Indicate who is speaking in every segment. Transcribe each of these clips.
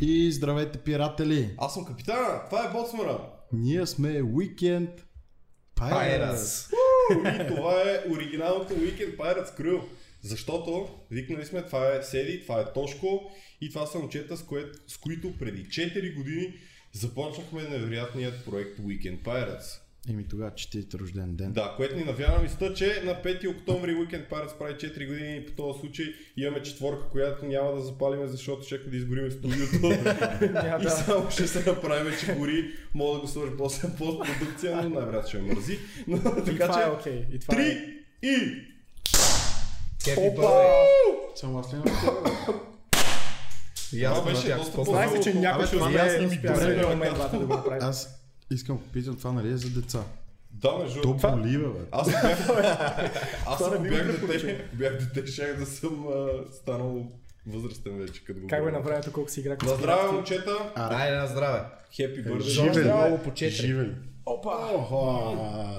Speaker 1: И здравейте, пиратели!
Speaker 2: Аз съм капитана, това е Боцмана.
Speaker 1: Ние сме Weekend Pirates.
Speaker 3: Pirates.
Speaker 2: И това е оригиналното Weekend Pirates Crew. Защото, викнали сме, това е Седи, това е Тошко и това са момчета, с, кое, с които преди 4 години започнахме невероятният проект Weekend Pirates.
Speaker 1: Еми тогава четирите рожден ден.
Speaker 2: Да, което ни навява мисля, че на 5 октомври Weekend Pirates прави 4 години и по този случай имаме четворка, която няма да запалиме, защото чека да изгорим студиото.
Speaker 3: Няма
Speaker 2: и
Speaker 3: да.
Speaker 2: само ще се направим, че гори, мога да го сложим после в постпродукция, но най-вероятно ще ме мързи. Но,
Speaker 3: И
Speaker 2: така
Speaker 3: това е
Speaker 2: че,
Speaker 3: окей. И това е.
Speaker 2: три и...
Speaker 3: Happy
Speaker 2: Опа!
Speaker 3: birthday.
Speaker 1: Само аз ли имам?
Speaker 3: И
Speaker 2: аз
Speaker 3: аз
Speaker 2: беше
Speaker 3: беше
Speaker 2: доста
Speaker 3: доста
Speaker 2: по-добре.
Speaker 3: Знаех, че някой ще
Speaker 2: Абе,
Speaker 3: успее
Speaker 2: аз
Speaker 3: да
Speaker 2: не ми
Speaker 3: успя
Speaker 2: добре,
Speaker 3: е да
Speaker 2: бе,
Speaker 3: момент двата да го направи.
Speaker 1: Аз искам да попитам това нали е за деца.
Speaker 2: Да, между
Speaker 1: То
Speaker 2: другото.
Speaker 1: боли, бе, бе.
Speaker 2: Аз ако бях, аз
Speaker 3: е- Това е
Speaker 2: ако
Speaker 3: не ми го
Speaker 2: бях
Speaker 3: препоръчвам.
Speaker 2: дете, ако бях дете, щях да съм а, станал възрастен вече, като го
Speaker 3: Как е бе
Speaker 2: говоря.
Speaker 3: на времето колко си игра?
Speaker 2: На здраве, момчета!
Speaker 4: Айде на здраве. е.
Speaker 2: Хепи е. бързи!
Speaker 1: Живе.
Speaker 4: Живе много по 4.
Speaker 1: Живен.
Speaker 3: Опа!
Speaker 1: Охо!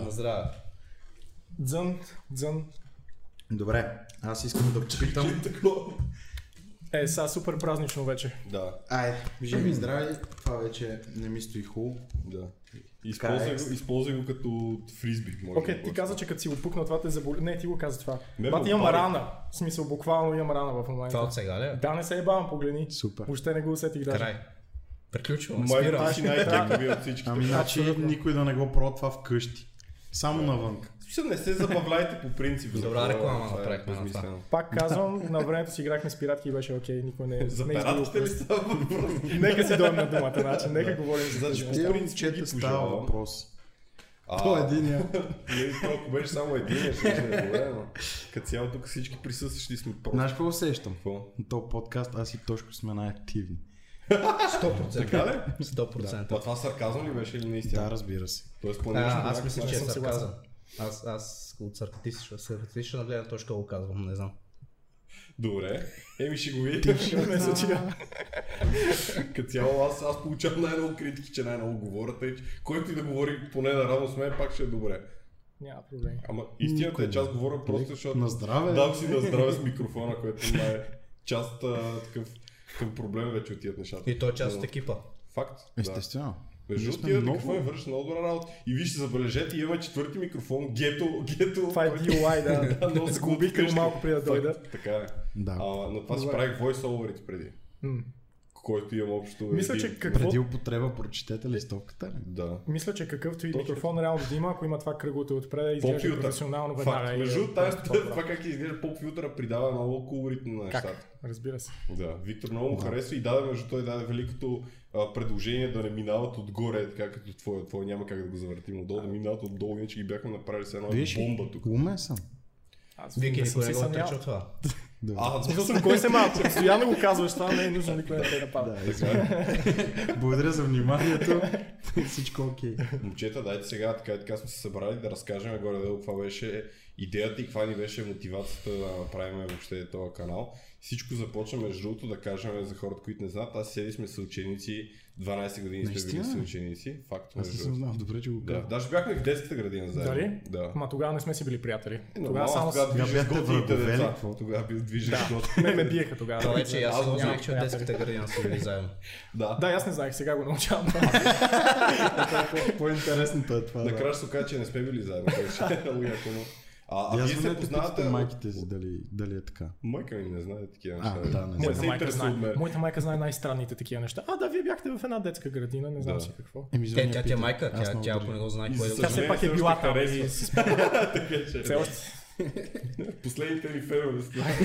Speaker 4: На здраве.
Speaker 3: Дзън, дзън.
Speaker 1: Добре, аз искам да попитам.
Speaker 3: Е, сега супер празнично вече.
Speaker 2: Да,
Speaker 1: Ай, живи и здрави, това вече не ми стои хубаво.
Speaker 2: да. Използвай
Speaker 4: е.
Speaker 2: го, използвай го като фризби, може
Speaker 3: Окей,
Speaker 2: да
Speaker 3: ти
Speaker 2: го
Speaker 3: каза, че като си опукна това те заболи. Не, ти го каза това.
Speaker 2: Ме
Speaker 3: Бати
Speaker 2: ме
Speaker 3: имам
Speaker 2: опари.
Speaker 3: рана. В смисъл, буквално имам рана в момента.
Speaker 4: Това от сега ли? е?
Speaker 3: Да, не се ебавам, погледни.
Speaker 1: Супер.
Speaker 3: Въобще не го усетих даже.
Speaker 4: Край. Приключвам.
Speaker 2: Майко ти
Speaker 4: Спирам.
Speaker 2: си най-кекови от всички.
Speaker 1: Ами значи никой да не го пробва това вкъщи. Само навън.
Speaker 2: Смисъл, не се забавляйте по принцип.
Speaker 4: Добра
Speaker 2: Това е-
Speaker 4: реклама
Speaker 2: това е
Speaker 4: направихме на това.
Speaker 2: безмислено.
Speaker 3: Пак казвам, на времето си играхме с пиратки и беше окей, никой не,
Speaker 2: За
Speaker 3: не изгубил
Speaker 2: ператките ли
Speaker 3: пръст.
Speaker 2: става въпрос?
Speaker 3: Нека си дойдем на думата, значи, нека говорим за
Speaker 2: Значи,
Speaker 3: тези
Speaker 2: По
Speaker 1: Те
Speaker 2: принцип
Speaker 1: момчета
Speaker 2: ги
Speaker 1: става
Speaker 2: пожелавам.
Speaker 1: въпрос.
Speaker 2: А,
Speaker 1: Той е единия.
Speaker 2: Не, то, ако беше само един, ще ще е добре, но като цяло тук всички присъстващи сме просто.
Speaker 1: Знаеш какво усещам?
Speaker 2: Какво?
Speaker 1: На този подкаст аз и Тошко сме най-активни.
Speaker 4: 100%.
Speaker 2: Така ли?
Speaker 4: 100%.
Speaker 2: Ма това сарказъм ли беше или наистина?
Speaker 1: Да, разбира се.
Speaker 2: Тоест планираш
Speaker 4: А,
Speaker 2: по
Speaker 4: аз
Speaker 2: някакъв
Speaker 4: мисля, че е
Speaker 2: начин.
Speaker 4: сарказъм. Аз, аз от саркатична, саркатична гледна точка го казвам, не знам.
Speaker 2: Добре. Еми ще го видим. Значи, Като цяло аз, аз получавам най-много критики, че най-много говоря, тъй че който и да говори поне на радост мен, пак ще е добре.
Speaker 3: Няма проблеми.
Speaker 2: Ама истината е, че аз говоря просто,
Speaker 1: Лек-
Speaker 2: защото
Speaker 1: На здраве.
Speaker 2: Дам си на здраве с микрофона, което ма е част а, такъв към проблем вече отиват нещата.
Speaker 4: И той е част
Speaker 2: Но-
Speaker 4: от екипа.
Speaker 2: Факт. Да.
Speaker 1: Естествено.
Speaker 2: Между
Speaker 1: Ние
Speaker 2: другото,
Speaker 1: сме
Speaker 2: тия е?
Speaker 1: много-
Speaker 2: микрофон върши много добра работа. И вижте, забележете, имаме четвърти микрофон, гето, гето.
Speaker 3: Това е DUI, да.
Speaker 2: много се
Speaker 3: Сгубих
Speaker 2: къщи.
Speaker 3: го малко преди да дойда.
Speaker 2: Факт, Така е.
Speaker 1: Да.
Speaker 2: А, но това си
Speaker 3: Добре.
Speaker 2: правих voice-overите преди,
Speaker 3: М.
Speaker 2: който имам общо. е
Speaker 3: Мисля,
Speaker 2: един-
Speaker 3: че какво...
Speaker 1: Преди употреба прочетете листовката ли?
Speaker 2: Да.
Speaker 3: Мисля, че какъвто и
Speaker 2: Точно.
Speaker 3: микрофон реално да има, ако има това кръгото отпред, изглежда
Speaker 2: По-филтър.
Speaker 3: професионално
Speaker 2: Факт.
Speaker 3: веднага. и е
Speaker 2: Между тази,
Speaker 3: просто по-добре.
Speaker 2: това как изглежда поп-филтъра придава много колорит на нещата.
Speaker 3: Как? Разбира се.
Speaker 2: Да, Виктор много му харесва и даде, между той даде великото а, предложение да не минават отгоре, така като твое. Твое няма как да го завъртим отдолу, да минават отдолу, иначе ги бяхме направили с една
Speaker 1: Виж,
Speaker 2: бомба тук.
Speaker 1: умен съм.
Speaker 3: Аз
Speaker 4: Вики,
Speaker 3: не съм
Speaker 4: никой
Speaker 3: се
Speaker 4: не го е
Speaker 3: съмнял.
Speaker 4: отричал това.
Speaker 1: Да.
Speaker 2: А, да,
Speaker 3: Мисля съм, кой се малко? Постоянно го казваш, това не е нужно никой не те напада.
Speaker 1: Да,
Speaker 2: е.
Speaker 1: извинявай. Благодаря за вниманието. Всичко окей.
Speaker 2: момчета, дайте сега, така и така сме се събрали да разкажем горе-долу каква беше идеята и каква ни беше мотивацията да направим въобще този канал. Всичко започна между другото да кажем за хората, които не знаят. Аз седи сме съученици, 12 години сме били
Speaker 1: Наистина?
Speaker 2: съученици. Факт,
Speaker 1: Аз не
Speaker 2: между
Speaker 1: съм
Speaker 2: другото.
Speaker 1: знал. Добре, че го
Speaker 2: Да,
Speaker 1: казах.
Speaker 2: даже бяхме в детската градина заедно.
Speaker 3: Дали?
Speaker 2: Да.
Speaker 3: Ма тогава не сме си били приятели. Е, Тогава
Speaker 2: Тогава
Speaker 3: само...
Speaker 2: тогава
Speaker 3: с-
Speaker 1: тогава
Speaker 2: движиш
Speaker 1: бяхте
Speaker 2: готините
Speaker 1: врагове ли,
Speaker 2: деца.
Speaker 1: какво?
Speaker 2: Тогава би движиш готините.
Speaker 3: Ме ме биеха тогава.
Speaker 4: Това вече и аз
Speaker 2: Аз
Speaker 4: не
Speaker 2: го
Speaker 4: знаех,
Speaker 2: знам.
Speaker 4: че от детската градина сме били заедно.
Speaker 2: Да.
Speaker 3: Да, и аз не знаех, сега го научавам.
Speaker 1: По-интересното е това. да.
Speaker 2: Накрая ще се окаже, че не сме били заедно. което ще е много яко, но- А,
Speaker 1: И
Speaker 2: а
Speaker 1: аз
Speaker 2: вие
Speaker 1: не
Speaker 2: се
Speaker 1: познавате
Speaker 2: познавате...
Speaker 1: майките си дали, дали е така.
Speaker 2: Майка ми не знае такива
Speaker 1: А,
Speaker 2: неща.
Speaker 1: да, не знае.
Speaker 2: не
Speaker 3: Моята
Speaker 2: се
Speaker 3: майка,
Speaker 2: интересува
Speaker 3: знае,
Speaker 2: от мен.
Speaker 3: моята майка знае най-странните такива неща. А, да, вие бяхте в една детска градина, не знам
Speaker 2: Да.
Speaker 3: си какво.
Speaker 1: Еми, извини,
Speaker 4: Те, тя ти е
Speaker 1: питам.
Speaker 4: майка,
Speaker 1: Аз
Speaker 4: тя,
Speaker 1: много
Speaker 4: тя ако
Speaker 1: държа.
Speaker 4: не го знае,
Speaker 2: И за
Speaker 4: кой
Speaker 3: Тя
Speaker 4: да го
Speaker 3: все
Speaker 2: съжаление,
Speaker 3: пак
Speaker 2: все
Speaker 3: е
Speaker 2: още
Speaker 3: била там. нали?
Speaker 2: харесва.
Speaker 3: и си спомня.
Speaker 2: Така че-
Speaker 3: Все още.
Speaker 2: Последните ни фенове сте. Знаеш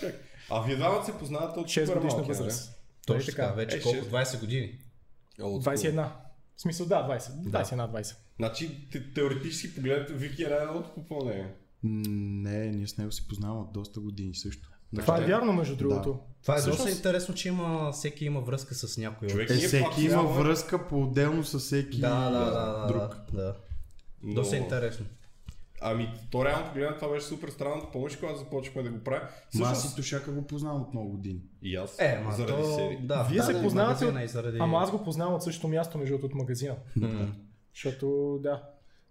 Speaker 2: как? А вие двамата се познавате от
Speaker 3: 6
Speaker 2: супер
Speaker 3: годишна
Speaker 2: малки, нали?
Speaker 3: възраст.
Speaker 4: Точно така,
Speaker 2: Е,
Speaker 4: вече колко?
Speaker 2: шест.
Speaker 4: 20 години.
Speaker 2: Old school.
Speaker 3: 21. В смисъл, да, 20. 21-20.
Speaker 2: Значи, те- теоретически погледнато, Вики е най-новото попълнение.
Speaker 1: М, Не, ние с него се познаваме от доста години също.
Speaker 3: Това е
Speaker 2: че-
Speaker 3: вярно, между другото.
Speaker 4: Това е
Speaker 3: Всъщност-
Speaker 4: доста интересно, че има, всеки има връзка с някой.
Speaker 2: Човек,
Speaker 1: Е,
Speaker 2: ние пак
Speaker 1: всеки има
Speaker 2: нямаме-
Speaker 1: връзка по-отделно с всеки
Speaker 4: Да, да, да, да,
Speaker 1: друг.
Speaker 4: да, да.
Speaker 2: но-
Speaker 4: Доста интересно.
Speaker 2: Ами, то реално погледнато това беше супер странно. Помниш, когато започнахме да го правим?
Speaker 1: Ма
Speaker 2: Всъщност-
Speaker 1: аз и Тушака го познавам от много години.
Speaker 2: И аз.
Speaker 4: Е, ма
Speaker 2: заради
Speaker 4: то...
Speaker 2: серии.
Speaker 4: Да,
Speaker 3: Вие се
Speaker 4: да,
Speaker 3: познавате
Speaker 4: Е, магазина и заради...
Speaker 3: Ама аз го познавам от същото място, между другото, от магазина.
Speaker 4: М.
Speaker 3: Защото, да.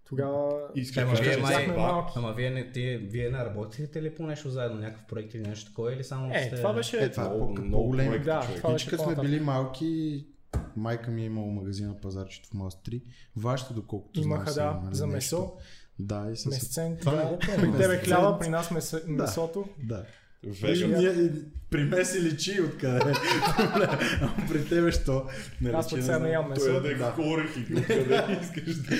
Speaker 3: Тогава...
Speaker 2: Исках
Speaker 4: Ама
Speaker 2: да кажа,
Speaker 4: вие
Speaker 2: че
Speaker 4: май-
Speaker 2: са два.
Speaker 4: Ама вие не, ти, вие не работихте ли по нещо заедно, някакъв проект или нещо такова или само
Speaker 3: Е,
Speaker 4: сте...
Speaker 3: това беше...
Speaker 1: Е, това е
Speaker 2: Много-
Speaker 1: по-
Speaker 2: много
Speaker 1: по-голем.
Speaker 2: проект,
Speaker 3: Да,
Speaker 2: човек.
Speaker 3: това
Speaker 1: Значи,
Speaker 3: беше
Speaker 1: като сме
Speaker 3: по-нататък.
Speaker 1: били малки, майка ми е имала магазин на пазарчето в Мост 3. Вашето, доколкото
Speaker 3: Имаха,
Speaker 1: знам, са
Speaker 3: да,
Speaker 1: имали
Speaker 3: за
Speaker 1: нещо.
Speaker 3: месо,
Speaker 1: Да, и с...
Speaker 3: месцен.
Speaker 4: е
Speaker 1: Това не
Speaker 3: Да.
Speaker 1: го помня.
Speaker 3: При тебе е
Speaker 1: Месцен.
Speaker 3: хляба, при нас месе- месото.
Speaker 1: Да. И
Speaker 2: Веган.
Speaker 1: ние и при мен си личи откъде. Ама при тебе що? Не
Speaker 3: Аз
Speaker 1: личи,
Speaker 3: пък
Speaker 1: не
Speaker 3: сега
Speaker 1: знам.
Speaker 3: не ям месо.
Speaker 2: Той е да хорих и къде искаш да...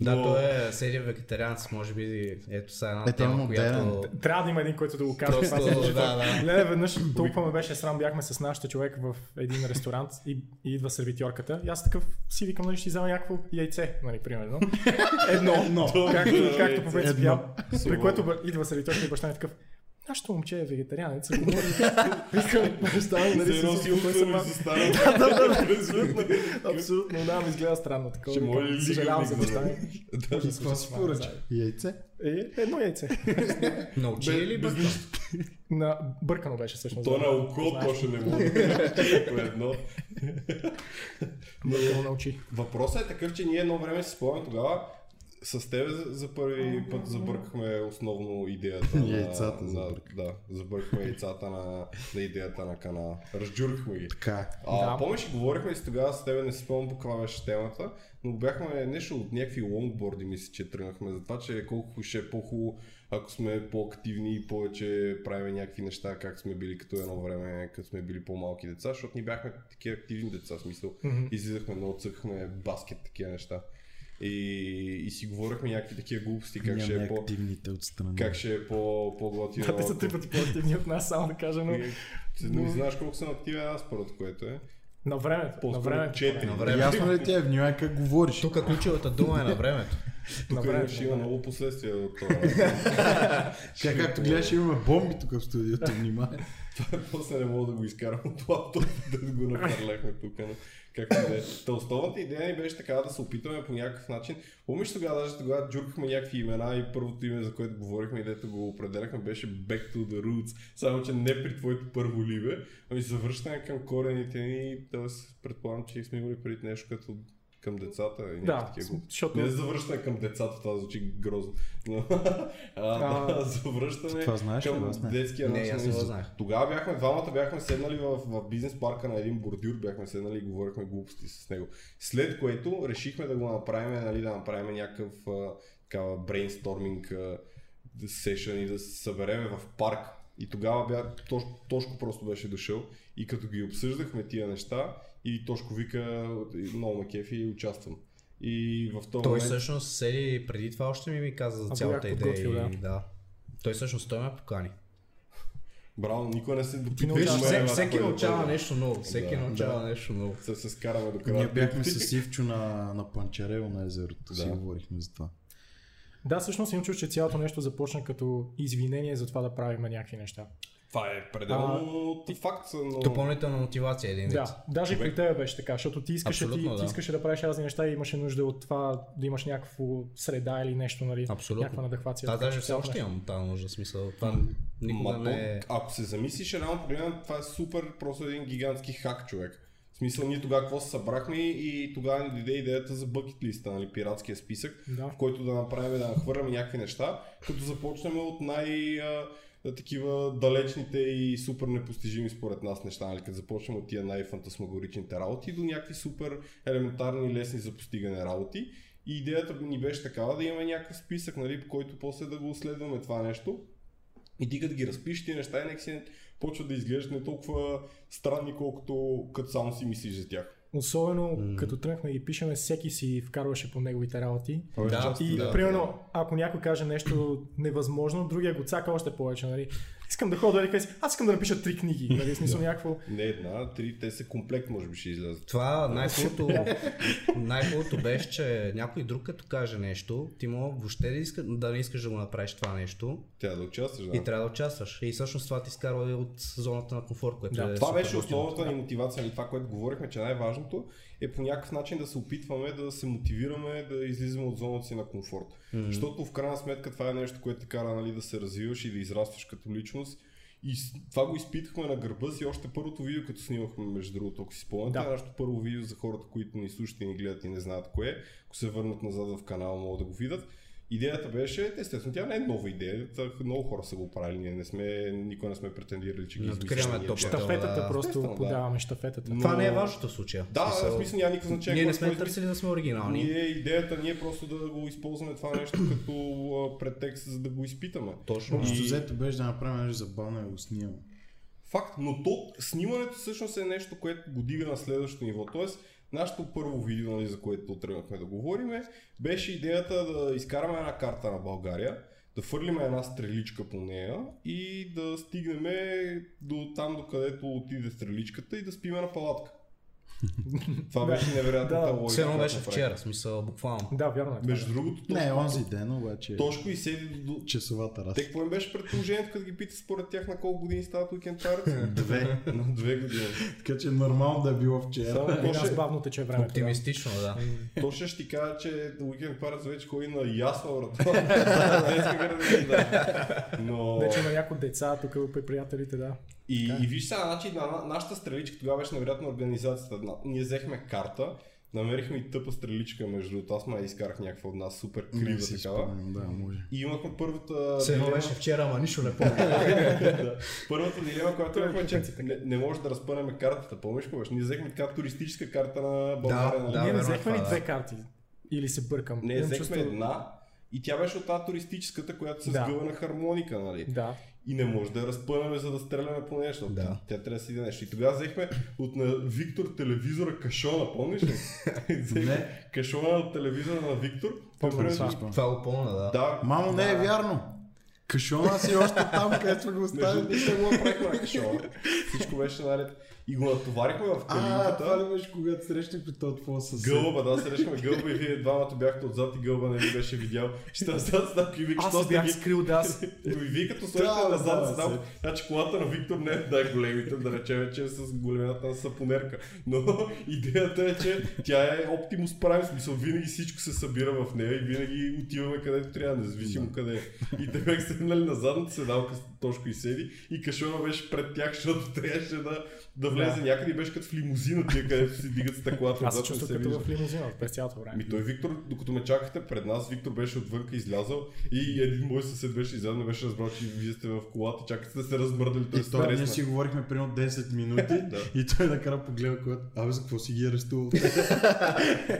Speaker 4: Да,
Speaker 2: Но-
Speaker 4: той е серия вегетарианец, може би ето сега една
Speaker 1: Е, той е
Speaker 4: тема, която...
Speaker 1: модерен.
Speaker 3: Трябва да има един, който да го каже. това
Speaker 4: Просто,
Speaker 3: също.
Speaker 4: да, да.
Speaker 3: Леле, веднъж толкова ме беше срам, бяхме с нашите човек в един ресторант и, и идва сервитьорката. И аз такъв си викам, нали ще ти взема някакво яйце, нали, примерно.
Speaker 1: Едно, но.
Speaker 2: е
Speaker 3: Както, както по принцип
Speaker 1: Е, Едно.
Speaker 3: ям. При което бъ- идва сервитьорката и баща ми е такъв. Нашето момче е вегетарианец. ако Говори, искам, представям, нали,
Speaker 2: Се едно
Speaker 3: си
Speaker 2: си утвърли за
Speaker 3: Абсолютно, да, ми изгледа странно такова.
Speaker 2: Ще
Speaker 3: Викам,
Speaker 2: може ли
Speaker 3: Съжалявам за
Speaker 2: лига да
Speaker 3: баща ми.
Speaker 1: И какво си поръча? Яйце?
Speaker 3: Е, едно яйце.
Speaker 4: Научи ли бе?
Speaker 3: На бъркано беше всъщност.
Speaker 2: То на око
Speaker 3: Знаеш,
Speaker 2: точно не може да е едно.
Speaker 3: Бъркано научи.
Speaker 2: Въпросът е такъв, че ние едно време си спомням тогава, с тебе за- за първи път забъркахме основно идеята на...
Speaker 1: Яйцата
Speaker 2: на-
Speaker 1: забърка.
Speaker 2: Да, забъркахме яйцата на, на идеята на канала. Разджуркахме ги.
Speaker 1: Така.
Speaker 2: А,
Speaker 3: Да.
Speaker 2: Помниш, ли, говорихме и с тогава с тебе, не си спомням по каква беше темата, но бяхме нещо от някакви лонгборди, мисля, че тръгнахме за това, че колко ще е по-хубаво, ако сме по-активни и повече правим някакви неща, как сме били като едно време, като сме били по-малки деца, защото ние бяхме такива активни деца, в смисъл.
Speaker 3: Мгм.
Speaker 2: Излизахме, много цъкахме баскет, такива неща. И, и си говорихме някакви такива глупости, как ще
Speaker 1: Нямаме
Speaker 2: е по...
Speaker 1: активните отстрани.
Speaker 2: Как ще е по, по-готино.
Speaker 3: Да, те са три пъти по-активни от нас, само да кажа, но
Speaker 2: Е, ти Не знаеш колко съм активен аз, първото, което е.
Speaker 3: на времето. На
Speaker 2: По-скоро
Speaker 3: времето.
Speaker 2: четири.
Speaker 3: поне.
Speaker 4: време.
Speaker 1: Ясно ли ти е, внимай как говориш?
Speaker 4: Тук ключовата дума е на времето.
Speaker 3: На
Speaker 2: Тук
Speaker 3: времето.
Speaker 2: ще има много последствия от това.
Speaker 1: Тя както
Speaker 3: е
Speaker 1: гледаш имаме бомби тук в студиото, внимай.
Speaker 2: После не мога да го изкарам от лаптоп, да го нахвърляхме тук. Но както и да е. Та основната идея ни беше така да се опитаме по някакъв начин. Помниш тогава, даже тогава джуркахме някакви имена и първото име, за което говорихме и дето го определяхме, беше Back to the Roots. Само, че не при твоето първо либе, ами завръщане към корените ни, т.е. предполагам, че сме имали преди нещо като към децата и някакви
Speaker 3: Да,
Speaker 2: Е, такива глупости.
Speaker 3: защото
Speaker 2: Не завръщане към децата, това звучи грозно. Но, а,
Speaker 3: А,
Speaker 2: завръщане
Speaker 1: това знаеш ли,
Speaker 2: към
Speaker 1: аз не.
Speaker 2: детския
Speaker 4: Не,
Speaker 2: начин.
Speaker 4: аз не го знаех.
Speaker 2: Тогава бяхме, двамата бяхме седнали в, в бизнес парка на един бордюр, бяхме седнали и говорихме глупости с него. След което решихме да го направим, нали, да направим някакъв а, такава брейнсторминг а, сешън и да се събереме в парк. И тогава бя, Тош, Тошко просто беше дошъл и като ги обсъждахме тия неща и Тошко вика много на кефи и участвам. И в този
Speaker 4: Той
Speaker 2: момент-
Speaker 4: всъщност седи преди това още ми ми каза за
Speaker 3: Аз
Speaker 4: цялата
Speaker 3: бях
Speaker 4: идея.
Speaker 3: подготвил,
Speaker 4: и- Да. Той всъщност той ме покани.
Speaker 2: Браво, никога не се допитва.
Speaker 3: научаваш.
Speaker 2: до мен,
Speaker 4: Всеки,
Speaker 2: аз
Speaker 4: всеки
Speaker 2: кой да
Speaker 4: научава
Speaker 2: бъда.
Speaker 4: нещо ново. Всеки
Speaker 2: Да,
Speaker 4: научава нещо ново.
Speaker 2: Се, се скараме до края.
Speaker 1: Ние бяхме с Ивчо на, на Панчарево на езерото, да. си
Speaker 2: Да.
Speaker 1: говорихме за това.
Speaker 3: Да, всъщност им чуш, че цялото нещо започна като извинение за това да правим някакви неща.
Speaker 2: Това е пределно факт, но...
Speaker 4: Допълнителна мотивация е един вид.
Speaker 3: Да, даже и при тебе беше така, защото ти искаше, ти,
Speaker 4: Абсолютно,
Speaker 3: ти
Speaker 4: да.
Speaker 3: искаше да правиш разни неща и имаше нужда от това да имаш някаква среда или нещо, нали?
Speaker 4: Абсолютно.
Speaker 3: Някаква надъхвация.
Speaker 4: Аз
Speaker 3: така
Speaker 4: даже
Speaker 3: че
Speaker 4: все
Speaker 3: цялото
Speaker 4: още
Speaker 3: нещо-
Speaker 4: имам тази нужда смисъл. Това никога
Speaker 2: Ма,
Speaker 4: не е...
Speaker 2: то, ако се замислиш, реално погледнато, това е супер, просто един гигантски хак, човек. В смисъл, ние тогава какво се събрахме и тогава ни дойде идеята за бъкет листа, нали, пиратския списък,
Speaker 3: Да.
Speaker 2: в който да направим, да нахвърляме някакви неща, като започнем от най- а, а, такива далечните и супер непостижими според нас неща, нали? като започнем от тия най-фантасмагоричните работи до някакви супер елементарни, лесни за постигане работи. И идеята ни беше такава да имаме някакъв списък, нали, по който после да го следваме това нещо. И ти като ги разпишеш тия неща, и нека си почват да изглеждат не толкова странни, колкото като само си мислиш за тях.
Speaker 3: Особено като тръгнахме и пишеме, всеки си вкарваше по неговите работи.
Speaker 4: Да,
Speaker 3: И
Speaker 4: е Да,
Speaker 3: примерно, ако някой каже нещо невъзможно, другия го цака още повече, нали? Искам да ходя, да си, аз искам да напиша три книги, нали? В Смисъл някакво.
Speaker 2: Не една, три, те са комплект, може би ще излязат.
Speaker 4: Това най-хубавото, най-хубавото беше, че някой друг като каже нещо, ти мога въобще да, иска, да не искаш да го направиш това нещо
Speaker 2: Трябва да участваш. Да.
Speaker 4: и трябва да участваш. И всъщност това ти изкарва и от зоната на комфорт, което
Speaker 3: Да,
Speaker 4: е
Speaker 2: Това
Speaker 4: супер
Speaker 2: беше
Speaker 4: готино.
Speaker 2: основната ни мотивация, нали, това, което говорихме, че най-важното е по някакъв начин да се опитваме да се мотивираме да излизаме от зоната си на комфорт. Защото в крайна сметка това е нещо, което те кара нали, да се развиваш и да израстваш като личност И с- това го изпитахме на гърба си още първото видео, като снимахме, между другото, ако си спомняте.
Speaker 3: Да.
Speaker 2: Да. Нашето първо видео за хората, които ни слушат и ни гледат и не знаят кое е. Ако се върнат назад в канала, могат да го видят. Идеята беше, естествено, тя не е нова идея, та много хора са го правили, ние не сме, никога не сме претендирали, че ги
Speaker 4: Надкриваме
Speaker 2: измисляме.
Speaker 4: топката.
Speaker 3: Штафетата
Speaker 4: Да,
Speaker 3: просто
Speaker 2: естествено, да.
Speaker 3: подаваме штафетата.
Speaker 2: Но-
Speaker 4: Това не е важното в случая.
Speaker 2: Да, в смисъл няма никакво значение.
Speaker 4: Ние не
Speaker 2: какво
Speaker 4: сме
Speaker 2: сме измислили.
Speaker 4: търсили да сме оригинални.
Speaker 2: Ние идеята ни е просто да го използваме това нещо като а, претекст, за да го изпитаме.
Speaker 4: Точно.
Speaker 1: Общо
Speaker 2: И-
Speaker 1: взето беше да направим нещо забавно и да го снимаме.
Speaker 2: Факт, но то снимането всъщност е нещо, което го дига на следващото ниво. Тоест, нашето първо видео, нали, за което тръгнахме да говорим, беше идеята да изкараме една карта на България, да фърлим една стреличка по нея и да стигнем до там, до където отиде стреличката и да спиме на палатка. Това
Speaker 3: Да.
Speaker 2: беше невероятната
Speaker 3: Да.
Speaker 2: логика.
Speaker 4: Все едно
Speaker 2: която
Speaker 4: беше
Speaker 2: направихме.
Speaker 4: вчера, в смисъл буквално.
Speaker 3: Да, вярно е. това.
Speaker 2: Между другото,
Speaker 1: Не,
Speaker 2: Тошко-
Speaker 1: онзи ден, обаче.
Speaker 2: Тошко и седи до...
Speaker 1: Часовата раз.
Speaker 2: Те какво им беше предположението, като ги пита според тях на колко години стават уикендтарци?
Speaker 1: Две.
Speaker 2: На две години.
Speaker 1: Така че нормално да е било вчера.
Speaker 2: Само
Speaker 3: При
Speaker 2: то
Speaker 3: нас
Speaker 2: ще,
Speaker 3: бавно тече времето.
Speaker 4: Оптимистично, да.
Speaker 2: то ще ще ти кажа, че уикенд парец вече ходи на ясна врата. Детска градина, да. Но...
Speaker 3: да. Вече има някои деца, тук при приятелите, да.
Speaker 2: И, и виж сега, значи, на, на, нашата стреличка тогава беше невероятна организацията. На- Ние взехме карта, намерихме и тъпа стреличка, между другото. Аз май изкарах някаква от нас супер
Speaker 1: Не
Speaker 2: крива
Speaker 1: си
Speaker 2: такава.
Speaker 1: спомням, Да, може.
Speaker 2: И имахме първата...
Speaker 4: Все едно
Speaker 2: дилема.
Speaker 4: беше вчера, ама нищо не помня.
Speaker 2: Да. Първата дилема, която
Speaker 3: Той е
Speaker 2: имахме, че
Speaker 3: принцип
Speaker 2: не, не може да разпънем картата. Помниш кога? беше? Ние взехме така туристическа карта на България. нали?
Speaker 4: Да,
Speaker 3: Ние не
Speaker 4: верно е
Speaker 3: взехме ли
Speaker 4: това, да.
Speaker 3: две карти? Или се бъркам?
Speaker 2: Не,
Speaker 3: Имам
Speaker 2: взехме
Speaker 3: чувство-
Speaker 2: една и тя беше от тази туристическата, която се
Speaker 3: Да.
Speaker 2: сгъва на хармоника, нали?
Speaker 3: Да.
Speaker 2: И не може да я разпънеме, за да стреляме по нещо.
Speaker 4: Да.
Speaker 2: Тя трябва да си иде нещо. И тогава взехме от на Виктор телевизора кашона, помниш ли?
Speaker 1: Не.
Speaker 2: кашона от телевизора на Виктор.
Speaker 3: Помня
Speaker 2: Например,
Speaker 3: това.
Speaker 1: Спомням.
Speaker 4: Това го помня, да.
Speaker 2: Да.
Speaker 1: Мамо, не е вярно. Кашона си е още там, където сме го
Speaker 2: Между другото,
Speaker 1: оставили.
Speaker 2: ще го направихме на кашона. Всичко беше наред. И го натоварихме в
Speaker 1: А, това
Speaker 2: калинката.
Speaker 1: ли беше, когато срещах при този твой съсед?
Speaker 2: Гълба, да, срещаме гълба и вие двамата бяхте отзад и гълба не ви беше видял. Ще отзад знам и вика,
Speaker 3: Аз
Speaker 2: що
Speaker 3: се
Speaker 2: сте
Speaker 3: бях
Speaker 2: ги
Speaker 3: скрил, да. Аз...
Speaker 2: Еми, вие като сложите
Speaker 1: Да,
Speaker 2: назад,
Speaker 1: да,
Speaker 2: да,
Speaker 1: се.
Speaker 2: знам, значи колата на Виктор не е да големите, да речем, че е с големината на сапонерка. Но идеята е, че тя е Optimus Prime, в смисъл винаги всичко се събира в нея и винаги отиваме където трябва, независимо къде е. И те бяха седнали на задната седалка, Тошко и седи, и кашона беше пред тях, защото трябваше да, да влезе някъде и беше като в лимузина, тия където си дигат стъклата.
Speaker 3: Аз се
Speaker 2: отзад, не
Speaker 3: чувствах
Speaker 2: вижда.
Speaker 3: като в лимузина през цялото време.
Speaker 2: Ми Ами той Виктор, докато ме чакахте пред нас, Виктор беше отвънка излязъл и един мой съсед беше излязъл, не беше разбрал, че вие сте в колата, чакате да се размърдали, той
Speaker 1: И
Speaker 2: се
Speaker 1: това ние
Speaker 2: тресна.
Speaker 1: си говорихме примерно 10 минути и той накрая погледа, когато, абе за какво си ги арестувал?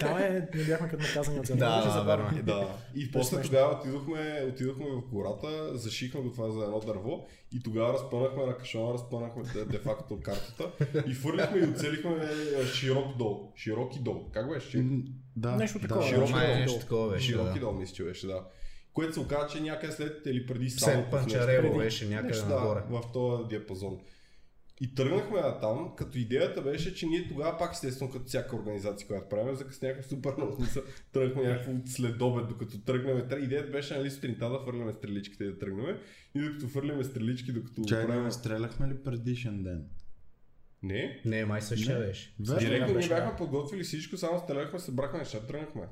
Speaker 3: Там е, не бяхме като наказани от
Speaker 4: Да,
Speaker 3: Беше
Speaker 4: да,
Speaker 3: забавно.
Speaker 2: Да.
Speaker 4: верно
Speaker 2: И
Speaker 3: Това е
Speaker 2: после
Speaker 3: смешно.
Speaker 2: тогава отидохме, отидохме в гората, зашихме го това за едно дърво и тогава разпънахме на кашона, разпънахме де, де факто картата и фърлихме и оцелихме е, широк дол. Широки дол. Как беше? Шир...
Speaker 1: М, Да,
Speaker 3: Нещо
Speaker 1: да.
Speaker 3: такова.
Speaker 2: широки
Speaker 4: Май
Speaker 2: дол.
Speaker 4: нещо такова беше, да.
Speaker 2: Широки дол, мисля, че беше, да. Което се оказа, че някъде след или преди
Speaker 4: След
Speaker 2: само
Speaker 4: Панчарево
Speaker 3: Преди.
Speaker 4: беше някъде
Speaker 2: Нещо, да,
Speaker 4: нагоре.
Speaker 2: в този диапазон. И тръгнахме на там, като идеята беше, че ние тогава пак естествено като всяка организация, която правим, закъсняхме супер много смисъл. Тръгнахме някакво следобед, докато тръгнем. Тра- Идеята беше нали сутринта да фърляме стреличките и да тръгнем. И докато фърляме стрелички, докато
Speaker 1: Чай,
Speaker 2: правим...
Speaker 1: ние стреляхме ли предишен ден?
Speaker 2: Не.
Speaker 4: Не, май същия
Speaker 1: Не.
Speaker 4: беше.
Speaker 1: Верно.
Speaker 2: Директно ние
Speaker 3: беше, да.
Speaker 2: бяхме подготвили всичко, само стреляхме, събрахме неща, тръгнахме.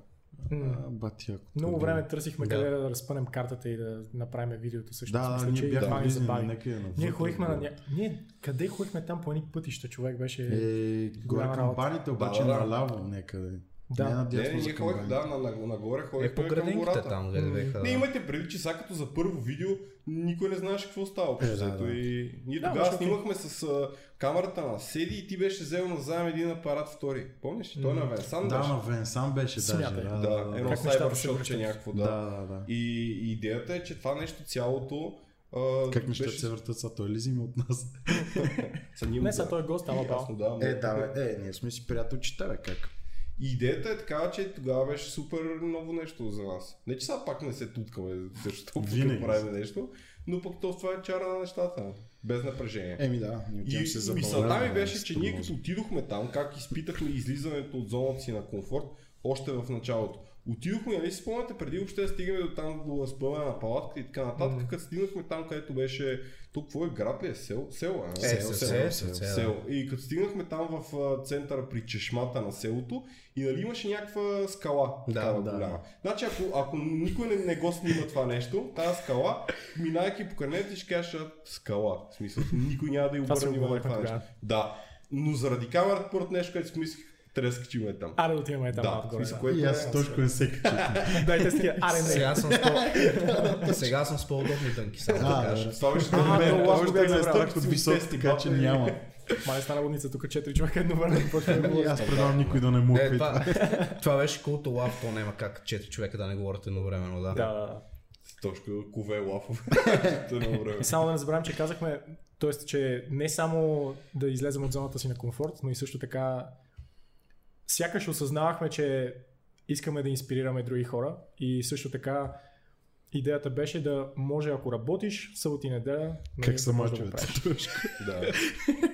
Speaker 3: М.
Speaker 1: А, Бати, ако е.
Speaker 3: Много
Speaker 1: трудно.
Speaker 3: време търсихме
Speaker 4: Да.
Speaker 3: къде да разпънем картата и да направим видеото също.
Speaker 1: Да, да, ние
Speaker 3: това
Speaker 1: бяхме
Speaker 3: ни
Speaker 1: визнали
Speaker 3: забави.
Speaker 1: някъде навътре.
Speaker 3: Ние ходихме на ня... Ние къде ходихме там по едни пътища, човек беше...
Speaker 1: Е, горе
Speaker 3: Голяма
Speaker 1: към
Speaker 3: работа.
Speaker 1: баните, обаче
Speaker 2: Да, да, да.
Speaker 1: наляво някъде.
Speaker 3: Да.
Speaker 1: Не
Speaker 2: Не,
Speaker 1: надясно
Speaker 2: не,
Speaker 1: за
Speaker 2: ние
Speaker 1: към
Speaker 2: ходихме,
Speaker 1: баните.
Speaker 2: да, на- на- нагоре
Speaker 4: Е, по
Speaker 2: ходихме към
Speaker 4: градинките
Speaker 2: гората.
Speaker 4: там, къде
Speaker 3: М.
Speaker 4: бяха.
Speaker 2: Не,
Speaker 4: да.
Speaker 2: имайте преди, че сега като за първо видео никой не знаеше какво става. Е,
Speaker 1: Е, да, да.
Speaker 2: И ние
Speaker 3: Да,
Speaker 2: тогава
Speaker 3: защото-
Speaker 2: снимахме с а, камерата на Седи и ти беше взел назаем един апарат втори. Помниш ли? Той
Speaker 3: М.
Speaker 2: на Венсан
Speaker 1: Да,
Speaker 2: беше.
Speaker 1: на Венсан беше даже.
Speaker 3: Смятай.
Speaker 1: Да,
Speaker 2: Да,
Speaker 1: да,
Speaker 2: едно
Speaker 1: да.
Speaker 3: Как нещата
Speaker 2: Cybershot,
Speaker 3: се
Speaker 2: че
Speaker 3: връщат.
Speaker 2: някакво, да.
Speaker 1: Да, да, да.
Speaker 2: И и идеята е, че това нещо цялото
Speaker 1: Как нещата се въртат, са той ли взима от нас?
Speaker 3: Не, са той е гост, ама бал.
Speaker 2: Ясно, да,
Speaker 1: Е,
Speaker 2: но-
Speaker 1: да, бе, е, ние сме си приятелчета, бе, как?
Speaker 2: И идеята е така, че тогава беше супер ново нещо за нас. Не, че сега пак не се туткаме, защото
Speaker 1: Винаги.
Speaker 2: правим нещо, но пък то това е чара на нещата. Без напрежение.
Speaker 1: Еми да, ние
Speaker 2: И
Speaker 1: отивам се за
Speaker 2: мисълта ми
Speaker 1: България,
Speaker 2: беше,
Speaker 1: да,
Speaker 2: че
Speaker 1: с
Speaker 2: ние
Speaker 1: прогноз.
Speaker 2: като отидохме там, как изпитахме излизането от зоната си на комфорт, още в началото. Отидохме, нали си спомняте, преди въобще да стигаме до там до спъване на палатка и така нататък,
Speaker 3: Мгм.
Speaker 2: като стигнахме там, където беше, тук какво е град ли е? Сел? Село, е,
Speaker 4: Е,
Speaker 2: село,
Speaker 4: се-
Speaker 2: село.
Speaker 4: се- се- се-
Speaker 2: Село. И като стигнахме там в а, центъра при чешмата на селото и нали имаше някаква скала.
Speaker 4: Да,
Speaker 2: такава
Speaker 4: да.
Speaker 2: голяма. Значи ако, ако никой не, не го снима това нещо, тази скала, минайки по крънете, ти ще кажеш «А, скала. В смисъл, никой няма да й
Speaker 3: Това си
Speaker 2: обърне внимание на
Speaker 3: оговорихме
Speaker 2: това нещо.
Speaker 3: тогава.
Speaker 2: Да. Но заради камерата, първото нещо, което си мислих, треска, че има е там.
Speaker 3: А, да отиваме е там
Speaker 2: Да,
Speaker 3: малко
Speaker 2: в
Speaker 3: горе.
Speaker 2: смисъл,
Speaker 3: да.
Speaker 2: което
Speaker 1: И
Speaker 2: е...
Speaker 1: аз точно не се качих.
Speaker 3: Дайте си тия. Аре, не.
Speaker 4: Сега съм с по... Сега съм с по-удобни дънки, само да
Speaker 1: А,
Speaker 4: кажа.
Speaker 1: да.
Speaker 2: Това беше
Speaker 3: А,
Speaker 1: е
Speaker 2: мен,
Speaker 3: много
Speaker 2: това
Speaker 3: лошо
Speaker 2: беше
Speaker 3: е бях
Speaker 2: да
Speaker 3: забрал.
Speaker 2: стъпки
Speaker 1: Страх от
Speaker 2: с
Speaker 1: висок,
Speaker 2: тести,
Speaker 1: така че
Speaker 3: е.
Speaker 2: бата и-
Speaker 1: няма.
Speaker 3: Мале стана лудница, тук четири човека едновременно. почваме да
Speaker 1: И
Speaker 3: говорим.
Speaker 1: Ами аз предлагам никой да не му
Speaker 4: Не,
Speaker 1: е
Speaker 4: това, това беше култо лав, то няма как четири човека да не говорят едновременно, да.
Speaker 3: Да, да, да.
Speaker 2: Точно кове лафове. Тъмно време.
Speaker 3: И само да не забравим, че казахме, т.е. че не само да излезем от зоната си на комфорт, но и също така сякаш осъзнавахме, че искаме да инспирираме други хора и също така идеята беше да може, ако работиш събота и неделя, нали,
Speaker 1: Как
Speaker 3: да
Speaker 1: съм
Speaker 3: можеш да го
Speaker 1: мачовете.
Speaker 3: правиш.
Speaker 2: Да.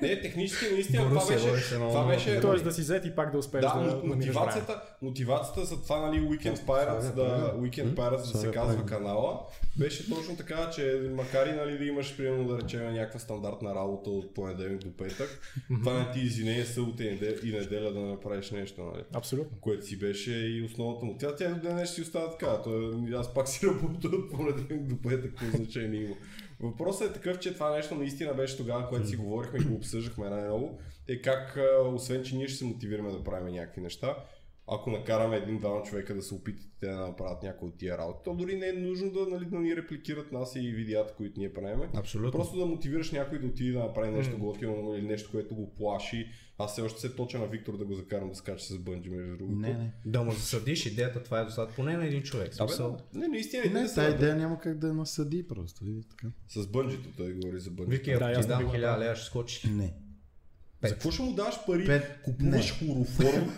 Speaker 2: Не, технически наистина това
Speaker 4: Борусия,
Speaker 2: беше.
Speaker 4: Борусия,
Speaker 2: Това
Speaker 4: много-
Speaker 2: беше.
Speaker 3: Тоест да си взет и пак да успееш
Speaker 2: Да,
Speaker 3: е да,
Speaker 2: мо-
Speaker 3: намираш време.
Speaker 2: мотивацията, мотивацията за това, нали, Weekend Pirates, да, Weekend Pirates да се
Speaker 1: Сега
Speaker 2: казва
Speaker 1: правим.
Speaker 2: канала, беше точно така, че макар и нали, да имаш, примерно, да речем, някаква стандартна работа от понеделник до петък, това не ти извинение събота и неделя, и неделя да не направиш нещо, нали?
Speaker 3: Абсолютно.
Speaker 2: което си беше и основната му. Тя, тя до ден днес си остава така. Той, аз пак си работя от понеделник до петък, какво значение има. Въпросът е такъв, че това нещо наистина беше тогава, което си говорихме и го обсъждахме най-много, е как, а, освен че ние ще се мотивираме да правим някакви неща, ако накараме един-двама човека да се опитат те да направят някои от тия работи, то дори не е нужно да, нали, да ни репликират нас и видеята, които ние правиме.
Speaker 4: Абсолютно.
Speaker 2: Просто да мотивираш някой да отиде да направи нещо готино или нещо, което го плаши. Аз все още се точа на Виктор да го закарам да скача с бънджи, между другото.
Speaker 1: Не, не.
Speaker 4: Да му засадиш идеята, това е достатъчно. Поне на един човек.
Speaker 2: Абе,
Speaker 4: смисъл.
Speaker 2: да. не, наистина един да
Speaker 1: Не,
Speaker 2: се
Speaker 1: тази
Speaker 2: набъ-
Speaker 1: идея няма как да я насъди просто. и така.
Speaker 2: С бънджито той говори за бънджито.
Speaker 4: Вики,
Speaker 3: Да,
Speaker 4: ако
Speaker 3: аз
Speaker 4: ти
Speaker 3: не
Speaker 4: дам
Speaker 3: бих
Speaker 4: хиляда
Speaker 3: направил.
Speaker 4: лева, ще скочиш ли?
Speaker 1: Не.
Speaker 2: За какво ще му даш пари?
Speaker 1: Пет.
Speaker 2: Купуваш хлороформ,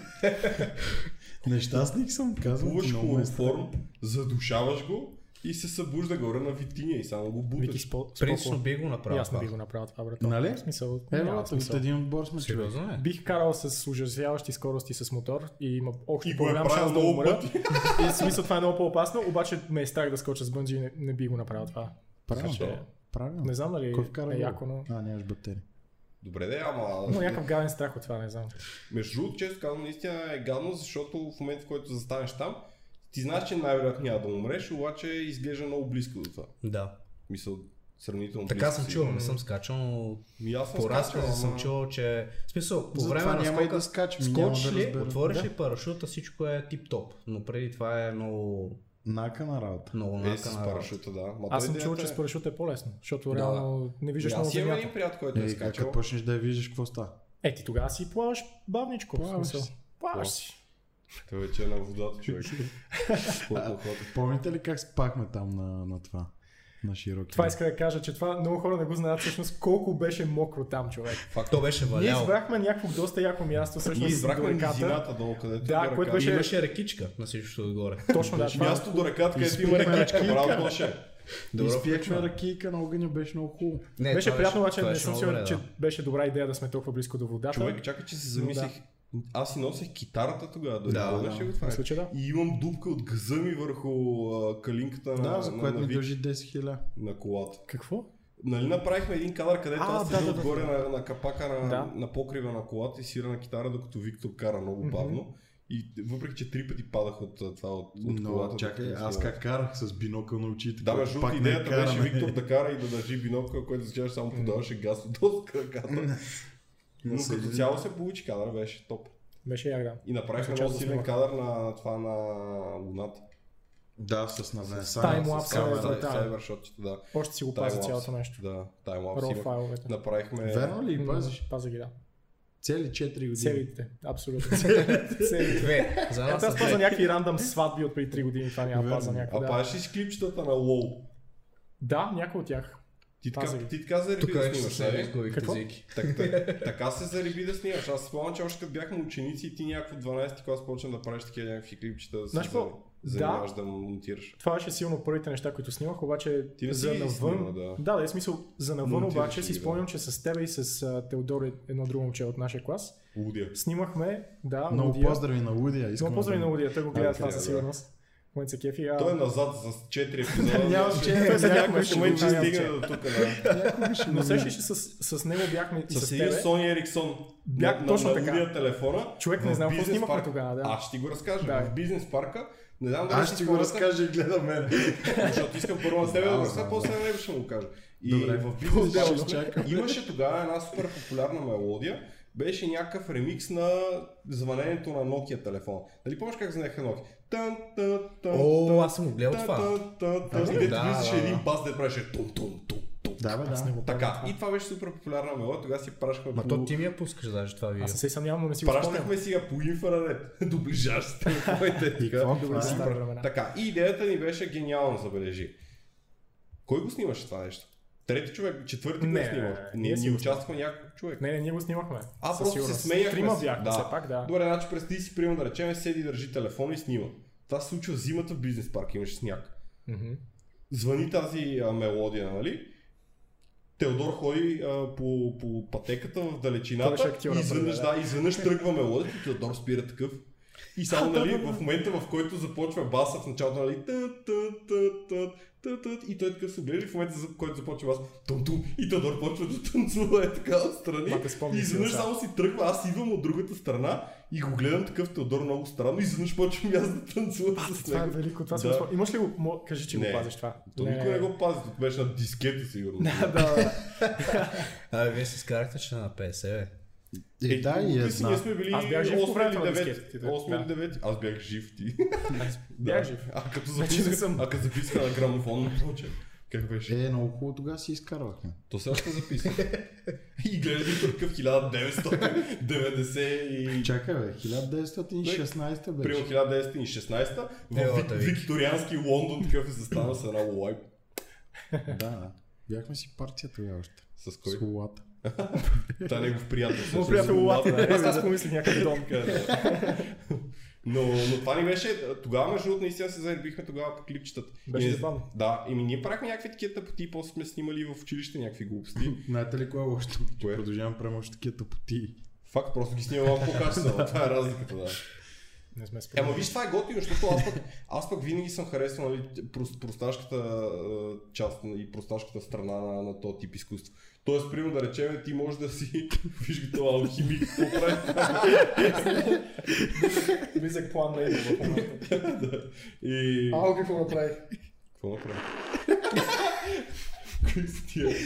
Speaker 1: Нещастник съм, казвам.
Speaker 2: купуваш
Speaker 1: много места.
Speaker 2: хлороформ, задушаваш го и се събужда горе на витиня и само го
Speaker 3: Вики
Speaker 2: буташ.
Speaker 3: спо,
Speaker 4: Принципно
Speaker 3: спокойно.
Speaker 4: би го
Speaker 3: И
Speaker 4: направил.
Speaker 3: аз не
Speaker 4: това.
Speaker 3: би го направил това, брат.
Speaker 1: Нали?
Speaker 3: В смисъл,
Speaker 1: Е,
Speaker 3: няма
Speaker 1: да, от
Speaker 3: смисъл.
Speaker 1: един отбор сме човек.
Speaker 4: Сериозно ли?
Speaker 3: Бих карал с ужасяващи скорости с мотор и има
Speaker 2: И
Speaker 3: още
Speaker 2: го е
Speaker 3: по-голям
Speaker 2: правил
Speaker 3: шанс да
Speaker 2: много
Speaker 3: умра.
Speaker 2: пъти.
Speaker 3: И в смисъл това е много по-опасно, обаче ме е страх да скоча с бънджи и не, не би го направил това.
Speaker 1: Правилно.
Speaker 3: Така че,
Speaker 1: Правилно.
Speaker 3: Не знам дали
Speaker 1: Кой вкара
Speaker 3: е
Speaker 1: гол?
Speaker 3: яко, но...
Speaker 1: А, нямаш батерия.
Speaker 2: Добре, да, ама...
Speaker 3: Но някакъв гаден страх от това, не знам.
Speaker 2: Между другото, често казвам, наистина е гадно, защото в момента, в който застанеш там, ти знаеш, че най-вероятно няма да умреш, обаче изглежда много близко до това.
Speaker 4: Да.
Speaker 2: Мисъл, сравнително
Speaker 4: Така
Speaker 2: близко
Speaker 4: съм
Speaker 2: си.
Speaker 4: чувал, не съм скачал, но
Speaker 2: Ми аз съм
Speaker 4: по
Speaker 2: скачал,
Speaker 4: разкази съм
Speaker 2: ама-
Speaker 4: чувал, че... В смисъл, по време
Speaker 1: Затова
Speaker 4: на
Speaker 1: няма и
Speaker 4: скока...
Speaker 1: да скачам. и няма
Speaker 4: Скочиш
Speaker 1: да
Speaker 4: ли,
Speaker 1: разбера.
Speaker 4: отвориш
Speaker 1: Да.
Speaker 4: ли парашута, всичко е тип-топ. Но преди това е много...
Speaker 1: Нака на работа.
Speaker 4: Много
Speaker 2: Е, с
Speaker 4: накана.
Speaker 2: парашута, да. Ма
Speaker 3: Аз
Speaker 2: той
Speaker 3: съм
Speaker 2: идеята
Speaker 3: чул, че
Speaker 2: е-
Speaker 3: с парашут е по-лесно, защото
Speaker 2: Да.
Speaker 3: реално не виждаш много
Speaker 2: Е, Аз имам
Speaker 3: земята.
Speaker 2: един приятел, който е
Speaker 1: Е, а
Speaker 2: скачал.
Speaker 1: като почнеш да я виждаш, какво става?
Speaker 3: Е, ти тогава си плаваш бавничко. в
Speaker 1: Плаваш
Speaker 3: смисъл.
Speaker 1: си.
Speaker 3: Плаваш си.
Speaker 2: Той вече е на водата, човек. Колко е охота.
Speaker 1: Помните ли как спахме там на, на това? На широки.
Speaker 3: Това иска да кажа, че това много хора не го знаят всъщност колко беше мокро там, човек.
Speaker 4: Факт, то беше
Speaker 3: Ние
Speaker 4: валял.
Speaker 3: избрахме някакво доста яко място,
Speaker 2: Ние
Speaker 3: всъщност до
Speaker 2: избрахме
Speaker 3: реката.
Speaker 2: низината долу, където
Speaker 3: Да,
Speaker 2: има ръка. Значи
Speaker 3: което беше-
Speaker 4: И Имаше рекичка на всичкото отгоре.
Speaker 3: Точно да, това е
Speaker 2: Място до ръката, където има
Speaker 1: Изпихме
Speaker 2: ръкичка,
Speaker 1: ръкичка.
Speaker 2: браво, Гоше.
Speaker 4: Добро
Speaker 1: Изпиехме
Speaker 4: включване.
Speaker 1: ракийка на огъня, беше много хубаво.
Speaker 4: Не,
Speaker 3: беше
Speaker 4: това
Speaker 3: приятно, обаче
Speaker 4: това
Speaker 3: не
Speaker 4: беше
Speaker 3: съм
Speaker 4: много
Speaker 3: сигурен,
Speaker 4: добре,
Speaker 3: че
Speaker 4: да.
Speaker 3: беше добра идея да сме толкова близко до водата.
Speaker 2: Човек, чакай, че си замислих. Аз си носех китарата тогава, дори
Speaker 4: Да,
Speaker 2: помниш ли го това?
Speaker 3: Мисля, че да.
Speaker 2: И имам дупка от газа ми върху а, калинката на,
Speaker 1: Да, за
Speaker 2: на,
Speaker 1: което
Speaker 2: на,
Speaker 1: ни
Speaker 2: Вик-
Speaker 1: дължи 10 000.
Speaker 2: на колата.
Speaker 3: Какво?
Speaker 2: Нали направихме един кадър, където
Speaker 3: А,
Speaker 2: аз
Speaker 3: да,
Speaker 2: седя
Speaker 3: да, да,
Speaker 2: отгоре
Speaker 3: да.
Speaker 2: на, на капака на,
Speaker 3: Да.
Speaker 2: на покрива на колата и свира на китара, докато Виктор кара много
Speaker 3: Мгм.
Speaker 2: бавно. И въпреки, че три пъти падах от а, това, от, от
Speaker 1: Но
Speaker 2: колата.
Speaker 1: чакай,
Speaker 2: докато
Speaker 1: аз
Speaker 2: свирах.
Speaker 1: как карах с бинокъл на очите.
Speaker 2: Да,
Speaker 1: който
Speaker 2: между другото,
Speaker 1: пак не
Speaker 2: идеята беше
Speaker 1: караме.
Speaker 2: Виктор да кара и да държи бинокъл, което означава, че само подаваше газ от доста краката. Но
Speaker 1: Не се
Speaker 2: като
Speaker 1: вижда.
Speaker 2: цяло се получи кадър, беше топ.
Speaker 3: Беше як, да.
Speaker 2: И направихме
Speaker 3: Звуча
Speaker 2: много
Speaker 3: да
Speaker 2: силен
Speaker 3: сме.
Speaker 2: кадър на това на Луната.
Speaker 1: Да, с навеса.
Speaker 3: таймлапс.
Speaker 2: С
Speaker 3: Лапса,
Speaker 2: камера,
Speaker 3: да,
Speaker 2: да,
Speaker 3: да.
Speaker 2: сайбършотчета, да.
Speaker 3: Още си го пазя
Speaker 2: Таймлапс.
Speaker 3: цялото нещо.
Speaker 2: Да, таймлапс
Speaker 3: Рол
Speaker 2: имах.
Speaker 3: файловете.
Speaker 2: Направихме...
Speaker 1: Верно ли? Е, Пазиш.
Speaker 3: М, Пазя ги, да.
Speaker 1: Цели 4 години.
Speaker 3: Целите, абсолютно. Целите.
Speaker 4: Две. Е, За
Speaker 3: Аз
Speaker 4: нас са
Speaker 3: аз пазя
Speaker 4: две.
Speaker 3: Е, някакви рандъм сватби от преди 3 години, това няма да пазя
Speaker 1: Верно.
Speaker 2: А
Speaker 3: някакво. Да.
Speaker 2: пазиш ли с клипчетата на Лоу?
Speaker 3: да, някои от тях.
Speaker 2: Ти
Speaker 3: Пазя
Speaker 2: така,
Speaker 3: ги.
Speaker 2: ти така зареби
Speaker 4: Тук
Speaker 2: да
Speaker 4: вече
Speaker 2: снимаш,
Speaker 4: се
Speaker 2: нали?
Speaker 4: изгубих
Speaker 3: Какво?
Speaker 4: език.
Speaker 2: Так, так, така се зареби да снимаш. Аз си спомням, че още като бяхме ученици и ти някакво 12 клас почна да правиш такива някакви клипчета. Да се
Speaker 3: Знаеш
Speaker 2: зареби.
Speaker 3: какво?
Speaker 2: занимаваш да монтираш.
Speaker 3: Това беше силно първите неща, които снимах, обаче
Speaker 2: Ти не си
Speaker 3: за
Speaker 2: ги
Speaker 3: навън.
Speaker 2: снимала, да.
Speaker 3: да, да, е смисъл. За навън
Speaker 2: Монтираш
Speaker 3: обаче
Speaker 2: ги,
Speaker 3: си
Speaker 2: да.
Speaker 3: спомням, че с тебе и с а, Теодор, едно друго момче от нашия клас,
Speaker 2: Лудия.
Speaker 3: снимахме, да,
Speaker 1: Много
Speaker 3: Лудия.
Speaker 1: поздрави на Лудия. искам
Speaker 3: Много поздрави
Speaker 1: да-
Speaker 3: на Лудия, той го
Speaker 2: Да,
Speaker 3: гледа това
Speaker 2: трябва,
Speaker 3: със
Speaker 2: да.
Speaker 3: сигурност. В момента се кефи. А...
Speaker 2: Той е назад с 4 епизода.
Speaker 1: Няма
Speaker 2: Ще-
Speaker 1: че-
Speaker 3: Той се
Speaker 2: Някой
Speaker 3: някога
Speaker 2: ще
Speaker 3: ще
Speaker 2: му
Speaker 3: го
Speaker 2: че
Speaker 3: изчезне.
Speaker 2: стигне до тук. да.
Speaker 3: Но сещаш, че с, с него бяхме и с,
Speaker 2: С един
Speaker 3: тебе.
Speaker 2: Сони Ериксон.
Speaker 3: Бях
Speaker 2: на,
Speaker 3: точно
Speaker 2: на,
Speaker 3: така.
Speaker 2: Лудия телефона.
Speaker 3: Човек,
Speaker 2: в
Speaker 3: не знам какво
Speaker 2: бизнес
Speaker 3: снимахме
Speaker 2: парка.
Speaker 3: тогава, да.
Speaker 2: Аз ще ти го разкажа.
Speaker 3: Да.
Speaker 2: В бизнес парка. Не знам дали
Speaker 1: Аз ще го
Speaker 2: хората-
Speaker 1: разкажа и гледам мен.
Speaker 2: Защото искам първо на тебе да
Speaker 1: Да,
Speaker 2: го разкажа,
Speaker 1: да.
Speaker 2: после на него ще му кажа. И
Speaker 1: Добре.
Speaker 2: в бизнес
Speaker 1: Отделно
Speaker 2: ще
Speaker 1: чакам.
Speaker 2: имаше тогава една супер популярна мелодия. Беше някакъв ремикс на звъненето на Nokia телефона. Дали помниш как звънеха Nokia? Тън, тън, тън,
Speaker 4: О,
Speaker 2: тън,
Speaker 4: аз съм го гледал
Speaker 2: тън,
Speaker 4: това.
Speaker 2: тън, тън, тън. И
Speaker 4: Да,
Speaker 2: дето
Speaker 4: да,
Speaker 2: влизаше
Speaker 4: да.
Speaker 2: един бас, да правеше тум, тум, тум, тум.
Speaker 1: Да, бе,
Speaker 3: Аз не го
Speaker 1: да.
Speaker 2: Така,
Speaker 3: помня
Speaker 2: и това беше супер популярна мелодия, тогава си прашкахме
Speaker 4: Ма
Speaker 2: по...
Speaker 4: то ти ми я пускаш даже това видео.
Speaker 3: Аз не се съмнявам, но не си го спомням.
Speaker 2: Пращахме си я по инфраред, доближаш се телефоните.
Speaker 1: И какво? Това е
Speaker 3: Добре,
Speaker 1: супер.
Speaker 3: стари времена.
Speaker 2: Така, и идеята ни беше гениална, забележи. Кой го снимаше това нещо? Трети човек, четвърти е
Speaker 3: Не,
Speaker 2: го снима.
Speaker 3: не
Speaker 2: Ние
Speaker 3: си
Speaker 2: ни
Speaker 3: го
Speaker 2: участвахме няколко човек.
Speaker 3: Не, не, ние го снимахме.
Speaker 2: А,
Speaker 3: със
Speaker 2: просто се
Speaker 3: сигурност.
Speaker 2: смеяхме
Speaker 3: Трима
Speaker 2: се.
Speaker 3: бяхме,
Speaker 2: Да.
Speaker 3: все пак, да.
Speaker 2: Добре, значи представи си, примерно да речем, седи и държи телефон и снима. Това се случва зимата в бизнес парк, имаше сняг.
Speaker 3: Мгм.
Speaker 2: Звъни тази а, мелодия, нали? Теодор ходи а, по, по пътеката в
Speaker 3: Той беше
Speaker 2: далечината
Speaker 3: актьора
Speaker 2: и изведнъж,
Speaker 3: преди, да.
Speaker 2: да, изведнъж тръгва мелодията и Теодор спира такъв. И само нали, в момента в който започва баса в началото, нали, тън, тън, тън, тън, тън, тън, и той такъв се гледа и в момента, в който започва бас, тум, тум, и Теодор почва да танцува е така отстрани.
Speaker 3: Ма, те спомни
Speaker 2: И
Speaker 3: си,
Speaker 2: изведнъж
Speaker 3: да.
Speaker 2: само си тръгва, аз идвам от другата страна и го гледам такъв Теодор много странно и изведнъж почвам и аз да танцувам с
Speaker 3: Това е
Speaker 2: него.
Speaker 3: велико, това си
Speaker 2: Да.
Speaker 3: го спомням. Имаш ли го, мо- кажи, че го
Speaker 2: Не.
Speaker 3: пазиш това?
Speaker 2: То никой не го пази, тук беше на дискета сигурно.
Speaker 3: Да, да.
Speaker 4: Абе, вие се скарахте, че на 50, бе.
Speaker 1: И да, и е
Speaker 2: тук си,
Speaker 1: една.
Speaker 2: Е, Ние сме били
Speaker 3: Аз бях жив по
Speaker 2: 8
Speaker 3: времето
Speaker 2: или
Speaker 3: на
Speaker 2: 9.
Speaker 3: дискетите, да.
Speaker 2: 8 или 9. Аз бях жив ти.
Speaker 3: Бях жив.
Speaker 2: А като
Speaker 3: Значи не
Speaker 2: записка,
Speaker 3: съм.
Speaker 2: а като записка на грамофон, не получи. Как беше?
Speaker 1: Е, много хубаво тогава си изкарвахме.
Speaker 2: То сега ще записва. И гледа ми такъв 1990 и...
Speaker 1: Чакай, бе, 1916 беше.
Speaker 2: Примерно 1916 в
Speaker 4: Елата
Speaker 2: вик-
Speaker 4: ви.
Speaker 2: викториански Лондон такъв е застанал с една лайп.
Speaker 1: Да, бяхме си партия тогава още.
Speaker 2: С кой?
Speaker 1: С хубавата.
Speaker 2: Та е негов приятел.
Speaker 3: Моят
Speaker 2: всъщност.
Speaker 3: приятел Лати,
Speaker 2: Да, да,
Speaker 3: аз
Speaker 2: да.
Speaker 3: аз помислих някъде дом.
Speaker 2: Така, да. но, но това ни беше, тогава между другото наистина се заребихме тогава по клипчетата.
Speaker 3: Беше
Speaker 2: И не-
Speaker 3: забавно.
Speaker 2: Да, и ние правихме някакви такива тъпоти, и после сме снимали в училище някакви глупости.
Speaker 1: Знаете ли кое е лошото? Че
Speaker 2: Кое?
Speaker 1: Продължавам прямо още такива тъпоти.
Speaker 2: Факт, просто ги снимам малко по-качествено, това е разликата, да.
Speaker 3: Не сме
Speaker 2: Ема
Speaker 3: спомнили.
Speaker 2: виж, това е готино, защото аз пък, аз пък винаги съм харесвал нали, прос- просташката а, част нали, и просташката страна на, на този тип изкуство. Тоест, примерно да речем, ти можеш да си... Виж го това алхимик, какво прави?
Speaker 3: Близък план на идва в момента.
Speaker 2: И...
Speaker 3: Ау, какво направи?
Speaker 2: Какво направи? Кои са тия?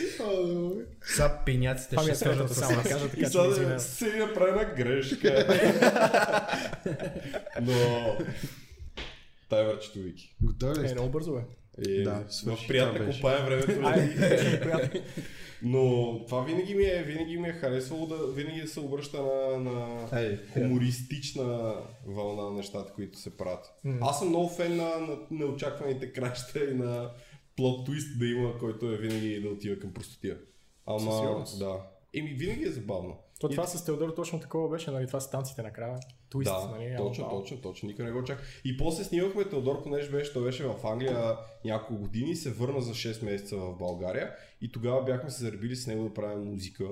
Speaker 4: Са пиняците
Speaker 3: Това ми
Speaker 4: ще
Speaker 3: е
Speaker 4: скажат
Speaker 3: срещата само
Speaker 4: само.
Speaker 3: да кажа,
Speaker 2: И
Speaker 3: така че не
Speaker 2: сега да
Speaker 3: извинявам.
Speaker 2: си направи една грешка. Но... Таймърчето вики.
Speaker 1: Готови ли
Speaker 3: Е,
Speaker 1: сте?
Speaker 3: много бързо бе.
Speaker 2: Е,
Speaker 1: Да,
Speaker 2: да, в
Speaker 3: значи
Speaker 1: свърши, това
Speaker 2: приятна
Speaker 1: беше.
Speaker 2: купая времето лети.
Speaker 3: Айде, беше ми приятно.
Speaker 2: Но това винаги ми е, винаги ми е харесвало да винаги да се обръща на, на
Speaker 1: Ей,
Speaker 2: хумористична вълна на нещата, които се правят.
Speaker 3: М.
Speaker 2: Аз съм много фен на, на неочакваните краща и на плод твист да има, който е винаги да отива към простотия.
Speaker 3: Със
Speaker 2: Ама,
Speaker 3: сигурност.
Speaker 2: да. Еми, винаги е забавно.
Speaker 3: То
Speaker 2: И-
Speaker 3: това с Теодор точно такова беше, нали? Това с танците накрая. Туист,
Speaker 2: да,
Speaker 3: нали? ама
Speaker 2: точно,
Speaker 3: вау.
Speaker 2: точно, точно, никой не го чак. И после снимахме Теодор, понеже беше, той беше в Англия няколко години, и се върна за 6 месеца в България и тогава бяхме се заребили с него да правим музика.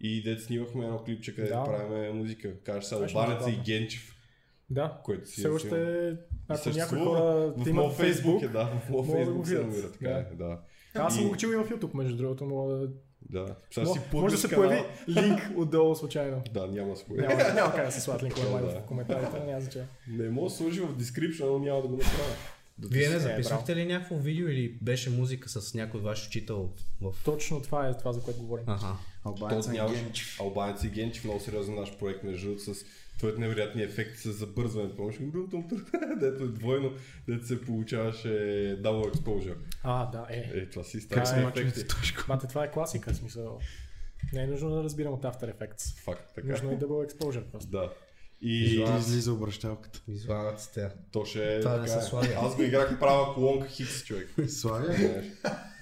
Speaker 2: И дет снимахме едно клипче, където
Speaker 3: Да.
Speaker 2: да. правим музика. Каже се
Speaker 3: Това ще е
Speaker 2: Албанеца и
Speaker 3: забавно.
Speaker 2: Генчев,
Speaker 3: Да.
Speaker 2: което си
Speaker 3: Все
Speaker 2: е снимал.
Speaker 3: още,
Speaker 2: И
Speaker 3: ако някои
Speaker 2: съществува
Speaker 3: хора
Speaker 2: в
Speaker 3: имат
Speaker 2: моят
Speaker 3: Фейсбук,
Speaker 2: е, да, в моят
Speaker 3: могат да
Speaker 2: Фейсбук
Speaker 3: го
Speaker 2: се
Speaker 3: видят.
Speaker 2: намира, така
Speaker 3: Да.
Speaker 2: е, да.
Speaker 3: аз съм
Speaker 2: И-
Speaker 3: го учил и в YouTube, между другото, мога да...
Speaker 2: Да. Сега си
Speaker 3: Мо- Може
Speaker 2: пуснеш
Speaker 3: да се
Speaker 2: канала.
Speaker 3: появи линк отдолу случайно.
Speaker 2: Да, няма да се появи.
Speaker 3: Няма, няма как да се слат линкове
Speaker 2: Да,
Speaker 3: май
Speaker 2: да.
Speaker 3: в коментарите, няма значение.
Speaker 2: Не мога да сложи в description, но няма да го направя.
Speaker 4: Вие не
Speaker 3: Е,
Speaker 4: записахте ли някакво видео или беше музика с някой ваш учител в...
Speaker 3: Точно това е това, за което говорим.
Speaker 4: Аха.
Speaker 1: Албанец
Speaker 2: Този
Speaker 1: на
Speaker 2: нямаше.
Speaker 1: Генчев.
Speaker 2: Албанец и Генчев, много сериозен наш проект, между другото, с твоят невероятни ефекти с забързване. Помниш ли? Брум, тум, тум, Дето е двойно, дето се получаваше double exposure.
Speaker 3: А, да, е.
Speaker 2: Е, това си
Speaker 1: Как се
Speaker 2: става
Speaker 1: мачвате
Speaker 2: ефекти.
Speaker 1: точко?
Speaker 3: Мате, това е класика, в смисъл. Не е нужно да разбирам от After Effects.
Speaker 2: Факт, така.
Speaker 3: Нужно е Double Exposure просто.
Speaker 2: Да. И
Speaker 1: И излиза обръщалката.
Speaker 4: Излагат се тя.
Speaker 2: то ще е
Speaker 4: Това не
Speaker 2: така.
Speaker 4: се слага.
Speaker 2: Аз го играх права колонка хикс, човек.
Speaker 1: Славя. е?
Speaker 2: Знаеш.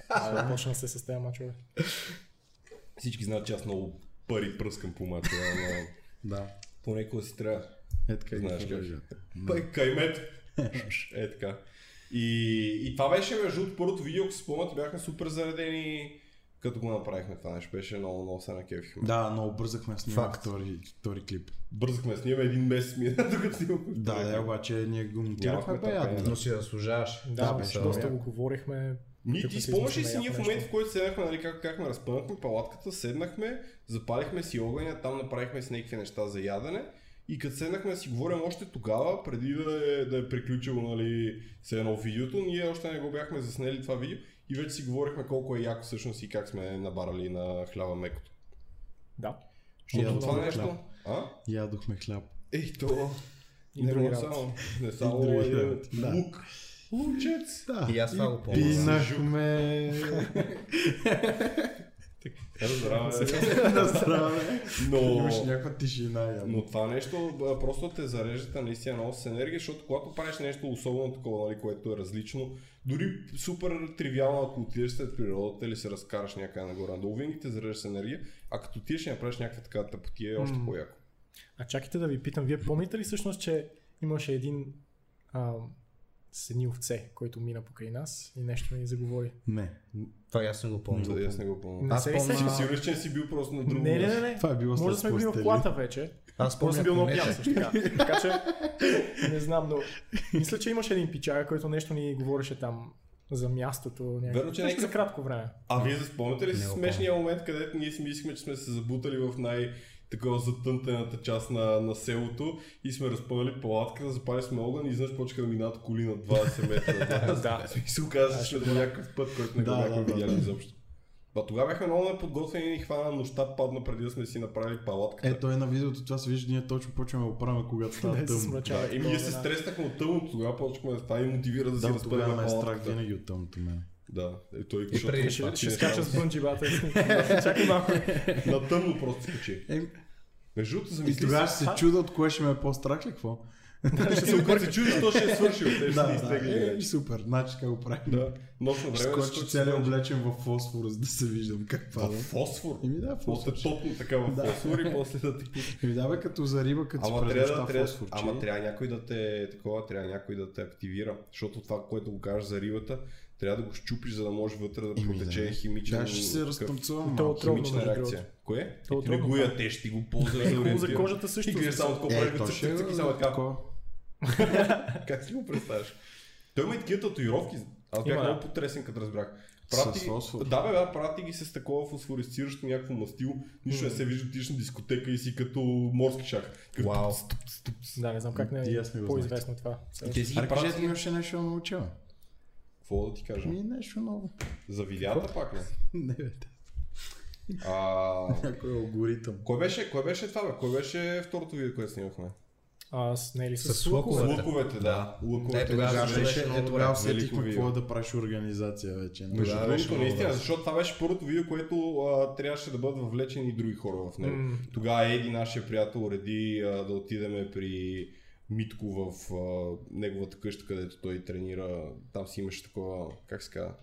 Speaker 3: Абе, Почна е се с тези мачове.
Speaker 2: Всички знаят, че аз много пари пръскам по мача, но
Speaker 1: Да.
Speaker 2: понекога си трябва.
Speaker 1: Е така ги
Speaker 2: Знаеш как.
Speaker 1: продължат.
Speaker 2: Пай, каймет, Е така. И, и това беше между другото първото видео, ако си спомняте, бяхме супер заредени, като го направихме това нещо. Беше много, много се накефихме.
Speaker 1: Да, много бързахме да снимаме
Speaker 4: Факт.
Speaker 1: втори, втори клип.
Speaker 2: Бързахме, снимаме един месец мина, докато снимахме.
Speaker 1: Да, да, обаче ние го монтирахме
Speaker 2: Нямахме
Speaker 1: бе
Speaker 2: търпение.
Speaker 1: ядно.
Speaker 4: Но си заслужаваш.
Speaker 3: Да,
Speaker 1: беше
Speaker 3: да доста го говорихме.
Speaker 2: Ние
Speaker 3: Тук
Speaker 2: ти
Speaker 3: се
Speaker 2: спомняш ли си
Speaker 3: измисляме
Speaker 2: ние в
Speaker 3: яко
Speaker 2: момента,
Speaker 3: нещо.
Speaker 2: в който седнахме, нали, как, как ме разпънахме палатката, седнахме, запалихме си огъня, там направихме си някакви неща за ядене. И като седнахме да си говорим още тогава, преди да е, да е приключило нали, се едно видеото, ние още не го бяхме заснели това видео и вече си говорихме колко е яко всъщност и как сме набарали на хляба мекото.
Speaker 3: Да.
Speaker 2: Защото
Speaker 1: Ядохме
Speaker 2: това нещо...
Speaker 1: хляб.
Speaker 2: А?
Speaker 1: Ядохме хляб.
Speaker 2: Ей, то...
Speaker 3: И
Speaker 2: не,
Speaker 3: други
Speaker 2: не
Speaker 3: работи.
Speaker 2: само, не само
Speaker 1: други
Speaker 2: е,
Speaker 1: работи, да.
Speaker 2: лук. Лучец.
Speaker 1: Да.
Speaker 4: И аз това го помня.
Speaker 1: Пинахме
Speaker 2: Разбрава се.
Speaker 1: на здраве.
Speaker 2: Но...
Speaker 1: Имаше някаква тишина явно.
Speaker 2: Но това нещо а, просто те зарежда наистина много с енергия, защото когато правиш нещо особено такова, нали, което е различно, дори супер тривиално, ако отидеш след природата или се разкараш някъде нагоре надолу, винаги те зарежда с енергия, а като отидеш и направиш някаква така тъпотия, е още
Speaker 3: М.
Speaker 2: по-яко.
Speaker 3: А чакайте да ви питам, вие помните ли всъщност, че имаше един а, с едни овце, който мина покрай нас и нещо ни заговори?
Speaker 1: Не.
Speaker 4: Това аз не го помня.
Speaker 2: Аз не го помня.
Speaker 3: Не
Speaker 4: Аз
Speaker 3: се ли
Speaker 4: помня-
Speaker 3: сещаш?
Speaker 2: Сигурен, че не си бил просто на друго
Speaker 3: Не, не, не,
Speaker 2: място.
Speaker 3: не.
Speaker 1: Това е било
Speaker 3: Може да
Speaker 1: след
Speaker 3: сме били в
Speaker 1: постели.
Speaker 3: колата вече.
Speaker 4: Аз
Speaker 3: Може да
Speaker 4: помня,
Speaker 3: съм бил много
Speaker 4: понеже-
Speaker 3: пиян също така. Така че не знам, но мисля, че имаше един пичага, който нещо ни говореше там за мястото. Някакво.
Speaker 2: Верно, че
Speaker 3: Нещо
Speaker 2: някакъв-
Speaker 3: за кратко време.
Speaker 2: А вие спомняте ли си
Speaker 4: Не го
Speaker 2: смешния момент, където ние си мислихме, че сме се забутали в най- такова затънтената част на, на селото и сме разпънали палатката, запали сме огън и изведнъж почка да минат коли на 20 метра.
Speaker 3: Да.
Speaker 2: И се оказа, че сме до някакъв път, който не го
Speaker 1: Да,
Speaker 2: бяхме
Speaker 1: да, да.
Speaker 2: видяли изобщо. Ба тогава бяхме много неподготвени и ни хвана нощта падна преди да сме си направили палатката.
Speaker 1: Е, той на видеото това се вижда, ние точно почваме да го правим, когато става
Speaker 3: Да, се
Speaker 1: тъмно.
Speaker 3: смрачава.
Speaker 2: и ние се
Speaker 3: Да.
Speaker 2: стреснахме от тъмното, тогава почнахме да стане и мотивира да си
Speaker 1: е Да, от тогава
Speaker 2: разпъваме
Speaker 1: ме е страх
Speaker 2: палатката.
Speaker 1: винаги от тъмното мен.
Speaker 2: Да, е, той
Speaker 4: И преди
Speaker 2: защото- че
Speaker 3: Ще,
Speaker 2: е
Speaker 3: ще
Speaker 2: не
Speaker 3: скача
Speaker 2: става.
Speaker 3: с бънджибата. Чакай малко.
Speaker 2: На тъмно просто скачи.
Speaker 1: Е,
Speaker 2: Между другото,
Speaker 1: и
Speaker 2: замисли
Speaker 1: тогава ще се чуда от кое ще ме е по-страх ли какво?
Speaker 2: Ще се обърка, се чудиш, то ще е свършил. Те ще ни
Speaker 1: Да,
Speaker 2: изтегли.
Speaker 1: да, е,
Speaker 2: вече.
Speaker 1: супер, значи как го правим.
Speaker 2: Да. Нощно
Speaker 1: Ще
Speaker 2: време. защото
Speaker 1: Скочи
Speaker 2: ще
Speaker 1: целия
Speaker 2: се-
Speaker 1: облечен в фосфор, за да се виждам как
Speaker 2: А,
Speaker 1: пада.
Speaker 2: Фосфор.
Speaker 1: Еми Ами да,
Speaker 2: После
Speaker 1: фосфор.
Speaker 2: топно така в
Speaker 1: Да.
Speaker 2: фосфор и после да ти
Speaker 1: Еми да, бе, като за риба, като си
Speaker 2: Ама трябва, да,
Speaker 1: преднощта
Speaker 2: трябва,
Speaker 1: фосфорче.
Speaker 2: ама трябва някой да те такова, трябва някой да те активира, защото това, което го кажеш за рибата, трябва да го щупиш, за да може вътре да
Speaker 1: Еми
Speaker 2: протече
Speaker 1: да.
Speaker 2: химичен
Speaker 1: Да, ще се
Speaker 2: такъв
Speaker 1: разтъмцувам
Speaker 3: То е
Speaker 1: малко.
Speaker 3: отровно,
Speaker 2: химична
Speaker 3: между
Speaker 2: реакция.
Speaker 3: другото.
Speaker 2: Кое?
Speaker 3: То е
Speaker 2: Ти не
Speaker 3: отровно,
Speaker 2: го
Speaker 3: да.
Speaker 2: ядеш, ти го ползваш за
Speaker 3: Хубаво за
Speaker 2: ориентир.
Speaker 3: кожата също.
Speaker 2: И гледаш само такова,
Speaker 1: Е,
Speaker 2: правиш
Speaker 1: то
Speaker 2: го
Speaker 1: ще е
Speaker 2: цък, цък, само така.
Speaker 1: такова.
Speaker 2: Как си го представяш? Той има и такива татуировки. Аз бях
Speaker 3: Има, да.
Speaker 2: много потресен, като разбрах.
Speaker 1: С
Speaker 2: Прати,
Speaker 1: фосфор.
Speaker 2: да, бе, да, прати ги с такова фосфорисциращо някакво мастило. Нищо не се вижда, отиш на дискотека и си като морски шах. Като
Speaker 4: Вау.
Speaker 3: Да, не знам как не
Speaker 1: И
Speaker 3: е
Speaker 1: аз не го
Speaker 3: по-известно това.
Speaker 2: И те си ги
Speaker 1: Аре,
Speaker 2: прати.
Speaker 1: кажете ми още нещо да науча.
Speaker 2: Какво да ти кажа?
Speaker 1: Ми нещо ново.
Speaker 2: За видеята пак не.
Speaker 1: Не, бе, те.
Speaker 2: А,
Speaker 1: някой алгоритъм.
Speaker 2: кой, беше, кой беше това, бе? Кой беше второто видео, което снимахме?
Speaker 3: А, с, не е ли с,
Speaker 4: С
Speaker 3: лукове?
Speaker 4: лукове. Луковете.
Speaker 2: Луковете, да.
Speaker 4: Е,
Speaker 2: Луковете.
Speaker 4: тогава
Speaker 2: беше-
Speaker 1: Тогава
Speaker 4: беше
Speaker 1: беше, е
Speaker 4: много
Speaker 1: тогава
Speaker 4: добре.
Speaker 1: усетих
Speaker 2: Велико
Speaker 1: какво
Speaker 2: видео.
Speaker 1: е да правиш организация вече. нали?
Speaker 2: Между
Speaker 4: Да, беше
Speaker 2: другото,
Speaker 4: много
Speaker 2: наистина,
Speaker 4: добре.
Speaker 2: защото това беше първото видео, което а, трябваше да бъдат въвлечени и други хора в него.
Speaker 3: М.
Speaker 2: Тогава Еди, нашия приятел, уреди а, да отидеме при Митко в а, неговата къща, където той тренира. Там си имаше такова, как се казва?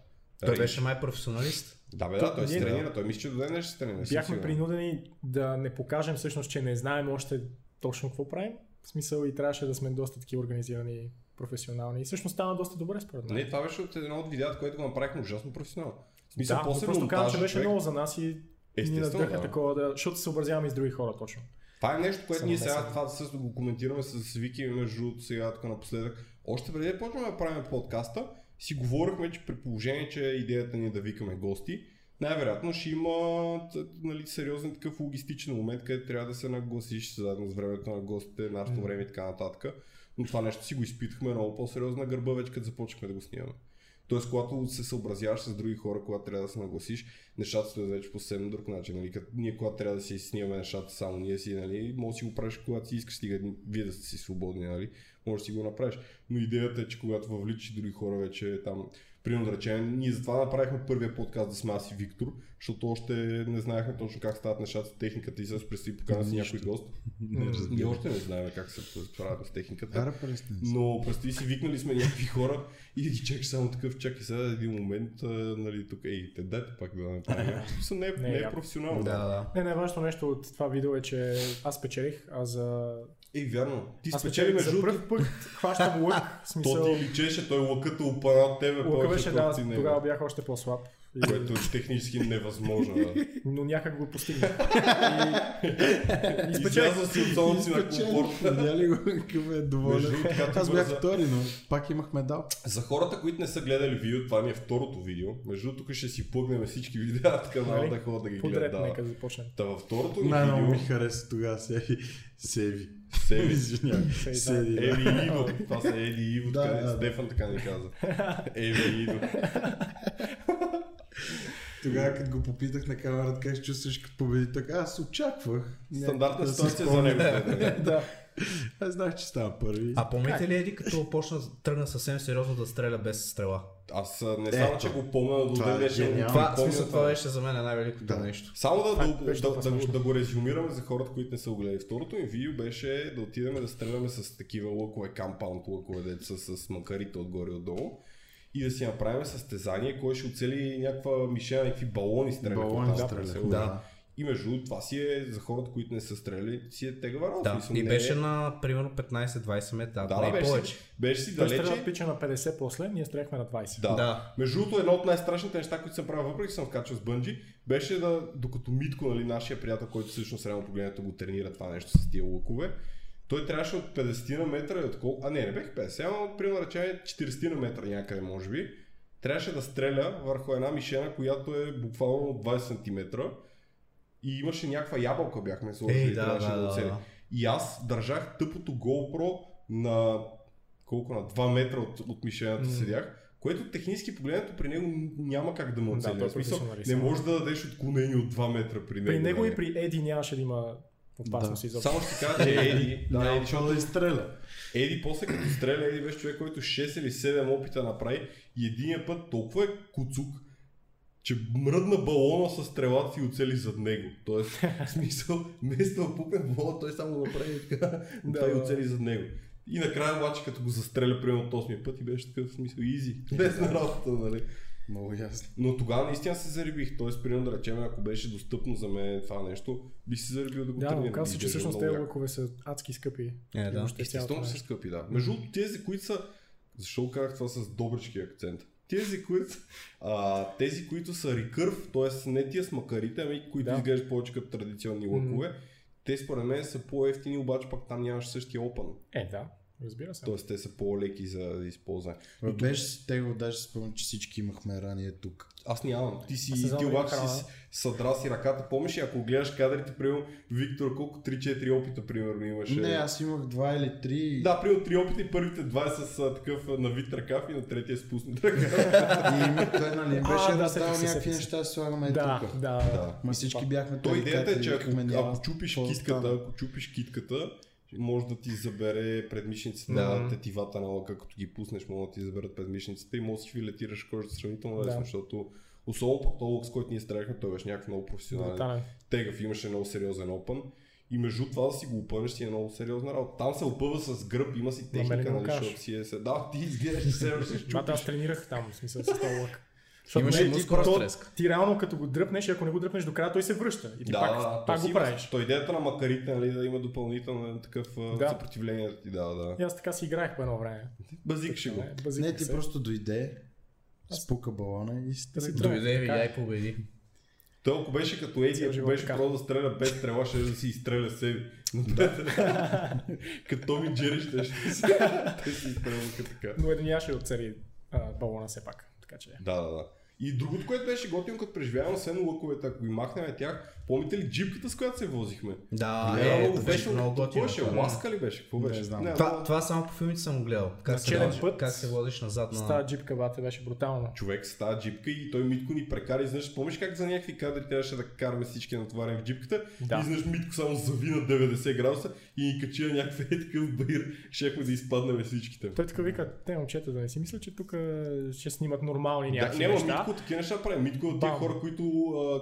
Speaker 4: Той
Speaker 2: рейндж.
Speaker 4: беше май професионалист.
Speaker 2: Да, бе, да, той се
Speaker 3: Ние, да.
Speaker 2: тренира. Той мисли, че до ден днешен се тренира. съм
Speaker 3: Бяхме
Speaker 2: сигурен.
Speaker 3: принудени да не покажем всъщност, че не знаем още точно какво правим. В смисъл и трябваше да сме доста такива организирани, професионални. И всъщност стана доста добре според мен.
Speaker 2: Не, това беше от едно от видеята, което го направихме ужасно професионално. В смисъл,
Speaker 3: да,
Speaker 2: после
Speaker 3: но просто казвам, че
Speaker 2: монтажа,
Speaker 3: беше
Speaker 2: човек,
Speaker 3: много за нас и ни
Speaker 2: Естествено,
Speaker 3: надъха
Speaker 2: да.
Speaker 3: такова, да, защото се съобразяваме и с други хора точно.
Speaker 2: Това е нещо, което
Speaker 3: Само
Speaker 2: ние
Speaker 3: не
Speaker 2: сега
Speaker 3: съм.
Speaker 2: това също го коментираме с Вики, между другото, сега тук напоследък. Още преди да почнем да правим подкаста, си говорихме, че при положение, че идеята ни е да викаме гости, най-вероятно ще има т- нали, сериозен такъв логистичен момент, където трябва да се нагласиш заедно с времето на гостите, нашето време и така нататък. Но това нещо си го изпитахме много по-сериозно на гърба вече, като започнахме да го снимаме. Тоест, когато се съобразяваш с други хора, когато трябва да се нагласиш, нещата стоят вече по съвсем друг начин. Нали? Като ние, когато трябва да си снимаме нещата само ние си, нали? може да си го правиш, когато си искаш, стига вие да сте си свободни, нали? може да си го направиш. Но идеята е, че когато въвличаш други хора, вече е там, примерно да речем, ние затова направихме първия подкаст да сме аз и Виктор, защото още не знаехме точно как стават нещата с техниката и с преси покана си някой гост.
Speaker 1: Не
Speaker 2: Ние
Speaker 1: разбирам.
Speaker 2: още не знаем как се правят с техниката.
Speaker 1: Аре, престани.
Speaker 2: Но представи си, викнали сме някакви хора и ги чакаш само такъв, чакай сега един момент, а, нали, тук, ей, те дайте пак да направим. нещо. В смисъл, не, е-
Speaker 3: Не,
Speaker 2: не е
Speaker 3: яко.
Speaker 2: професионално.
Speaker 4: да.
Speaker 3: Не, най-важното нещо от това видео е, че аз печелих, а за
Speaker 2: Ей, вярно. Ти
Speaker 3: Аз
Speaker 2: спечели
Speaker 3: спечели
Speaker 2: между
Speaker 3: за
Speaker 2: другото.
Speaker 3: първ път, хващам лък, в
Speaker 2: То
Speaker 3: смисъл,
Speaker 2: ти личеше, той лъката опана от тебе
Speaker 3: лъка
Speaker 2: повече,
Speaker 3: беше,
Speaker 2: отколкото
Speaker 3: да,
Speaker 2: ти не. е.
Speaker 3: тогава бях още по-слаб. И-
Speaker 2: Което е технически невъзможно. Да.
Speaker 3: но някак го постигнах. И, и спечелих.
Speaker 2: Изляза си от зоната си на комфорт.
Speaker 1: Видя ли го, какъв е доволен?
Speaker 2: Между другото, както
Speaker 1: Аз бях
Speaker 2: бърза.
Speaker 1: втори, но пак имах медал.
Speaker 2: За хората, които не са гледали видео, това ни е второто видео. Между другото, тук ще си плъгнем всички видеа от канала
Speaker 3: Нали?
Speaker 2: да ходят да ги гледат.
Speaker 3: Подред,
Speaker 2: Да.
Speaker 3: нека да започнем.
Speaker 2: Та във второто ни
Speaker 1: Най-много ми
Speaker 2: видео, е-
Speaker 1: хареса тогава Севи. Севи.
Speaker 2: Севи, Е,
Speaker 1: Извинявай.
Speaker 3: Севи, да.
Speaker 1: Севи. да.
Speaker 2: Еви и Иво, това са Еди и Иво,
Speaker 1: Да,
Speaker 2: така
Speaker 1: да, да.
Speaker 2: Стефан така ни каза. Еви и Иво.
Speaker 1: Тогава, като го попитах на камерата как се чувстваш като победи, така аз очаквах. някакво
Speaker 2: Стандартна
Speaker 1: да си
Speaker 2: ситуация за
Speaker 1: спомня.
Speaker 2: него. да.
Speaker 3: Да.
Speaker 1: Аз знаех, че става първи.
Speaker 4: А помните ли Еди, като почна, тръгна съвсем сериозно да стреля без стрела?
Speaker 2: Аз а, не само,
Speaker 1: Ето.
Speaker 2: че го помня до
Speaker 1: Това
Speaker 2: ден
Speaker 1: е
Speaker 2: днешен.
Speaker 1: гениално.
Speaker 2: го
Speaker 4: Това,
Speaker 2: помня е-
Speaker 4: в смисъл, това беше за мен най-великото
Speaker 1: Да.
Speaker 4: нещо.
Speaker 2: Само да,
Speaker 3: Факт
Speaker 2: да,
Speaker 3: беше
Speaker 2: да,
Speaker 3: това
Speaker 2: да, го-
Speaker 3: смешно.
Speaker 2: да го резюмираме за хората, които не са го гледали. Второто ми видео беше да отидем да стреляме с такива лъкове, кампаунд лъкове, деца с макарите отгоре и отдолу. И да си направим състезание, кой ще оцели някаква мишена, някакви балони стреляме.
Speaker 1: Балони
Speaker 2: там,
Speaker 1: стреляме,
Speaker 2: село.
Speaker 1: да.
Speaker 2: И между другото, това си е за хората, които не са стреляли, си е тегава работа.
Speaker 4: Да,
Speaker 2: Мисля,
Speaker 4: и
Speaker 2: не е-
Speaker 4: беше на примерно 15-20 метра,
Speaker 2: да,
Speaker 4: да, не
Speaker 2: да, беше,
Speaker 4: повече.
Speaker 2: си- беше си
Speaker 3: Той
Speaker 2: далече.
Speaker 3: стреля пича на 50 после, ние стреляхме на 20.
Speaker 2: Да. да.
Speaker 4: Да.
Speaker 2: Между другото, едно от най-страшните неща, които съм правил, въпреки че съм вкачал с бънджи, беше да, докато Митко, нали, нашия приятел, който всъщност реално погледнато го тренира това нещо с тия лукове, той трябваше от 50 на метра и от колко... А не, не бех 50, ама примерно рече 40 на метра някъде, може би. Трябваше да стреля върху една мишена, която е буквално 20 см. И имаше някаква ябълка бяхме сложили
Speaker 4: Ей,
Speaker 2: и
Speaker 4: да,
Speaker 2: трябваше
Speaker 4: да,
Speaker 2: да,
Speaker 4: да,
Speaker 2: оцелим.
Speaker 4: да.
Speaker 2: И аз държах тъпото GoPro на колко на 2 метра от, от мишената
Speaker 3: М.
Speaker 2: седях, което технически погледнато при него няма как да му
Speaker 3: Да,
Speaker 2: оцелим.
Speaker 3: той е
Speaker 2: В смисъл,
Speaker 3: професионалист.
Speaker 2: не можеш да дадеш отклонение от 2 метра при него.
Speaker 3: При него
Speaker 2: нали?
Speaker 3: и при Еди нямаше да има опасност
Speaker 1: Да.
Speaker 3: изобщо.
Speaker 2: Само ще
Speaker 3: Е,
Speaker 2: кажа, че Еди, да, Еди,
Speaker 1: Няма какво
Speaker 2: защото
Speaker 1: да изстреля.
Speaker 2: Еди после като стреля, Еди беше човек, който 6 или 7 опита направи и единия път толкова е куцук, че мръдна балона с стрелата си и оцели зад него. Тоест, в смисъл, вместо да пукне балона, той само направи и така, да,
Speaker 3: Да,
Speaker 2: той
Speaker 3: да.
Speaker 2: оцели зад него. И накрая обаче, като го застреля примерно от 8 път и беше такъв в смисъл, изи, без на работа, нали?
Speaker 1: Много ясно.
Speaker 2: Но тогава наистина се зарибих. Тоест, примерно да речем, ако беше достъпно за мен това нещо, бих се зарибил да го
Speaker 3: Да,
Speaker 2: тренирам.
Speaker 3: но
Speaker 2: Би
Speaker 3: казва, че
Speaker 2: изглеждал
Speaker 3: всъщност
Speaker 2: много
Speaker 3: тези
Speaker 2: яко.
Speaker 3: лъкове са адски скъпи.
Speaker 4: Е, да.
Speaker 3: Въобще цялото
Speaker 2: Естествено, са
Speaker 3: нещо.
Speaker 2: скъпи, да. Между другото, тези, които са... Защо го казах това с добрички акцент? Тези, които, а, тези, които са рекърв, т.е. не тия с макарите, ами които да.
Speaker 3: Да.
Speaker 2: изглеждат повече като традиционни лъкове, те според мен са по-ефтини, обаче пак там нямаш същия опън.
Speaker 3: Е, да, разбира се.
Speaker 2: Т.е. те са по-леки за използване.
Speaker 1: Бе, Беше си тегло, даже си спомням, че всички имахме ранее тук.
Speaker 2: Аз нямам. Ти
Speaker 3: Аз
Speaker 2: си,
Speaker 3: съм
Speaker 2: ти
Speaker 3: за
Speaker 2: обаче
Speaker 3: храна.
Speaker 2: си съдра си ръката. Помниш ли, ако гледаш кадрите, примерно, Виктор, колко 3-4 опита, примерно, имаше?
Speaker 1: Не, аз имах два или три.
Speaker 2: Да, примерно три опита и първите два е с а, такъв а, навит ръкав и на третия е спуснат ръкав.
Speaker 1: И има той, нали, им
Speaker 3: А,
Speaker 1: беше
Speaker 3: да,
Speaker 1: раздал
Speaker 3: сетих се,
Speaker 1: някакви
Speaker 3: сетих се.
Speaker 1: неща, слагаме и
Speaker 3: Да,
Speaker 1: тук.
Speaker 3: да,
Speaker 2: Да.
Speaker 3: да.
Speaker 1: Ма всички бяхме
Speaker 2: То
Speaker 3: Нали,
Speaker 1: там,
Speaker 2: идеята е,
Speaker 1: където
Speaker 2: че ако,
Speaker 1: викахме, няма
Speaker 2: ако чупиш
Speaker 1: какво да
Speaker 2: китката,
Speaker 1: стане.
Speaker 2: ако чупиш китката, може да ти забере предмишницата
Speaker 4: Да.
Speaker 2: на тетивата на лъка, като ги пуснеш, може да ти заберат предмишницата и може да си филетираш кожата сравнително лесно,
Speaker 3: Да.
Speaker 2: защото особено пък този лък, с който ние стреляхме, той беше някакъв много професионален.
Speaker 3: Брутален.
Speaker 2: Тегъв имаше много сериозен опън. И между това да си го опънеш си е много сериозна работа. Там се опъва с гръб, има си
Speaker 3: мен
Speaker 2: техника,
Speaker 3: не го
Speaker 2: нали,
Speaker 3: кажеш.
Speaker 2: защото си е се... Да, ти изглеждаш, че се ще
Speaker 3: Това
Speaker 2: чупиш.
Speaker 3: аз тренирах там, в смисъл с този лък. Защото
Speaker 4: Имаше
Speaker 3: не, ти-
Speaker 4: мускулна
Speaker 3: то-
Speaker 4: треска.
Speaker 3: Ти реално като го дръпнеш и ако не го дръпнеш до края, той се връща. И ти
Speaker 2: Да,
Speaker 3: пак,
Speaker 2: то
Speaker 3: пак
Speaker 2: си
Speaker 3: го
Speaker 2: има-
Speaker 3: правиш.
Speaker 2: То идеята на макарите, нали, да има допълнително такъв да.
Speaker 3: Да.
Speaker 2: съпротивление да ти дава, да.
Speaker 3: И аз така си играех по едно време.
Speaker 2: Базикше го.
Speaker 3: Е, базиках
Speaker 1: Не, ти
Speaker 3: се.
Speaker 1: просто дойде, спука балона и си
Speaker 3: Да си
Speaker 1: тръгна.
Speaker 3: тръгна.
Speaker 4: Дойде,
Speaker 3: Така
Speaker 4: видя
Speaker 3: е.
Speaker 4: и победи.
Speaker 2: Той ако беше като Еди,
Speaker 3: Цял
Speaker 2: ако
Speaker 3: живот
Speaker 2: беше
Speaker 3: така.
Speaker 2: просто да стреля без стрела, ще да си изстреля себе. Да. като ми Джери ще ще си те си изстрелваха така.
Speaker 3: Но един нямаше от цели а, балона все пак. Така че.
Speaker 2: Да, да, да. И другото, което беше готино, като преживявам освен лъковете, ако ги махнем тях, помните ли джипката, с която се возихме?
Speaker 4: Да,
Speaker 2: Гледало
Speaker 4: е,
Speaker 2: го,
Speaker 4: това беше много
Speaker 2: Какво
Speaker 4: готино.
Speaker 2: беше?
Speaker 4: това.
Speaker 2: Ласка ли беше? Какво
Speaker 1: Не
Speaker 2: беше?
Speaker 1: знам.
Speaker 4: Това, това само по филмите съм го гледал. Как, се,
Speaker 3: челен
Speaker 4: водиш,
Speaker 3: път.
Speaker 4: как се водиш назад
Speaker 3: С
Speaker 4: на...
Speaker 3: тази джипка бате беше брутално.
Speaker 2: човек с тази джипка и той Митко ни прекара. Изнъж, помниш как за някакви кадри трябваше да караме всички натоварени в джипката?
Speaker 3: Да.
Speaker 2: И изнъж Митко само зави на 90 градуса и ни качи на някакъв е такъв баир. Щехме да изпаднем всичките.
Speaker 3: Той така вика, те момчета да не си мисля, че тук а, ще снимат нормални
Speaker 2: Да,
Speaker 3: някакви
Speaker 2: няма
Speaker 3: неща.
Speaker 2: Митко такива неща прави. Митко е от тези
Speaker 3: Бам.
Speaker 2: хора, които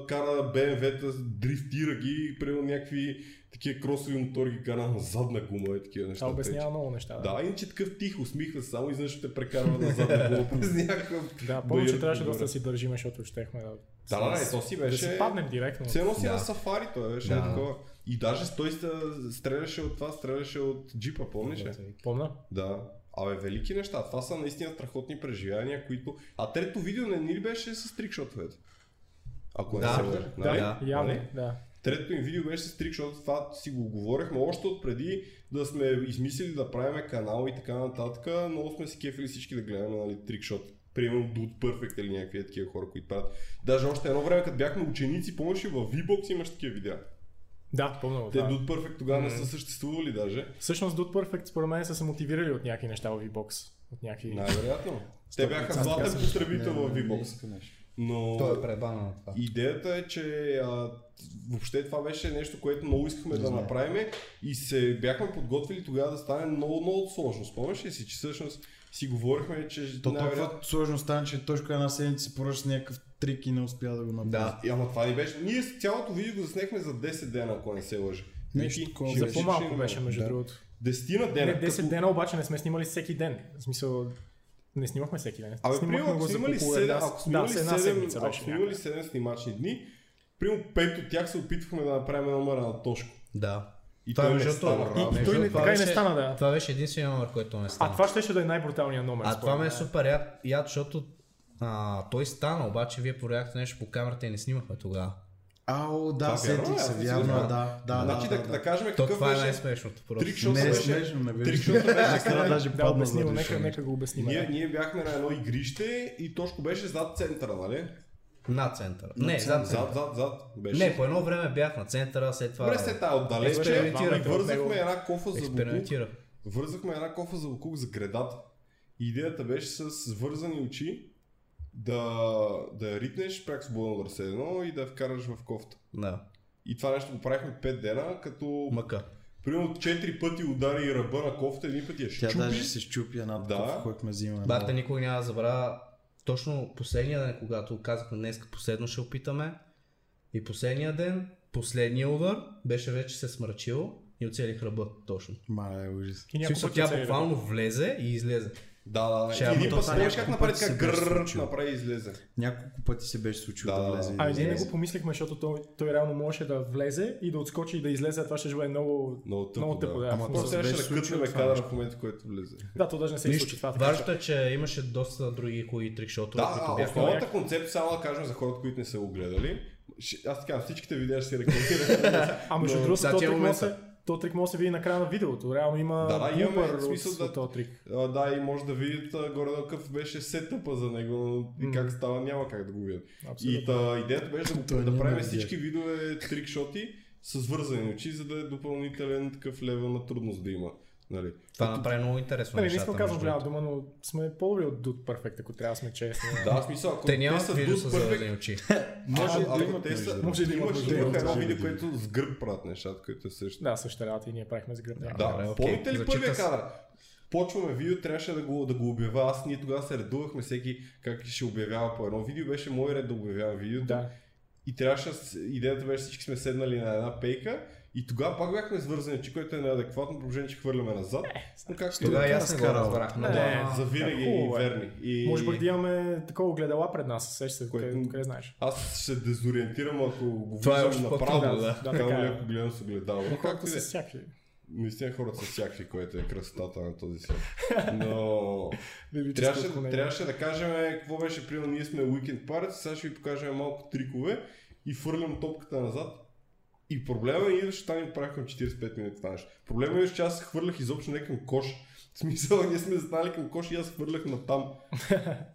Speaker 2: а, кара БМВ-та, дрифтира ги, и примерно някакви такива кросови мотори ги кара на задна гума и такива неща.
Speaker 3: Това обяснява
Speaker 2: Тъй,
Speaker 3: много неща.
Speaker 2: че- Да, иначе такъв тих усмихва се, само изведнъж ще те прекарва на задна гума.
Speaker 4: С някакъв...
Speaker 3: Да, повече
Speaker 2: Байер
Speaker 3: трябваше
Speaker 2: горе.
Speaker 3: доста да си държиме, защото щехме да...
Speaker 2: Да, да, да,
Speaker 3: с-
Speaker 2: и то си
Speaker 3: Да
Speaker 2: беше-
Speaker 3: си паднем директно.
Speaker 2: Все едно си
Speaker 4: Да.
Speaker 2: на сафари, той беше
Speaker 4: Да.
Speaker 2: да. такова. И даже с той ста- стреляше от това, стреляше от джипа, помниш ли?
Speaker 3: Помна?
Speaker 2: Да. Абе, велики неща. Това са наистина страхотни преживявания, които... А трето видео не ни ли беше с трикшотовете? Ако
Speaker 4: Да.
Speaker 2: не се лъжа,
Speaker 4: Да.
Speaker 2: нали?
Speaker 4: Да.
Speaker 3: Явно,
Speaker 2: Нали?
Speaker 3: да.
Speaker 2: Третото им видео беше с трикшот, това си го говорихме още от преди да сме измислили да правиме канал и така нататък, но сме се кефили всички да гледаме нали, трикшот. Примерно Dude Perfect или някакви такива хора, които правят. Даже още едно време, като бяхме ученици, помниш ли, в V-Box имаш такива видеа.
Speaker 3: Да, помня го
Speaker 2: Те
Speaker 3: това.
Speaker 2: Dude Perfect тогава не
Speaker 3: Мгм.
Speaker 2: са съществували даже.
Speaker 3: Всъщност Dude Perfect според мен са се мотивирали от някакви неща в V-Box. От някакви...
Speaker 2: Най-вероятно. Те бяха
Speaker 3: 100%
Speaker 2: златен
Speaker 3: съм.
Speaker 2: потребител в V-Box.
Speaker 1: Иска нещо.
Speaker 2: Но...
Speaker 4: Той е пребана на това.
Speaker 2: Идеята е, че а, въобще това беше нещо, което много искахме да направим и се бяхме подготвили тогава да стане много, много сложно. Спомняш ли си, че всъщност си говорихме, че
Speaker 1: То
Speaker 2: най-вероятно-
Speaker 1: толкова сложно стана, че точно една седмица си поръча с някакъв трик и не успя да го направи.
Speaker 4: Да.
Speaker 2: И, ама това ни беше. Ние с цялото видео го заснехме за 10 дена, ако не се лъжа.
Speaker 1: Нещо
Speaker 2: Вики,
Speaker 1: такова.
Speaker 2: ще
Speaker 1: За
Speaker 2: ми
Speaker 3: За
Speaker 2: пишеш ли
Speaker 3: по-малко
Speaker 2: на
Speaker 3: беше,
Speaker 2: мен?
Speaker 3: между
Speaker 1: Да.
Speaker 3: другото.
Speaker 2: Десетина дена.
Speaker 3: Не, 10
Speaker 2: като-
Speaker 3: дена обаче не сме снимали всеки ден. В смисъл, не снимахме всеки ден.
Speaker 2: Абе,
Speaker 3: Снимахме
Speaker 2: примерно, ако
Speaker 3: го
Speaker 2: сме
Speaker 3: за
Speaker 2: имали
Speaker 3: около
Speaker 2: 7,
Speaker 3: една-
Speaker 2: ако сме
Speaker 3: да,
Speaker 2: имали
Speaker 3: с една
Speaker 2: 7,
Speaker 3: седмица
Speaker 2: ако
Speaker 3: беше
Speaker 2: сме имали
Speaker 3: някъде.
Speaker 2: 7 снимачни дни, примерно 5 от тях се опитвахме да направим номера на Тошко.
Speaker 4: Да.
Speaker 2: И
Speaker 4: Това
Speaker 2: той не
Speaker 4: между
Speaker 2: стана.
Speaker 4: другото-
Speaker 2: И
Speaker 4: между
Speaker 3: той не-
Speaker 4: другото,
Speaker 3: така и не
Speaker 4: беше-
Speaker 3: стана, да.
Speaker 4: Това беше единствения номер, който не стана.
Speaker 3: А това ще да е най-бруталният номер.
Speaker 4: А
Speaker 3: според
Speaker 4: това ме е
Speaker 3: мен.
Speaker 4: супер яд, яд защото а, той стана, обаче вие проверяхте нещо по камерата и не снимахме тогава.
Speaker 1: Ау, да,
Speaker 2: Това вярно
Speaker 1: сетих
Speaker 2: ли?
Speaker 1: се,
Speaker 2: Аз не си
Speaker 1: вярно, е,
Speaker 2: сигурен.
Speaker 1: да. Да,
Speaker 2: Значи
Speaker 1: да,
Speaker 2: да,
Speaker 1: да,
Speaker 2: да кажем
Speaker 4: То
Speaker 2: какъв
Speaker 4: това е
Speaker 2: беше
Speaker 4: най-смешното просто.
Speaker 2: трикшот
Speaker 1: Не е
Speaker 2: беше.
Speaker 1: смешно, не беше.
Speaker 2: Трикшота беше
Speaker 1: Трябва даже
Speaker 3: Да,
Speaker 1: падна
Speaker 3: обяснил,
Speaker 1: вътре,
Speaker 3: нека, нека го обясним.
Speaker 2: Ние,
Speaker 3: да.
Speaker 2: ние бяхме на едно игрище и Тошко беше зад центъра, нали?
Speaker 4: На центъра. Не,
Speaker 1: центъра.
Speaker 4: зад
Speaker 2: Зад, зад, зад беше.
Speaker 4: Не, по едно време бях на центъра, след това...
Speaker 2: Добре, се тая отдалече
Speaker 4: Експериментирах
Speaker 2: и
Speaker 4: от
Speaker 3: него.
Speaker 2: вързахме една кофа за буклук.
Speaker 4: Експериментирах.
Speaker 2: Вързахме една кофа за буклук за гредата. И Идеята беше с вързани очи да, да я ритнеш пряк с булно ръце едно и да я вкараш в кофта.
Speaker 4: Да.
Speaker 2: И това нещо го правихме 5 дена, като
Speaker 4: Мъка.
Speaker 2: примерно 4 пъти удари ръба на кофта, един път я
Speaker 1: Тя
Speaker 2: щупи.
Speaker 1: даже се щупи една
Speaker 2: Да.
Speaker 1: такова, който ме взима.
Speaker 4: Бата никога няма да забравя. Точно последния ден, когато казахме днес последно ще опитаме. И последния ден, последния удар, беше вече се смърчил и оцелих ръба точно.
Speaker 1: Мале, ужас.
Speaker 3: И
Speaker 4: В
Speaker 3: няколко
Speaker 4: смисъл,
Speaker 3: пъти
Speaker 4: тя
Speaker 3: се е
Speaker 4: буквално влезе и излезе.
Speaker 2: Да, да,
Speaker 4: Ще
Speaker 2: да. Един
Speaker 4: я
Speaker 2: път
Speaker 4: бутам.
Speaker 2: знаеш как направи така
Speaker 1: Няколко пъти се беше
Speaker 2: грррр,
Speaker 1: случило.
Speaker 2: направи и излезе.
Speaker 1: Няколко пъти се беше случило
Speaker 2: Да,
Speaker 1: да,
Speaker 2: да, да.
Speaker 1: влезе. и
Speaker 3: Ами
Speaker 1: да
Speaker 3: ние не
Speaker 1: излезе.
Speaker 3: го помислихме, защото той, той реално можеше да влезе и да отскочи и да излезе, а това ще бъде много...
Speaker 2: Много тъпо,
Speaker 3: Много тъпо, да.
Speaker 1: Ама
Speaker 3: В
Speaker 1: то
Speaker 2: Просто
Speaker 3: смисъл-
Speaker 1: се
Speaker 2: трябваше
Speaker 1: беше
Speaker 2: да кътнем
Speaker 1: случило това
Speaker 2: кадър
Speaker 1: нещо.
Speaker 2: в момента, в който влезе.
Speaker 3: Да, то даже не се
Speaker 4: Нищо.
Speaker 3: случи това. така че-
Speaker 4: Важното е, че имаше доста други хубави трикшотове,
Speaker 2: Да,
Speaker 4: които
Speaker 2: а,
Speaker 4: бяха.
Speaker 2: основната концепция, само да кажем за хората, които не са го гледали. Ще- Аз така, всичките видеа ще си рекламирам.
Speaker 3: А между
Speaker 2: Но-
Speaker 3: другото,
Speaker 4: сега
Speaker 3: то
Speaker 4: ти е
Speaker 3: трик, може, да се-
Speaker 4: момента.
Speaker 3: то трик може да се види на края на видеото. Реално има
Speaker 2: Да, да, имаме
Speaker 3: блупър
Speaker 2: смисъл
Speaker 3: от,
Speaker 2: да-
Speaker 3: от този трик.
Speaker 2: А, да, и може да видите а, горе какъв беше сетъпа за него и как става, няма как да го видят. И
Speaker 3: Абсолютно.
Speaker 2: та, идеята беше да,
Speaker 1: Той
Speaker 2: го, да
Speaker 1: ни
Speaker 2: правим
Speaker 1: наведе.
Speaker 2: всички видове трикшоти с вързани очи, за да е допълнителен такъв левел на трудност да има. Нали?
Speaker 4: Това направи много интересно.
Speaker 3: Нали, Не, не
Speaker 4: нещата,
Speaker 3: искам да казвам
Speaker 4: между
Speaker 3: голяма
Speaker 4: другото.
Speaker 3: дума, но сме по-добри от Dude Perfect, ако трябва да сме честни.
Speaker 2: Да, в смисъл, ако
Speaker 4: Те нямат
Speaker 2: са
Speaker 4: видео
Speaker 2: дуд
Speaker 4: с
Speaker 2: перфект,
Speaker 4: заведени очи.
Speaker 2: може
Speaker 1: да
Speaker 2: да
Speaker 1: имат,
Speaker 2: имат, те
Speaker 1: между
Speaker 2: са,
Speaker 1: другото.
Speaker 2: може да имаш
Speaker 3: Може да имат,
Speaker 2: едно
Speaker 3: може да
Speaker 2: видео,
Speaker 1: имат.
Speaker 2: което с гръб правят нещата, което е също.
Speaker 3: да, същата работа и ние правихме с гръб. някакво.
Speaker 2: Да,
Speaker 4: Добре,
Speaker 2: Добре,
Speaker 4: окей.
Speaker 2: помните ли
Speaker 4: Зачита
Speaker 2: първия
Speaker 4: се.
Speaker 2: кадър? Почваме видео, трябваше да го, да го обявя. Аз ние тогава се редувахме всеки как ще обявява по едно видео. Беше мой ред да обявявам видеото.
Speaker 3: Да.
Speaker 2: И трябваше, с- идеята беше всички сме седнали на една пейка. И тогава пак бяхме свързани, че което е неадекватно, положение, че хвърляме назад. Но както и да
Speaker 4: Тогава
Speaker 2: е.
Speaker 4: и аз не го
Speaker 1: разкарал?
Speaker 4: разбрах. но
Speaker 3: Не,
Speaker 4: да.
Speaker 2: Да, за винаги и
Speaker 3: хубаво е.
Speaker 2: верни. И...
Speaker 3: Може пък да имаме такова огледала пред нас, сеща се,
Speaker 2: Което-
Speaker 3: къде, къде знаеш.
Speaker 2: Аз ще дезориентирам, ако го
Speaker 4: Това е
Speaker 2: виждам
Speaker 4: още
Speaker 2: направо.
Speaker 4: по-трудно,
Speaker 2: Да,
Speaker 4: да.
Speaker 2: да,
Speaker 3: Така е.
Speaker 2: ако гледам с огледало. Но
Speaker 3: Както
Speaker 2: както и да
Speaker 3: са
Speaker 2: е.
Speaker 3: всякакви.
Speaker 2: Наистина хората са всякакви, което е красотата на този свят. Но
Speaker 3: Библическо
Speaker 2: трябваше,
Speaker 3: отклонение.
Speaker 2: трябваше да кажем е, какво беше, примерно ние сме Weekend Pirates, сега ще ви покажем малко трикове и фърлям топката назад. И проблема е, идваше, там ни правихме 45 минути това нещо. Проблема е, че аз се хвърлях изобщо не към кош. В смисъл, ние сме застанали към кош и аз хвърлях на там,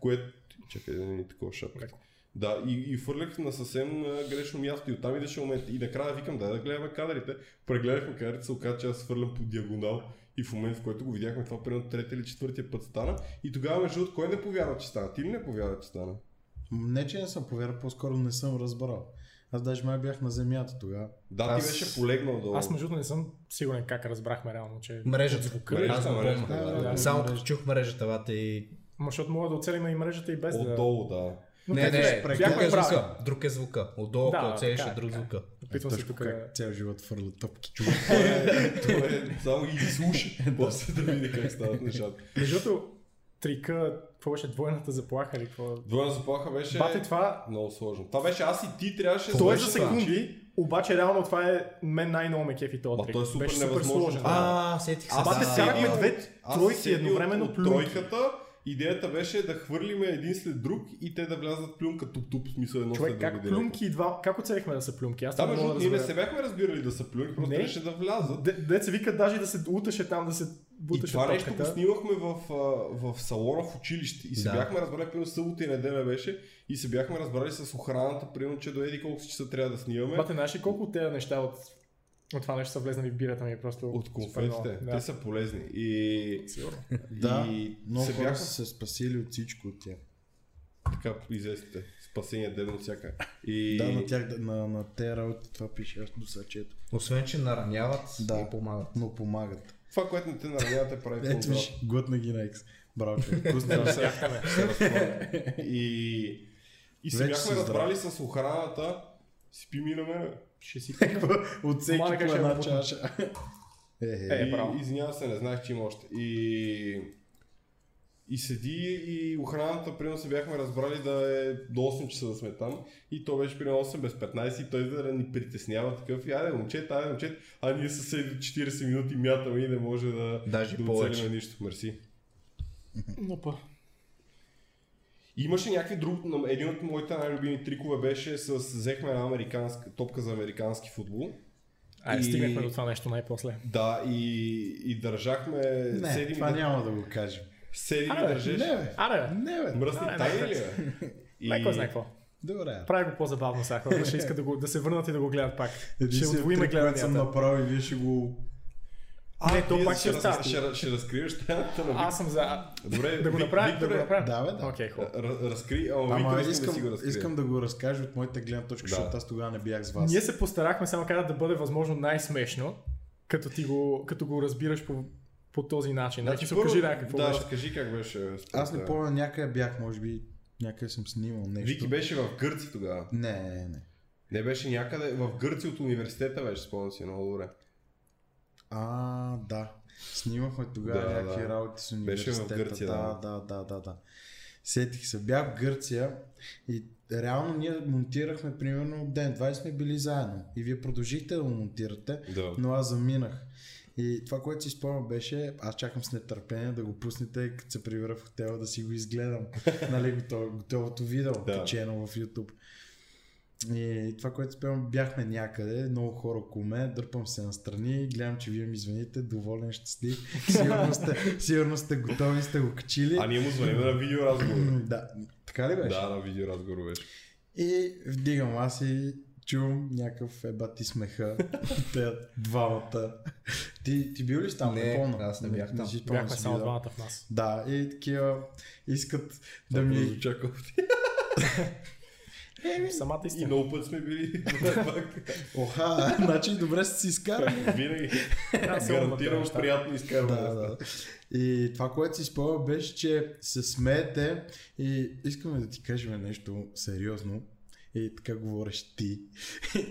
Speaker 2: което... Чакай да не ни такова шапка.
Speaker 3: Леко.
Speaker 2: Да, и, и фърлях на съвсем а, грешно място и оттам идеше момент. И накрая викам, да, да гледаме кадрите. Прегледахме кадрите, се оказа, че аз фърлям по диагонал. И в момент, в който го видяхме, това примерно третия или четвъртия път стана. И тогава, между другото, кой не повярва, че стана? Ти ли не повярва, че стана?
Speaker 1: Не, че не съм повярвал, по-скоро не съм разбрал. Аз даже май бях на земята тогава.
Speaker 2: Да,
Speaker 4: Аз-
Speaker 2: ти беше полегнал долу.
Speaker 3: Аз между другото не съм сигурен как разбрахме реално, че...
Speaker 4: Мрежата.
Speaker 3: от звука.
Speaker 2: Мрежата.
Speaker 4: Аз го
Speaker 2: мрежата,
Speaker 4: помня.
Speaker 2: да,
Speaker 1: да.
Speaker 4: Само като
Speaker 1: Мрежата.
Speaker 4: чух мрежата, бата и
Speaker 3: Ма защото мога да оцелим и мрежата и без да...
Speaker 2: Отдолу, да.
Speaker 3: Но
Speaker 4: не,
Speaker 3: как
Speaker 4: не,
Speaker 3: беше?
Speaker 4: не, друг
Speaker 3: бяхме
Speaker 4: е
Speaker 3: прави.
Speaker 4: звука. Друг е звука. Отдолу,
Speaker 3: Да,
Speaker 4: ако отсееш,
Speaker 3: така
Speaker 4: е
Speaker 3: е,
Speaker 4: друг
Speaker 3: така е.
Speaker 4: звука.
Speaker 3: Опитвам се
Speaker 1: Тъжко
Speaker 3: тук.
Speaker 1: как цял живот фърля топки човек.
Speaker 2: Това е само ги слуша, после да види как стават нещата.
Speaker 3: Между другото, трика, какво беше двойната заплаха или какво?
Speaker 2: Двойна заплаха беше
Speaker 3: Бате, това,
Speaker 2: много сложно. Това беше аз и ти трябваше...
Speaker 3: то е
Speaker 2: беше
Speaker 3: за
Speaker 2: това.
Speaker 3: секунди, обаче реално това е мен най-ново ме кефи този
Speaker 2: Ма
Speaker 3: трик.
Speaker 2: то е супер
Speaker 3: беше супер
Speaker 2: невъзможно.
Speaker 3: сложен.
Speaker 2: А,
Speaker 4: А, сетих се.
Speaker 2: Аз
Speaker 3: Бате,
Speaker 2: се
Speaker 3: скарахме
Speaker 2: седя-
Speaker 3: две
Speaker 2: аз се
Speaker 3: тройки
Speaker 2: седя
Speaker 3: едновременно
Speaker 2: от
Speaker 3: плюнки.
Speaker 2: Тройката, идеята беше да хвърлиме един след друг и те да влязат плюнка туп-туп, в смисъл едно
Speaker 3: Човек,
Speaker 2: след
Speaker 3: как
Speaker 2: друго. директно.
Speaker 3: плюнки и два... Как оцелихме да са плюнки? Аз
Speaker 2: Да,
Speaker 3: това не
Speaker 2: между
Speaker 3: мога
Speaker 2: другото,
Speaker 3: да
Speaker 2: ние не
Speaker 3: разбера.
Speaker 2: се бяхме разбирали да са плюнки, просто
Speaker 3: Не.
Speaker 2: трябваше да влязат.
Speaker 3: Де- Дет се вика даже и да се уташе там, да се
Speaker 2: И
Speaker 3: буташе
Speaker 2: това нещо го
Speaker 3: топката.
Speaker 2: снимахме в, а, в салона в училище и се
Speaker 4: Да.
Speaker 2: бяхме разбрали, примерно събота и неделя беше и се бяхме разбрали с охраната, примерно, че до еди колко си часа трябва да снимаме
Speaker 3: Бате, знаеш ли колко от тези неща от, от това нещо са влезнали в бирата ми просто?
Speaker 2: от конфетите.
Speaker 3: Да.
Speaker 2: Те са полезни. И,
Speaker 3: Сигурно.
Speaker 1: Да,
Speaker 2: и
Speaker 1: много
Speaker 2: се
Speaker 1: хора
Speaker 2: бяха
Speaker 1: са се спасили от всичко от тях.
Speaker 2: така известите. Спасение ден от всяка. И...
Speaker 1: Да, на тях, на, на те работи това пише, аз до сега чето.
Speaker 4: Освен, че нараняват
Speaker 1: Да.
Speaker 4: и помагат.
Speaker 1: Но помагат.
Speaker 2: Това, което не те наранява, те прави
Speaker 1: Ето
Speaker 2: по-здрав.
Speaker 1: виж, глътна ги на екс. Браво, човек. Поздрави.
Speaker 2: се разходи. И, и се
Speaker 1: Вече
Speaker 2: бяхме
Speaker 1: си здрав.
Speaker 2: разбрали с охраната, спи ми на мене.
Speaker 3: Ще си
Speaker 1: От
Speaker 3: Помага,
Speaker 1: всеки по
Speaker 3: ще
Speaker 1: една
Speaker 3: го
Speaker 1: чаша. Е, е.
Speaker 3: Е,
Speaker 2: И-
Speaker 3: браво.
Speaker 2: Извинявам се, не знаех, че има още. И, и седи и охраната, примерно се бяхме разбрали да е до 8 часа да сме там. И то беше примерно 8 без 15 и той да ни притеснява такъв. И айде момчета, айде момчета. А ние със 40 минути мятаме и не може да,
Speaker 4: Даже
Speaker 2: да
Speaker 4: повече.
Speaker 2: оцелим нищо. Мерси.
Speaker 3: Но па.
Speaker 2: Имаше някакви друг, един от моите най-любими трикове беше с взехме една американска топка за американски футбол.
Speaker 3: Айде,
Speaker 2: И-
Speaker 3: стигнахме до това нещо най-после.
Speaker 2: Да, и, и държахме
Speaker 1: Не,
Speaker 2: седим,
Speaker 1: това
Speaker 2: и, дър-
Speaker 1: няма да го кажем.
Speaker 2: седим и
Speaker 3: Абе,
Speaker 2: държеше.
Speaker 1: Не, бе.
Speaker 3: Аре, бе.
Speaker 1: Не, бе.
Speaker 2: Мръсни
Speaker 3: Абе,
Speaker 2: тайни
Speaker 3: не,
Speaker 2: ли
Speaker 3: не.
Speaker 2: бе?
Speaker 3: Не, кой знае какво.
Speaker 1: Добре.
Speaker 3: Прави го по-забавно сега, хората ще искат да, го, да се върнат и да го гледат пак.
Speaker 1: Един
Speaker 3: ще
Speaker 1: си е
Speaker 3: удвоиме
Speaker 1: трик, който съм
Speaker 3: гледанията.
Speaker 1: направил и вие ще го...
Speaker 2: А,
Speaker 3: Не, то
Speaker 2: вие
Speaker 3: пак ще
Speaker 2: раз-
Speaker 3: остане.
Speaker 2: Ще, ще разкриеш тайната на Виктор.
Speaker 3: Аз съм за... а,
Speaker 2: Добре,
Speaker 3: Да го
Speaker 2: Вик-
Speaker 3: направя, да
Speaker 2: Виктор
Speaker 3: го
Speaker 2: е-
Speaker 3: направя.
Speaker 1: Да, бе, да.
Speaker 3: Окей, хубаво.
Speaker 2: Р- Разкри, ама
Speaker 1: Ама
Speaker 2: Виктор Ами, искам, да си го
Speaker 1: искам,
Speaker 2: разкрие.
Speaker 1: искам да го разкажа от моята гледна точка,
Speaker 2: Да.
Speaker 1: защото аз тогава не бях с вас.
Speaker 3: Ние се постарахме само как да бъде възможно най-смешно, като, ти го, като го разбираш по, по този начин. Значи, се кажи да, какво
Speaker 2: да,
Speaker 3: беше.
Speaker 2: разкажи как беше. според
Speaker 1: Аз не
Speaker 2: теб.
Speaker 1: помня, някъде бях, може би, някъде съм снимал нещо.
Speaker 2: Вики беше в Гърци тогава.
Speaker 1: Не, не, не.
Speaker 2: Не беше някъде, в Гърци от университета беше, спомням си много добре.
Speaker 1: А, да. Снимахме тогава
Speaker 2: Да,
Speaker 1: да, някакви
Speaker 2: да.
Speaker 1: да. работи с
Speaker 2: Беше в
Speaker 1: университета.
Speaker 2: Гърция,
Speaker 1: да. Да, да, да, да. Сетих се. Бях в Гърция и реално ние монтирахме примерно ден. 20 сме били заедно. И вие продължихте да го монтирате,
Speaker 2: Да.
Speaker 1: но аз заминах. И това, което си спомням беше, аз чакам с нетърпение да го пуснете, като се прибера в хотела да си го изгледам. нали, готово, готовото видео,
Speaker 2: Да.
Speaker 1: качено в YouTube. И това, което спомням, бяхме някъде, много хора около мен, дърпам се настрани, гледам, че вие ми звъните, доволен, щастлив, сигурно сте, сигурно сте готови, сте го качили.
Speaker 2: А ние му звъним Ами на видеоразговор.
Speaker 1: Да, така ли беше?
Speaker 2: да, на видеоразговор беше.
Speaker 1: И вдигам аз и чувам някакъв ебати смеха. Те двамата. Ти, ти бил ли си там?
Speaker 4: Не,
Speaker 1: помня.
Speaker 4: аз не бях там.
Speaker 1: си спомням
Speaker 3: Бяхме
Speaker 1: си
Speaker 3: само
Speaker 1: бил.
Speaker 3: двамата в нас.
Speaker 1: Да, и такива искат да
Speaker 2: Това
Speaker 1: ми...
Speaker 2: прозвуча кофти.
Speaker 3: Самата
Speaker 2: И
Speaker 3: истина.
Speaker 2: много път сме били. е пак.
Speaker 1: Оха, значи добре сте си изкарали.
Speaker 2: Винаги.
Speaker 3: Аз съм
Speaker 2: Гарантирам
Speaker 3: аматьор,
Speaker 2: приятно изкарване.
Speaker 1: да, да. И това, което си спомня беше, че се смеете и искаме да ти кажем нещо сериозно. И така говориш ти.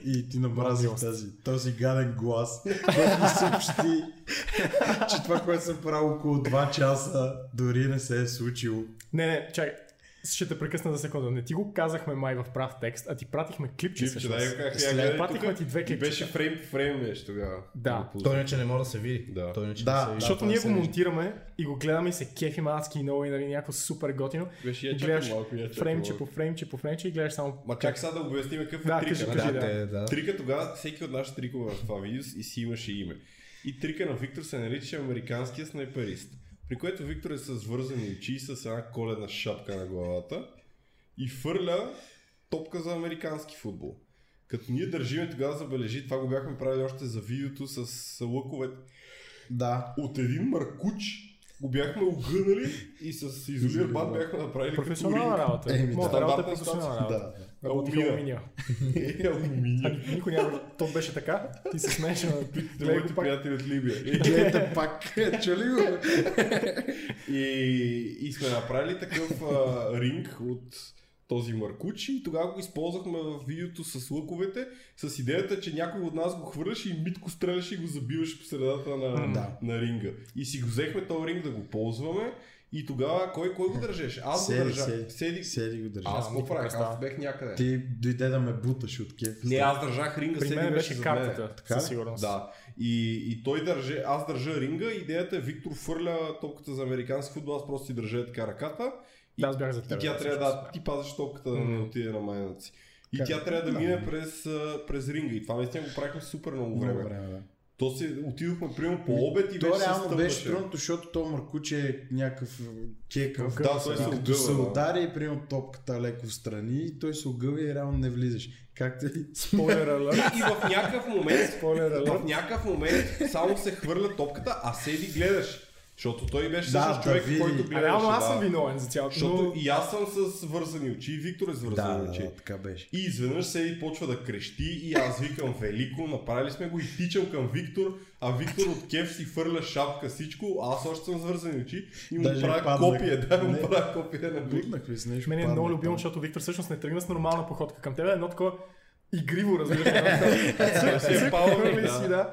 Speaker 1: И ти намрази
Speaker 3: Милост.
Speaker 1: тази, този гаден глас, който ми съобщи, че това, което съм правил около 2 часа, дори не се е случило.
Speaker 3: Не, не, чакай. Ще те прекъсна за секунда. Не ти го казахме май в прав текст, а ти пратихме клипче
Speaker 2: Клипче, да,
Speaker 3: всъщност.
Speaker 2: я как я
Speaker 1: След
Speaker 2: гледай
Speaker 3: патихме
Speaker 2: тука
Speaker 3: ти две
Speaker 2: и
Speaker 3: клипчета.
Speaker 2: беше фрейм по фрейм беше тогава.
Speaker 3: Да.
Speaker 2: Го
Speaker 1: е
Speaker 4: Той иначе не може да се види.
Speaker 2: Да.
Speaker 4: Той иначе
Speaker 1: Да,
Speaker 4: не се види.
Speaker 1: да.
Speaker 3: Защото ние
Speaker 1: се
Speaker 3: го
Speaker 1: вижда.
Speaker 3: монтираме и го гледаме и се кефи маски и много и нали, някакво супер готино.
Speaker 2: Беше
Speaker 3: И
Speaker 2: я
Speaker 3: гледаш
Speaker 2: чакай малко, я чакай
Speaker 3: фреймче
Speaker 2: малко.
Speaker 3: по фреймче по фреймче и гледаш само...
Speaker 2: Ма чак сега да обясним какъв
Speaker 3: Да,
Speaker 2: е трика.
Speaker 3: кажи,
Speaker 2: нали?
Speaker 3: кажи,
Speaker 4: Да,
Speaker 3: да.
Speaker 4: те, да.
Speaker 2: Трика тогава, всеки от нашите трикове в това видео и си имаше име. И трика на Виктор се нарича американския снайперист. При което Виктор е с вързани очи и с една коледна шапка на главата и фърля топка за американски футбол. Като ние държиме тогава забележи, това го бяхме правили още за видеото с лъковете.
Speaker 1: Да.
Speaker 2: от един маркуч го бяхме огънали и с изолир бат бяхме направили
Speaker 3: Професионална
Speaker 2: като
Speaker 3: работа.
Speaker 1: Еми, да.
Speaker 3: Моята работа е
Speaker 2: Стандартна
Speaker 3: професионална работа.
Speaker 1: Да.
Speaker 3: Работиха
Speaker 2: Алуминия. ринг.
Speaker 3: алуминия.
Speaker 2: Е,
Speaker 3: А
Speaker 2: алуминия.
Speaker 3: ни- никой няма... То беше така. Ти се смееш на... Гледай
Speaker 2: Моите
Speaker 3: го пак.
Speaker 2: приятели от Либия. Е, И-
Speaker 1: Гледайте пак. Чули го?
Speaker 2: И, и сме направили такъв а, ринг от този Маркучи и тогава го използвахме в видеото с лъковете, с идеята, че някой от нас го хвърляше и Митко стреляше и го забиваше по средата на,
Speaker 1: Да.
Speaker 2: на ринга. И си го взехме този ринг да го ползваме и тогава кой, кой го държеше? Аз го
Speaker 1: Седи,
Speaker 2: държа.
Speaker 1: седи.
Speaker 2: Седи.
Speaker 1: Седи го държа.
Speaker 2: Аз го
Speaker 3: Нямам никаква
Speaker 2: правих, аз
Speaker 3: представа.
Speaker 2: бех някъде.
Speaker 1: Ти дойде да ме буташ от кеф.
Speaker 2: Не, аз държах ринга,
Speaker 3: При
Speaker 2: седи
Speaker 3: мен
Speaker 2: беше
Speaker 3: беше
Speaker 2: зад мене.
Speaker 3: картата,
Speaker 1: Така ли?
Speaker 3: със сигурност.
Speaker 2: Да. И, и той държи, аз държа ринга, идеята е Виктор фърля топката за американски футбол, аз просто си държа е така ръката. И,
Speaker 3: Да, аз бях за теб.
Speaker 2: и тя трябва
Speaker 3: всъщност,
Speaker 2: да, ти пазиш топката да не
Speaker 3: Мгм.
Speaker 2: отиде на майната си. И
Speaker 1: Как?
Speaker 2: тя трябва да
Speaker 1: Да.
Speaker 2: мине през, а, през ринга. И това наистина го правихме супер много
Speaker 1: Много
Speaker 2: време.
Speaker 1: време, да.
Speaker 2: То си отидохме примерно по обед и
Speaker 1: То
Speaker 2: вече се
Speaker 1: реално беше
Speaker 2: стъпваше.
Speaker 1: трудното, защото то Маркуче е някакъв кекъв.
Speaker 2: Да, той се
Speaker 1: И като се
Speaker 2: огъва. да.
Speaker 1: удари и приема топката леко в страни, и той се огъва и реално не влизаш. Как ти?
Speaker 3: Спойлер алърт.
Speaker 2: И в някакъв момент
Speaker 3: Спойлер
Speaker 2: в
Speaker 3: алърт.
Speaker 2: някакъв момент само се хвърля топката, а седи гледаш. Защото той беше
Speaker 1: Да,
Speaker 2: всъщност
Speaker 1: да
Speaker 2: човек,
Speaker 1: види.
Speaker 2: който гледаше.
Speaker 3: Реално аз съм
Speaker 2: да.
Speaker 3: виновен за цялото.
Speaker 2: Защото
Speaker 3: но-
Speaker 2: и аз съм с вързани очи, и Виктор е с
Speaker 1: Да,
Speaker 2: вързани
Speaker 1: да,
Speaker 2: очи.
Speaker 1: да, така беше.
Speaker 2: И изведнъж се и почва да крещи и аз викам Велико, направили сме го и тичам към Виктор, а Виктор от кеф си фърля шапка всичко, а аз още съм с вързани очи и му
Speaker 1: Даже
Speaker 2: правя
Speaker 1: паднах.
Speaker 2: копие, да, му
Speaker 1: Не.
Speaker 2: правя копие на Виктор.
Speaker 1: Бутнах ли с нещо?
Speaker 3: Мен е
Speaker 1: паднах
Speaker 3: много любимо,
Speaker 1: там.
Speaker 3: защото Виктор всъщност не тръгна с нормална походка към тебе, е едно такова игриво, разбираш. Цък,
Speaker 2: Се
Speaker 3: цък,
Speaker 2: паламе,
Speaker 3: хвърли
Speaker 2: да.
Speaker 3: си, да.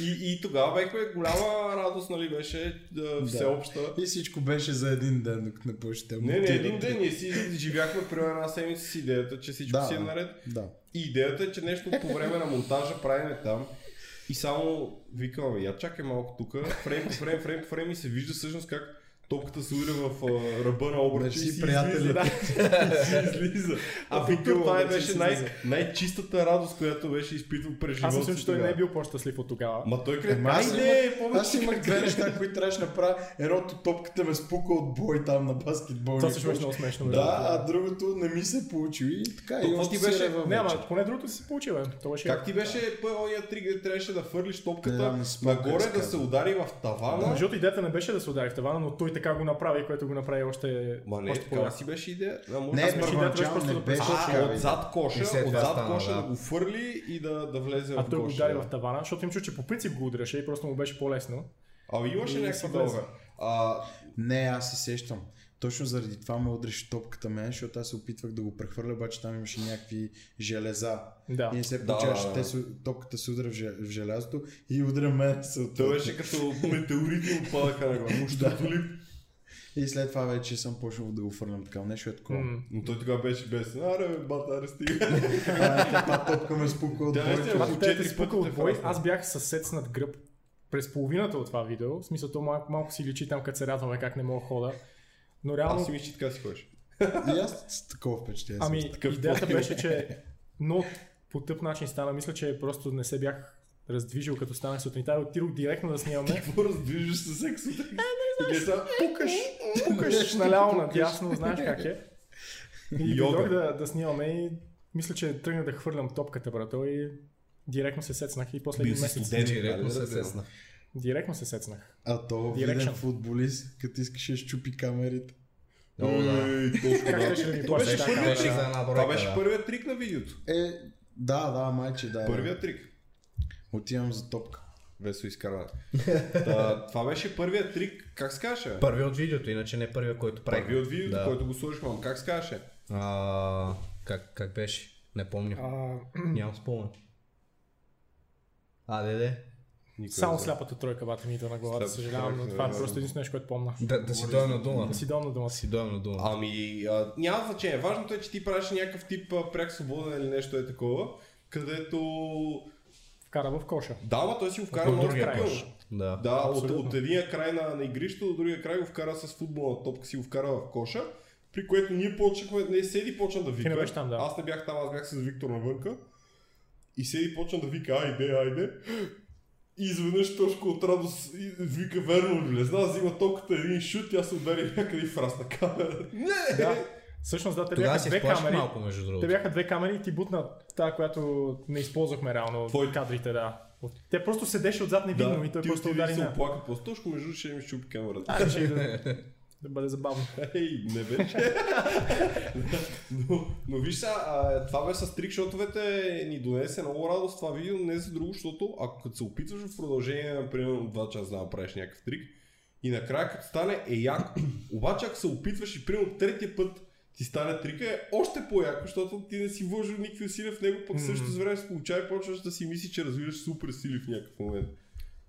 Speaker 2: И, и тогава бехме голяма радост, нали, беше да, всеобща.
Speaker 1: И всичко беше за един ден, докато не почете.
Speaker 2: Не, не, един ден ние си живяхме примерно една седмица с идеята, че всичко
Speaker 1: Да,
Speaker 2: си е
Speaker 1: да.
Speaker 2: наред.
Speaker 1: Да.
Speaker 2: И идеята е, че нещо по време на монтажа правиме там и само викаме, я чакай малко тук, фрейм по фрейм, фрейм по фрейм и се вижда всъщност как топката се удря в а, ръба на обръча
Speaker 1: Мерси,
Speaker 2: и си
Speaker 1: приятели.
Speaker 2: излиза. Да, и си излиза. А Виктор
Speaker 3: Обикувам,
Speaker 2: това е
Speaker 3: да, че
Speaker 2: беше
Speaker 3: си
Speaker 2: най-
Speaker 3: излиза.
Speaker 2: най-чистата радост, която беше изпитвал през живота
Speaker 3: Аз мисля,
Speaker 2: си
Speaker 3: че той не е
Speaker 2: тогава.
Speaker 3: бил Е, по-щастлив от тогава.
Speaker 2: Ма той крие,
Speaker 1: Ема аз
Speaker 2: Е, айде,
Speaker 1: Аз
Speaker 2: помниш
Speaker 1: имах две неща, които трябваше да направя. Едното топката ме спука от бой там на баскетбол.
Speaker 3: Това също беше много смешно. между
Speaker 1: Да, а
Speaker 3: другото.
Speaker 1: другото не ми се получи и така.
Speaker 2: То
Speaker 1: и
Speaker 2: какво
Speaker 1: още
Speaker 2: ти
Speaker 1: си
Speaker 2: беше?
Speaker 1: рева
Speaker 3: Не,
Speaker 1: вече.
Speaker 3: ама поне другото си се получи, бе. Това беше...
Speaker 2: как ти беше първия трик, де трябваше да фърлиш
Speaker 1: Да,
Speaker 2: топката
Speaker 1: не спомням как
Speaker 2: нагоре
Speaker 1: се
Speaker 2: да
Speaker 1: казва.
Speaker 2: се удари в тавана?
Speaker 3: Между другото, идеята не беше да се удари в тавана, но той така го направи, което го направи още...
Speaker 2: Ма не,
Speaker 3: още
Speaker 2: така си беше идея. А, може
Speaker 1: Не,
Speaker 2: да
Speaker 3: Аз
Speaker 2: сме
Speaker 3: мисля, идеята беше
Speaker 1: първоначално
Speaker 3: просто
Speaker 1: не
Speaker 3: да
Speaker 1: беше
Speaker 3: пресочи.
Speaker 2: А,
Speaker 1: така. бе.
Speaker 2: отзад коша,
Speaker 4: И след това
Speaker 2: отзад
Speaker 4: стана,
Speaker 2: коша да.
Speaker 4: да.
Speaker 2: го фърли и да, да влезе
Speaker 3: А
Speaker 2: в
Speaker 3: той го
Speaker 2: коша,
Speaker 3: удари
Speaker 2: да.
Speaker 3: в тавана, защото им чу, че по принцип го удряше и просто му беше по-лесно.
Speaker 2: А Ами имаше
Speaker 3: И
Speaker 2: някаква
Speaker 3: си влезе.
Speaker 2: дълга. А,
Speaker 1: Не, аз се сещам. Точно заради това ме удреше топката мен, защото аз се опитвах да го прехвърля, обаче там имаше някакви железа.
Speaker 3: Да.
Speaker 1: И не се
Speaker 2: Да,
Speaker 1: получаваше,
Speaker 2: да, да.
Speaker 1: те се- топката се удря в, же- в желязото и удря мен се
Speaker 2: той беше като метеорити опадаха на глава. Мущото ли?
Speaker 1: И след това вече съм почнал да го фърлям така нещо е такова.
Speaker 3: М.
Speaker 2: Но той тогава беше без. Аре, бе, бата, аре стига.
Speaker 1: А, Та топка ме спука от
Speaker 2: Тя
Speaker 1: бойче.
Speaker 2: наистина-
Speaker 3: Аз
Speaker 2: Около
Speaker 3: те
Speaker 2: четири
Speaker 3: те
Speaker 2: пъти
Speaker 3: спука от
Speaker 2: те
Speaker 3: бой,
Speaker 2: фрасна.
Speaker 3: аз бях съсед с над гръб през половината от това видео. В смисъл, то малко, малко си личи там, като се радваме, как не мога хода. Но реално,
Speaker 2: Аз си мисля, че така си ходиш.
Speaker 1: И аз с такова впечатление съм.
Speaker 3: ами,
Speaker 2: такъв
Speaker 3: идеята
Speaker 2: профил.
Speaker 3: беше, че но по тъп начин стана. Мисля, че просто не се бях раздвижил, като станах сутринта. Отидох директно да снимаме.
Speaker 2: Какво раздвижиш се всеки
Speaker 3: Е,
Speaker 2: сутрин? И гледа,
Speaker 3: Пукаш, пукаш наляво надясно, знаеш как е. И
Speaker 2: Йога.
Speaker 3: дойдох да, да снимаме и мисля, че тръгна да хвърлям топката, брато, и директно се сецнах и после
Speaker 2: Бил
Speaker 3: един
Speaker 2: си
Speaker 3: месец.
Speaker 2: студент. Да,
Speaker 4: Директно
Speaker 2: да,
Speaker 4: се
Speaker 2: да, да.
Speaker 4: сесна.
Speaker 3: Директно се сецнах.
Speaker 1: А то виден
Speaker 3: Direction.
Speaker 1: футболист, като искаше щупи камерите.
Speaker 4: О, да.
Speaker 2: Ей, точно Е,
Speaker 3: Как
Speaker 2: да.
Speaker 3: беше да ми
Speaker 2: Това
Speaker 3: плащаш
Speaker 2: беше
Speaker 3: така
Speaker 2: първият
Speaker 4: камера
Speaker 2: трик.
Speaker 4: за една
Speaker 2: Това
Speaker 4: бройка,
Speaker 2: беше
Speaker 4: да.
Speaker 2: първият трик на видеото.
Speaker 1: Е, да, да, майче, да.
Speaker 2: Първият трик.
Speaker 1: Отивам за топка.
Speaker 2: Весо изкарва. Та, Това беше първият трик. Как се каже?
Speaker 4: Първи от видеото, иначе не първия, който прави.
Speaker 2: Първи от видеото, който го сложих, мам. Как се каже?
Speaker 4: А, как, как беше? Не помня.
Speaker 3: А,
Speaker 4: Нямам спомен. А, де, де.
Speaker 3: само сляпата тройка бата ми идва на главата,
Speaker 2: е Сляпата
Speaker 3: съжалявам, но
Speaker 2: тройка,
Speaker 3: това е
Speaker 2: да.
Speaker 3: просто единствено нещо, което помна.
Speaker 4: Да, да си дойдем на дума.
Speaker 3: Да си дом на дома си.
Speaker 4: Си дойдем на дума.
Speaker 2: Ами, а, няма значение. Важното е, че ти правиш някакъв тип а, пряк свободен или нещо е такова, където...
Speaker 3: Вкара в коша.
Speaker 2: Да, ма той си го вкара
Speaker 3: От
Speaker 2: много
Speaker 3: другия
Speaker 2: стъпилно.
Speaker 3: край.
Speaker 4: Да.
Speaker 2: Да, от,
Speaker 3: Абсолютно.
Speaker 2: от единия край на, на игрището до другия край го вкара с футболна топка, си го вкара в коша, при което ние почнахме, не, Седи почна да вика.
Speaker 3: не беше там, да.
Speaker 2: Аз не бях там, аз бях с Виктор навънка. И Седи почна да вика, айде, айде. И изведнъж Тошко от радост и- вика, верно, влезна, взима топката, един шут, и аз се ударих някъде и фрасна камера. Не!
Speaker 3: Да. Всъщност да, те
Speaker 4: Тогава
Speaker 3: бяха
Speaker 4: си
Speaker 3: две
Speaker 4: изплаши
Speaker 3: камери.
Speaker 4: малко, между
Speaker 3: Те
Speaker 4: другото.
Speaker 3: бяха две камери и ти бутна тази, която не използвахме реално
Speaker 2: Твой-
Speaker 3: в кадрите, да. Тя просто седеше отзад невинно и той
Speaker 2: ти
Speaker 3: просто
Speaker 2: отиди и
Speaker 3: удари
Speaker 2: се
Speaker 3: на.
Speaker 2: оплака просто. Точно между другото ще ми щупи камерата.
Speaker 3: А, ще и да, да бъде забавно.
Speaker 2: Ей, не беше. но, но виж сега, а, това бе с трикшотовете ни донесе много радост това видео, не за друго, защото ако като се опитваш в продължение, например, 2 часа да направиш някакъв трик, и накрая като стане е яко. Обаче ако се опитваш и примерно третия път ти стане трика е още по-яко, защото ти не си вложил никакви усилия в него, пък mm-hmm. също с време се получава и почваш да си мислиш, че развиваш супер сили в някакъв момент.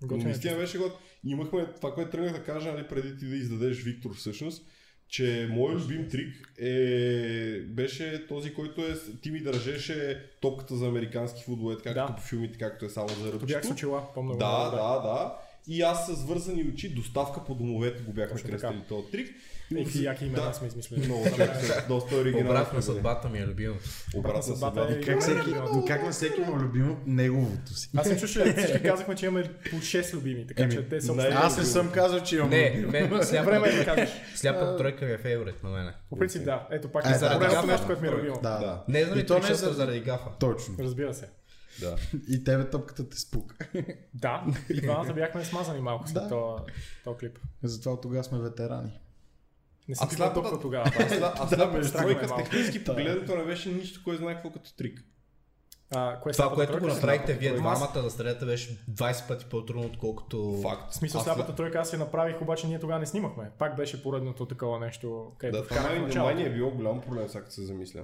Speaker 2: Но
Speaker 3: Готин е.
Speaker 2: наистина беше гот. Имахме това, което тръгнах да кажа, нали, преди ти да издадеш Виктор всъщност, че моят любим трик е, беше този, който е, ти ми държеше топката за американски футбол, е така
Speaker 3: Да.
Speaker 2: да. като по филмите, както е само за
Speaker 3: Бях с
Speaker 2: ръчето.
Speaker 3: очила, помня го.
Speaker 2: Да, да, да. И аз с вързани очи, доставка по домовете го бяхме
Speaker 3: Точно
Speaker 2: кръстили този трик.
Speaker 3: И какви яки имена
Speaker 2: Да.
Speaker 3: сме измислили.
Speaker 2: Много чак, доста оригинално.
Speaker 4: Обратна
Speaker 2: сме били.
Speaker 4: съдбата ми е любима.
Speaker 2: Обратна съдбата.
Speaker 3: съдбата е-
Speaker 1: И как, всеки, и как на всеки му е любимо неговото си.
Speaker 3: Аз съм чул, че всички казахме, че имаме по 6 любими, така
Speaker 1: Еми,
Speaker 3: че те са
Speaker 2: най-
Speaker 3: общо-
Speaker 1: Аз не съм казал, че имам
Speaker 4: Не,
Speaker 1: любимо.
Speaker 4: мен
Speaker 3: Време е
Speaker 4: сляпа,
Speaker 3: да кажеш.
Speaker 4: сляпа тройка ми е фейворит на мене.
Speaker 3: По принцип да. Ето пак
Speaker 1: Е,
Speaker 3: е
Speaker 1: да,
Speaker 3: заради
Speaker 4: да.
Speaker 3: нещо, което ми е любимо.
Speaker 1: Да, да.
Speaker 2: Да,
Speaker 4: Не знам
Speaker 1: И
Speaker 4: ли
Speaker 1: то
Speaker 4: то
Speaker 1: не е
Speaker 4: не
Speaker 1: за-
Speaker 4: заради гафа.
Speaker 1: Точно.
Speaker 3: Разбира се.
Speaker 2: да.
Speaker 1: И тебе топката те спука.
Speaker 3: Да, и двамата бяхме смазани малко след
Speaker 1: Да.
Speaker 3: този този клип.
Speaker 1: Затова от тогава сме ветерани.
Speaker 3: Не
Speaker 2: А
Speaker 3: съм пипал
Speaker 2: слабата-
Speaker 3: толкова тогава. пак.
Speaker 2: Аз на- Аз
Speaker 3: Да,
Speaker 2: на
Speaker 3: между
Speaker 2: тройка
Speaker 3: другото,
Speaker 2: с технически погледното не беше нищо, кой знае какво като трик.
Speaker 3: А, кое е
Speaker 4: Това,
Speaker 3: слабата
Speaker 4: което
Speaker 3: тройка?
Speaker 4: го направихте вие
Speaker 3: Слабата тройка.
Speaker 4: двамата да стреляте беше 20 пъти по-трудно, отколкото...
Speaker 2: Факт.
Speaker 3: В смисъл,
Speaker 2: Аз
Speaker 3: слабата тройка аз я направих, обаче ние тогава не снимахме. Пак беше поредното такова нещо, където
Speaker 2: Да,
Speaker 3: да,
Speaker 2: това
Speaker 3: вкарах
Speaker 2: май-
Speaker 3: в
Speaker 2: на май
Speaker 3: началото.
Speaker 2: ни е било голям проблем, сега като се замисля.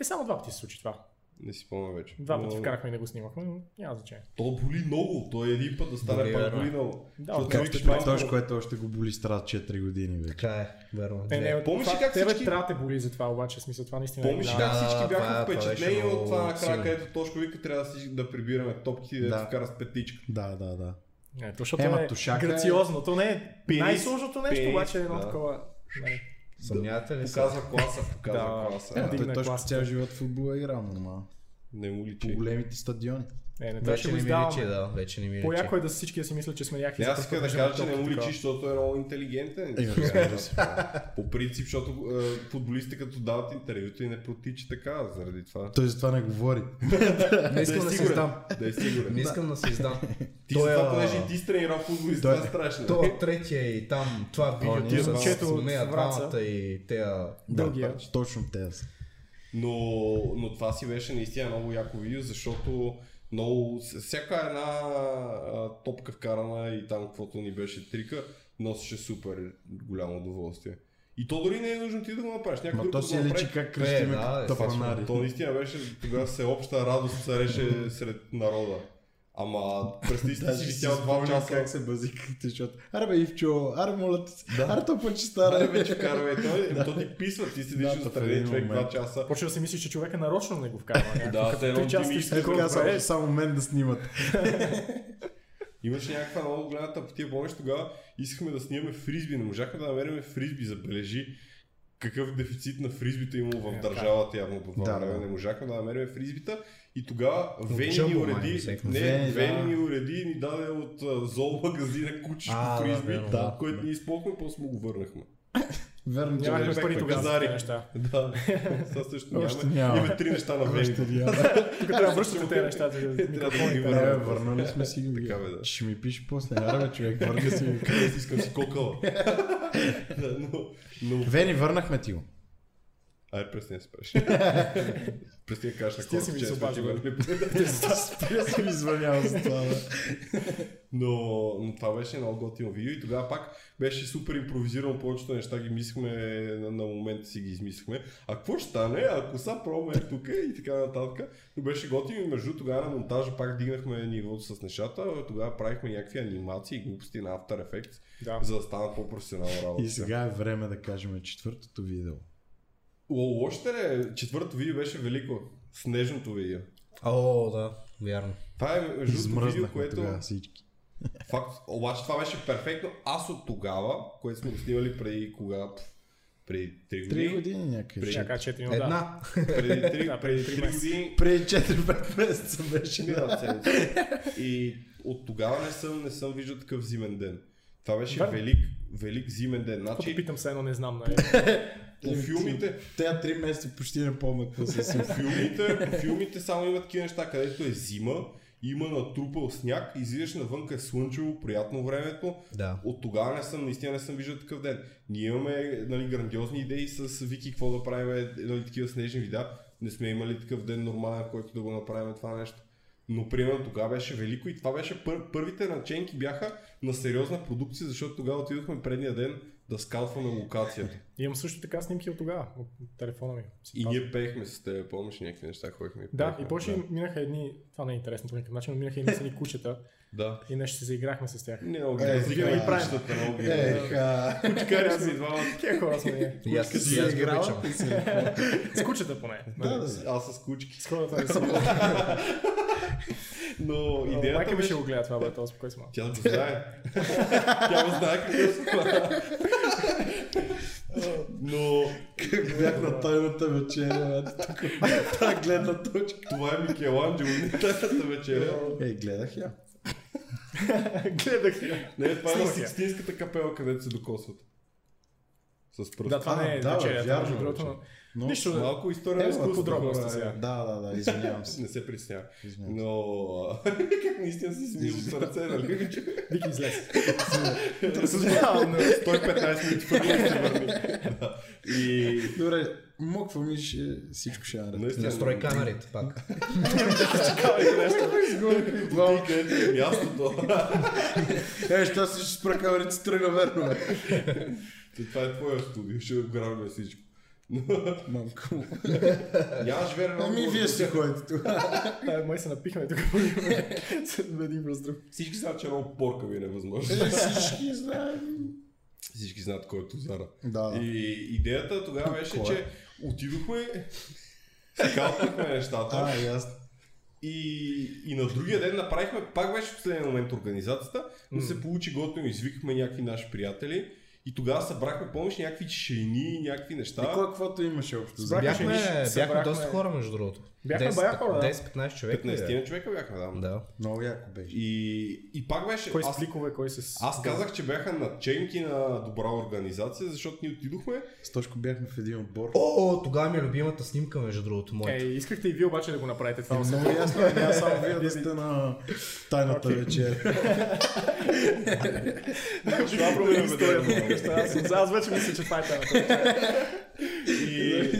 Speaker 3: Е, само два пъти се случи това.
Speaker 2: Не си спомням вече.
Speaker 3: Два пъти
Speaker 2: Но-
Speaker 3: вкарахме и не го снимахме, но няма значение.
Speaker 2: То боли много, то е един път да стане
Speaker 4: Боли,
Speaker 2: пак
Speaker 4: верно.
Speaker 2: боли много.
Speaker 3: Да,
Speaker 2: Защото
Speaker 3: Как
Speaker 2: викаш,
Speaker 1: Както
Speaker 2: малко-
Speaker 1: при Тош, което още го боли страт 4 години вече.
Speaker 4: Така е, верно.
Speaker 3: Е, не,
Speaker 2: помниш
Speaker 3: помниш това,
Speaker 2: ли как
Speaker 3: как тебе
Speaker 2: всички-
Speaker 3: трябва да те боли за това, обаче, в смисъл това наистина
Speaker 2: Помниш
Speaker 3: е
Speaker 2: ли
Speaker 3: голямо.
Speaker 2: как
Speaker 4: Да,
Speaker 2: всички
Speaker 4: това
Speaker 2: бяха
Speaker 4: е- това беше
Speaker 2: впечатлени от това
Speaker 4: много
Speaker 2: накрая,
Speaker 4: силно.
Speaker 2: където Тошко вика трябва да, си, да прибираме топките и да,
Speaker 1: Да.
Speaker 2: да. вкара с петичка.
Speaker 1: Да, да, да.
Speaker 3: Не, то, защото
Speaker 1: Ема,
Speaker 3: е
Speaker 1: тушака е-
Speaker 3: грациозно. То не е
Speaker 2: Пенис,
Speaker 3: най-сложното нещо,
Speaker 2: пенис,
Speaker 3: обаче е едно
Speaker 2: да.
Speaker 3: такова... не.
Speaker 4: Съмнявате ли се?
Speaker 2: Показва класа, показва
Speaker 3: Да.
Speaker 2: класа.
Speaker 1: Е,
Speaker 2: да.
Speaker 1: той
Speaker 3: Дигна
Speaker 1: точно
Speaker 3: класата.
Speaker 1: цял живот в футбола е играл нормално.
Speaker 2: Не му
Speaker 1: По
Speaker 2: личи.
Speaker 1: големите стадиони.
Speaker 3: Не, не, това ще
Speaker 4: Вече
Speaker 3: го
Speaker 4: не ми личи,
Speaker 3: издаваме.
Speaker 4: да. Вече не ми личи.
Speaker 3: По-яко е да всички да си мислят, че сме някакви
Speaker 2: Не, аз
Speaker 3: за
Speaker 2: искам
Speaker 3: пръв
Speaker 2: да
Speaker 3: път
Speaker 2: кажа, че
Speaker 3: държим
Speaker 2: не му
Speaker 3: толкова.
Speaker 2: личи, защото е много интелигентен.
Speaker 1: Е, разбира се.
Speaker 2: По принцип, защото е, футболистите като дават интервюто и не протича така, заради това.
Speaker 1: Той затова не говори.
Speaker 4: Не искам да се
Speaker 2: сигурен.
Speaker 4: издам.
Speaker 2: Да е сигурен.
Speaker 4: Не искам да се издам.
Speaker 2: Ти
Speaker 4: Той,
Speaker 2: за това,
Speaker 4: а,
Speaker 2: понеже и ти си тренирал футболист, това е страшно.
Speaker 4: То третия и там, това
Speaker 2: ти
Speaker 4: видео
Speaker 2: е
Speaker 4: с
Speaker 3: момчето от
Speaker 4: нея,
Speaker 3: Враца.
Speaker 4: двамата и тея...
Speaker 3: Дългия.
Speaker 1: Точно те са.
Speaker 2: Но, но това си беше наистина много яко видео, защото много, с- всяка една а, топка вкарана и там каквото ни беше трика, носеше супер голямо удоволствие. И то дори не е нужно ти да го направиш. Някой
Speaker 1: Ма
Speaker 2: друг
Speaker 1: то
Speaker 2: да
Speaker 1: си
Speaker 2: го
Speaker 1: личи
Speaker 2: направи.
Speaker 1: как кръстиме
Speaker 4: Е, да, е,
Speaker 1: като
Speaker 4: това
Speaker 1: фанари.
Speaker 2: То наистина беше тогава всеобща радост цареше сред народа. Ама представи си, че
Speaker 1: Даже си
Speaker 2: си видял два
Speaker 1: спомням
Speaker 2: часа.
Speaker 1: как се базикахте, защото аре бе Ивчо, аре моля те се,
Speaker 2: Да.
Speaker 1: аре то пъче
Speaker 2: Аре,
Speaker 1: стара. бе.
Speaker 2: вече вкарва и той, то ти писва, ти седиш
Speaker 1: Да, то в
Speaker 2: отстрани
Speaker 1: един
Speaker 2: човек два
Speaker 1: момент.
Speaker 2: часа.
Speaker 3: Почва да си мислиш, че човека нарочно не го вкарва.
Speaker 2: Да, те едно
Speaker 3: ти част
Speaker 2: ти ми
Speaker 1: Е, така
Speaker 3: Добре.
Speaker 1: само, само мен да снимат.
Speaker 2: Имаше някаква много голяма тъпотия, помниш тогава искахме да снимаме фризби, не можахме да намерим фризби, забележи какъв дефицит на фризбите имало в
Speaker 3: Е,
Speaker 2: държавата явно по това
Speaker 1: Да,
Speaker 2: време.
Speaker 1: да.
Speaker 2: Не можахме да намерим фризбита и тогава Вени ни
Speaker 4: Джъмбо май
Speaker 2: уреди,
Speaker 4: взехме.
Speaker 2: не,
Speaker 1: Вени,
Speaker 2: Вени
Speaker 1: да.
Speaker 2: ни уреди и ни даде от а, зоол магазина кучешко
Speaker 4: А, да,
Speaker 2: фризби,
Speaker 4: верно, да.
Speaker 2: което ни използвахме, после му го върнахме.
Speaker 1: Верно, че
Speaker 3: Нямахме
Speaker 1: беше
Speaker 3: пари
Speaker 1: така.
Speaker 3: тогава за
Speaker 2: Газари.
Speaker 3: тези неща.
Speaker 2: Да, сега също
Speaker 1: Още
Speaker 2: нямаме.
Speaker 1: няма.
Speaker 2: Имаме три неща на Вени.
Speaker 1: Още няма.
Speaker 3: Тук трябва да връщате тези неща. за
Speaker 2: Трябва да ги
Speaker 3: микрофоните.
Speaker 1: Не, бе,
Speaker 2: върнем.
Speaker 1: върнали сме си ги.
Speaker 2: Така, бе, да.
Speaker 1: Ще ми пише после. Аре бе човек, върна си ги.
Speaker 2: Къде искам си кокала. Да, но- но
Speaker 1: Вени, върнахме ти го.
Speaker 2: Ай, пресни да спреш. пресни да кажеш на
Speaker 3: Стига си
Speaker 2: хората,
Speaker 3: ми
Speaker 2: че е
Speaker 3: се
Speaker 2: сме ти
Speaker 3: обаждал.
Speaker 1: нали?
Speaker 2: върнали.
Speaker 1: Спря си ми звънял за това. бе.
Speaker 2: Но, но това беше много готино видео и тогава пак беше супер импровизирано, повечето неща ги мислихме, на, на момента си ги измислихме. А какво ще стане, ако са пробваме тук и така нататък. Но беше готино и между тогава на монтажа пак дигнахме нивото с нещата, тогава правихме някакви анимации и глупости на After Effects,
Speaker 3: Да.
Speaker 2: за да станат по-професионална работа.
Speaker 1: И сега е време да кажем четвъртото видео.
Speaker 2: О, още не, четвъртото видео беше велико. Снежното видео.
Speaker 4: О, да, вярно.
Speaker 2: Това е между другото видео,
Speaker 1: Измръзнахме
Speaker 2: което...
Speaker 1: тогава всички.
Speaker 2: Факт. Обаче това беше перфектно. Аз от тогава, което сме го снимали преди кога? Пф, Преди 3
Speaker 1: Три
Speaker 2: години.
Speaker 1: години някъде.
Speaker 2: При-
Speaker 3: Чака, четири, но да.
Speaker 4: Една.
Speaker 2: Преди 3,
Speaker 3: Да, преди
Speaker 2: преди
Speaker 3: три
Speaker 2: 3
Speaker 3: месеца.
Speaker 2: години.
Speaker 1: Преди 4-5 месеца беше.
Speaker 2: Минава седмица. И от тогава не съм, не съм виждал такъв зимен ден. Това беше
Speaker 3: Верно.
Speaker 2: велик, велик зимен ден.
Speaker 3: Какво да
Speaker 2: Значи,
Speaker 3: питам се едно, не знам. Нали?
Speaker 2: по филмите,
Speaker 1: Те 3 месеца почти не помня какво се случи.
Speaker 2: филмите, по филмите само има такива неща, където е зима, има натрупал сняг, излизаш навънка е слънчево, приятно времето,
Speaker 4: Да.
Speaker 2: От тогава не съм, наистина не съм виждал такъв ден. Ние имаме нали, грандиозни идеи с Вики, какво да правим, нали, такива снежни вида. Не сме имали такъв ден нормален, в който да го направим това нещо. Но примерно тогава беше велико и това беше пър, първите наченки бяха на сериозна продукция, защото тогава отидохме предния ден да скалфаме локацията.
Speaker 3: Имам също така снимки от тогава, от телефона ми. Си
Speaker 2: И
Speaker 3: пазя.
Speaker 2: ние пеехме с теб, помниш някакви неща, ходихме.
Speaker 3: Да,
Speaker 2: пеехме,
Speaker 3: и после минаха едни, това не е интересно по никакъв начин, но минаха едни сини кучета
Speaker 2: Да.
Speaker 3: и нещо се заиграхме с тях.
Speaker 2: Не, много ги
Speaker 1: Е,
Speaker 2: развихме
Speaker 1: винаги
Speaker 2: и пращата, много ги
Speaker 3: Е.
Speaker 1: Еха,
Speaker 2: Кучкари аз и двама.
Speaker 3: Тия хора сме ние.
Speaker 4: И аз
Speaker 1: си
Speaker 4: и аз ги
Speaker 1: играла?
Speaker 4: обичам.
Speaker 3: С кучета поне.
Speaker 1: да, да, да.
Speaker 2: Аз с кучки.
Speaker 3: С хората не си.
Speaker 2: Но идеята
Speaker 3: Майка ми е ще
Speaker 2: беше...
Speaker 3: го гледа това, бе, този, по кой сме.
Speaker 2: Тя го знае. Тя го знае какво се прави. Но
Speaker 1: Как бях на тайната вечеря, бе, тук. Та гледна точка.
Speaker 2: това е Микеланджело, не тайната вечеря.
Speaker 1: Ей, гледах я.
Speaker 3: Гледах я.
Speaker 2: Не, това е на
Speaker 3: Слушай.
Speaker 2: Сикстинската капела, където се докосват. С пръст.
Speaker 3: Да, това не е
Speaker 1: А, да, бе,
Speaker 3: вечерята,
Speaker 1: вярно,
Speaker 3: между
Speaker 1: бе,
Speaker 3: другото,
Speaker 1: че.
Speaker 3: но...
Speaker 1: Но...
Speaker 3: Нищо да.
Speaker 2: Малко история на
Speaker 3: Е,
Speaker 2: изкуството.
Speaker 3: подробности
Speaker 2: хора, е.
Speaker 3: сега.
Speaker 1: Да, да, да, извинявам се.
Speaker 2: Не се притеснявай.
Speaker 1: Извинявам се.
Speaker 2: Но а, как наистина си смил от сърце, нали?
Speaker 3: Вики излез.
Speaker 2: 115 минути футбол ще върни. Да. И
Speaker 1: Добре, моква ми ще всичко ще е наред.
Speaker 2: наистина...
Speaker 4: Настрой камерите пак.
Speaker 2: Ти където е мястото.
Speaker 1: Е, ще аз ще спра камерите, си тръгна верно, бе.
Speaker 2: Това е твоя студио, ще обграбваме всичко.
Speaker 1: Мамко. му.
Speaker 2: Нямаш верен
Speaker 1: Ами вие ще ходите тук.
Speaker 3: Да, Е, май се напихме тук. Седме един през друг.
Speaker 2: Всички знаят, че е много поркави невъзможно.
Speaker 1: Е. Всички знаем.
Speaker 2: Всички знаят кой е Тузара.
Speaker 1: Да, да.
Speaker 2: И идеята тогава беше,
Speaker 1: Кой е?
Speaker 2: че отидохме, скалпахме нещата
Speaker 1: А, и аз.
Speaker 2: и, и на другия ден направихме, пак беше в последния момент организацията, но се получи готино, извикахме някакви наши приятели и тогава събрахме, помниш, някакви шейни, някакви
Speaker 1: И
Speaker 2: неща.
Speaker 1: кой каквото имаше общо за
Speaker 3: Разбрах.
Speaker 4: Бяхме,
Speaker 3: Ще ни
Speaker 4: бяхме
Speaker 3: събрахме-
Speaker 4: доста хора, между другото.
Speaker 3: Бяхме
Speaker 4: 10,
Speaker 3: бая хора, да.
Speaker 4: 10-15
Speaker 1: е?
Speaker 4: човека.
Speaker 2: 15 на човека бяхме, да.
Speaker 4: Да.
Speaker 1: Много яко беше.
Speaker 2: И, и пак беше,
Speaker 3: Кой с
Speaker 2: аз,
Speaker 3: пликове, кой с...
Speaker 2: аз казах, че бяха наченки на добра организация, защото ние отидохме
Speaker 1: С Тошко бяхме в един отбор.
Speaker 4: О, о, тогава ми е любимата снимка, между другото, моята.
Speaker 3: Е, искахте и вие обаче да го направите това.
Speaker 1: Е,
Speaker 3: Освен-
Speaker 1: Много ясно, е, няма само вие да сте на тайната
Speaker 3: Окей.
Speaker 1: вечер.
Speaker 2: Това променя
Speaker 3: Аз
Speaker 2: историята.
Speaker 3: съм за, аз вече мисля, че това е тайната.
Speaker 2: И,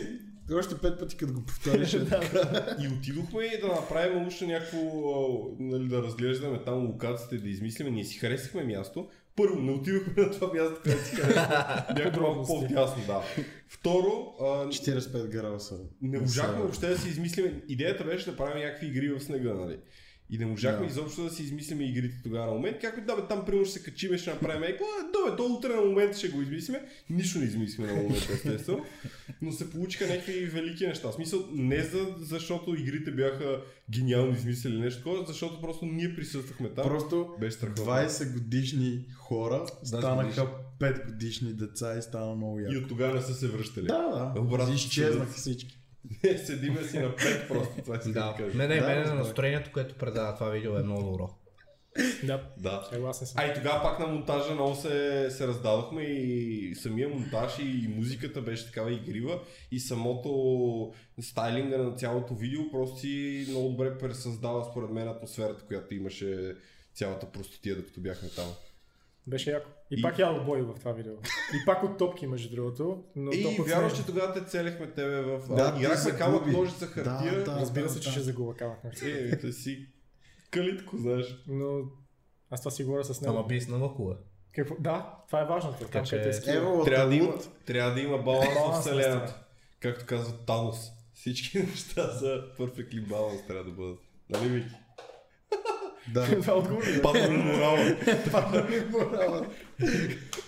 Speaker 1: Още пет пъти, като го повториш. е така.
Speaker 2: и отидохме и да направим още някакво, а, нали, да разглеждаме там локациите, да измислиме. Ние си харесахме място. Първо, не отидохме на това място, където си харесахме. Бяхме малко
Speaker 3: Подробности.
Speaker 2: по-дясно, да. Второ, а,
Speaker 1: 45 градуса.
Speaker 2: не можахме въобще да си измислиме. Идеята беше да правим някакви игри в снега, нали? И не можахме
Speaker 1: Да.
Speaker 2: изобщо да си измислиме игрите тогава на момент. Както да, бе, там примерно ще се качиме, ще направим еко, а, да, бе, до утре на момента ще го измислиме. Нищо не измислиме на момента, естествено. Но се получиха някакви велики неща. В смисъл, не за, защото игрите бяха гениално измислили нещо такова, защото просто ние присъствахме там.
Speaker 1: Просто
Speaker 2: Беше страхотно.
Speaker 1: 20 годишни хора станаха 5 годишни деца и стана много
Speaker 2: И
Speaker 1: яко.
Speaker 2: от тогава не са се връщали.
Speaker 1: Да, да.
Speaker 2: Обратно
Speaker 1: Изчезнаха
Speaker 2: се
Speaker 1: всички.
Speaker 2: Седиме си на пет просто, това си да
Speaker 4: Да.
Speaker 2: кажа.
Speaker 4: Не, не,
Speaker 1: Да,
Speaker 4: мене на
Speaker 1: разбрах.
Speaker 4: настроението, което предава това видео е много добро.
Speaker 3: Да,
Speaker 2: Да.
Speaker 3: съгласен съм.
Speaker 2: А и тогава пак на монтажа много се, се раздадохме и самия монтаж и, и музиката беше такава игрива и самото стайлинга на цялото видео просто си много добре пресъздава според мен атмосферата, която имаше цялата простотия, докато бяхме там.
Speaker 3: Беше яко. И,
Speaker 2: И-
Speaker 3: пак ял бой в това видео. И пак от топки, между другото. Но
Speaker 2: и
Speaker 3: топът
Speaker 2: вярваш,
Speaker 3: сме-
Speaker 2: че тогава те целехме тебе в...
Speaker 1: Да,
Speaker 2: Да,
Speaker 1: ти
Speaker 2: играхме
Speaker 1: загуби.
Speaker 2: камък, ножица,
Speaker 1: Да,
Speaker 2: хартия. Да,
Speaker 1: да.
Speaker 3: Разбира се, че
Speaker 1: да.
Speaker 3: ще загуба камък. нали?
Speaker 2: Е, те си калитко, знаеш.
Speaker 3: Но аз това си говоря с него.
Speaker 4: Ама би с навъкула.
Speaker 3: Какво? Да, това е важното. Там,
Speaker 4: че-
Speaker 3: където е скил.
Speaker 1: Ево,
Speaker 2: Трябва да, има, трябва да има баланс в
Speaker 3: Баланс,
Speaker 2: вселената. Както казва Танос. Всички неща са perfectly баланс трябва да бъдат. Нали, Вики?
Speaker 1: Да.
Speaker 3: Това е отговор ли?
Speaker 2: Падна ми морала.
Speaker 1: Морала.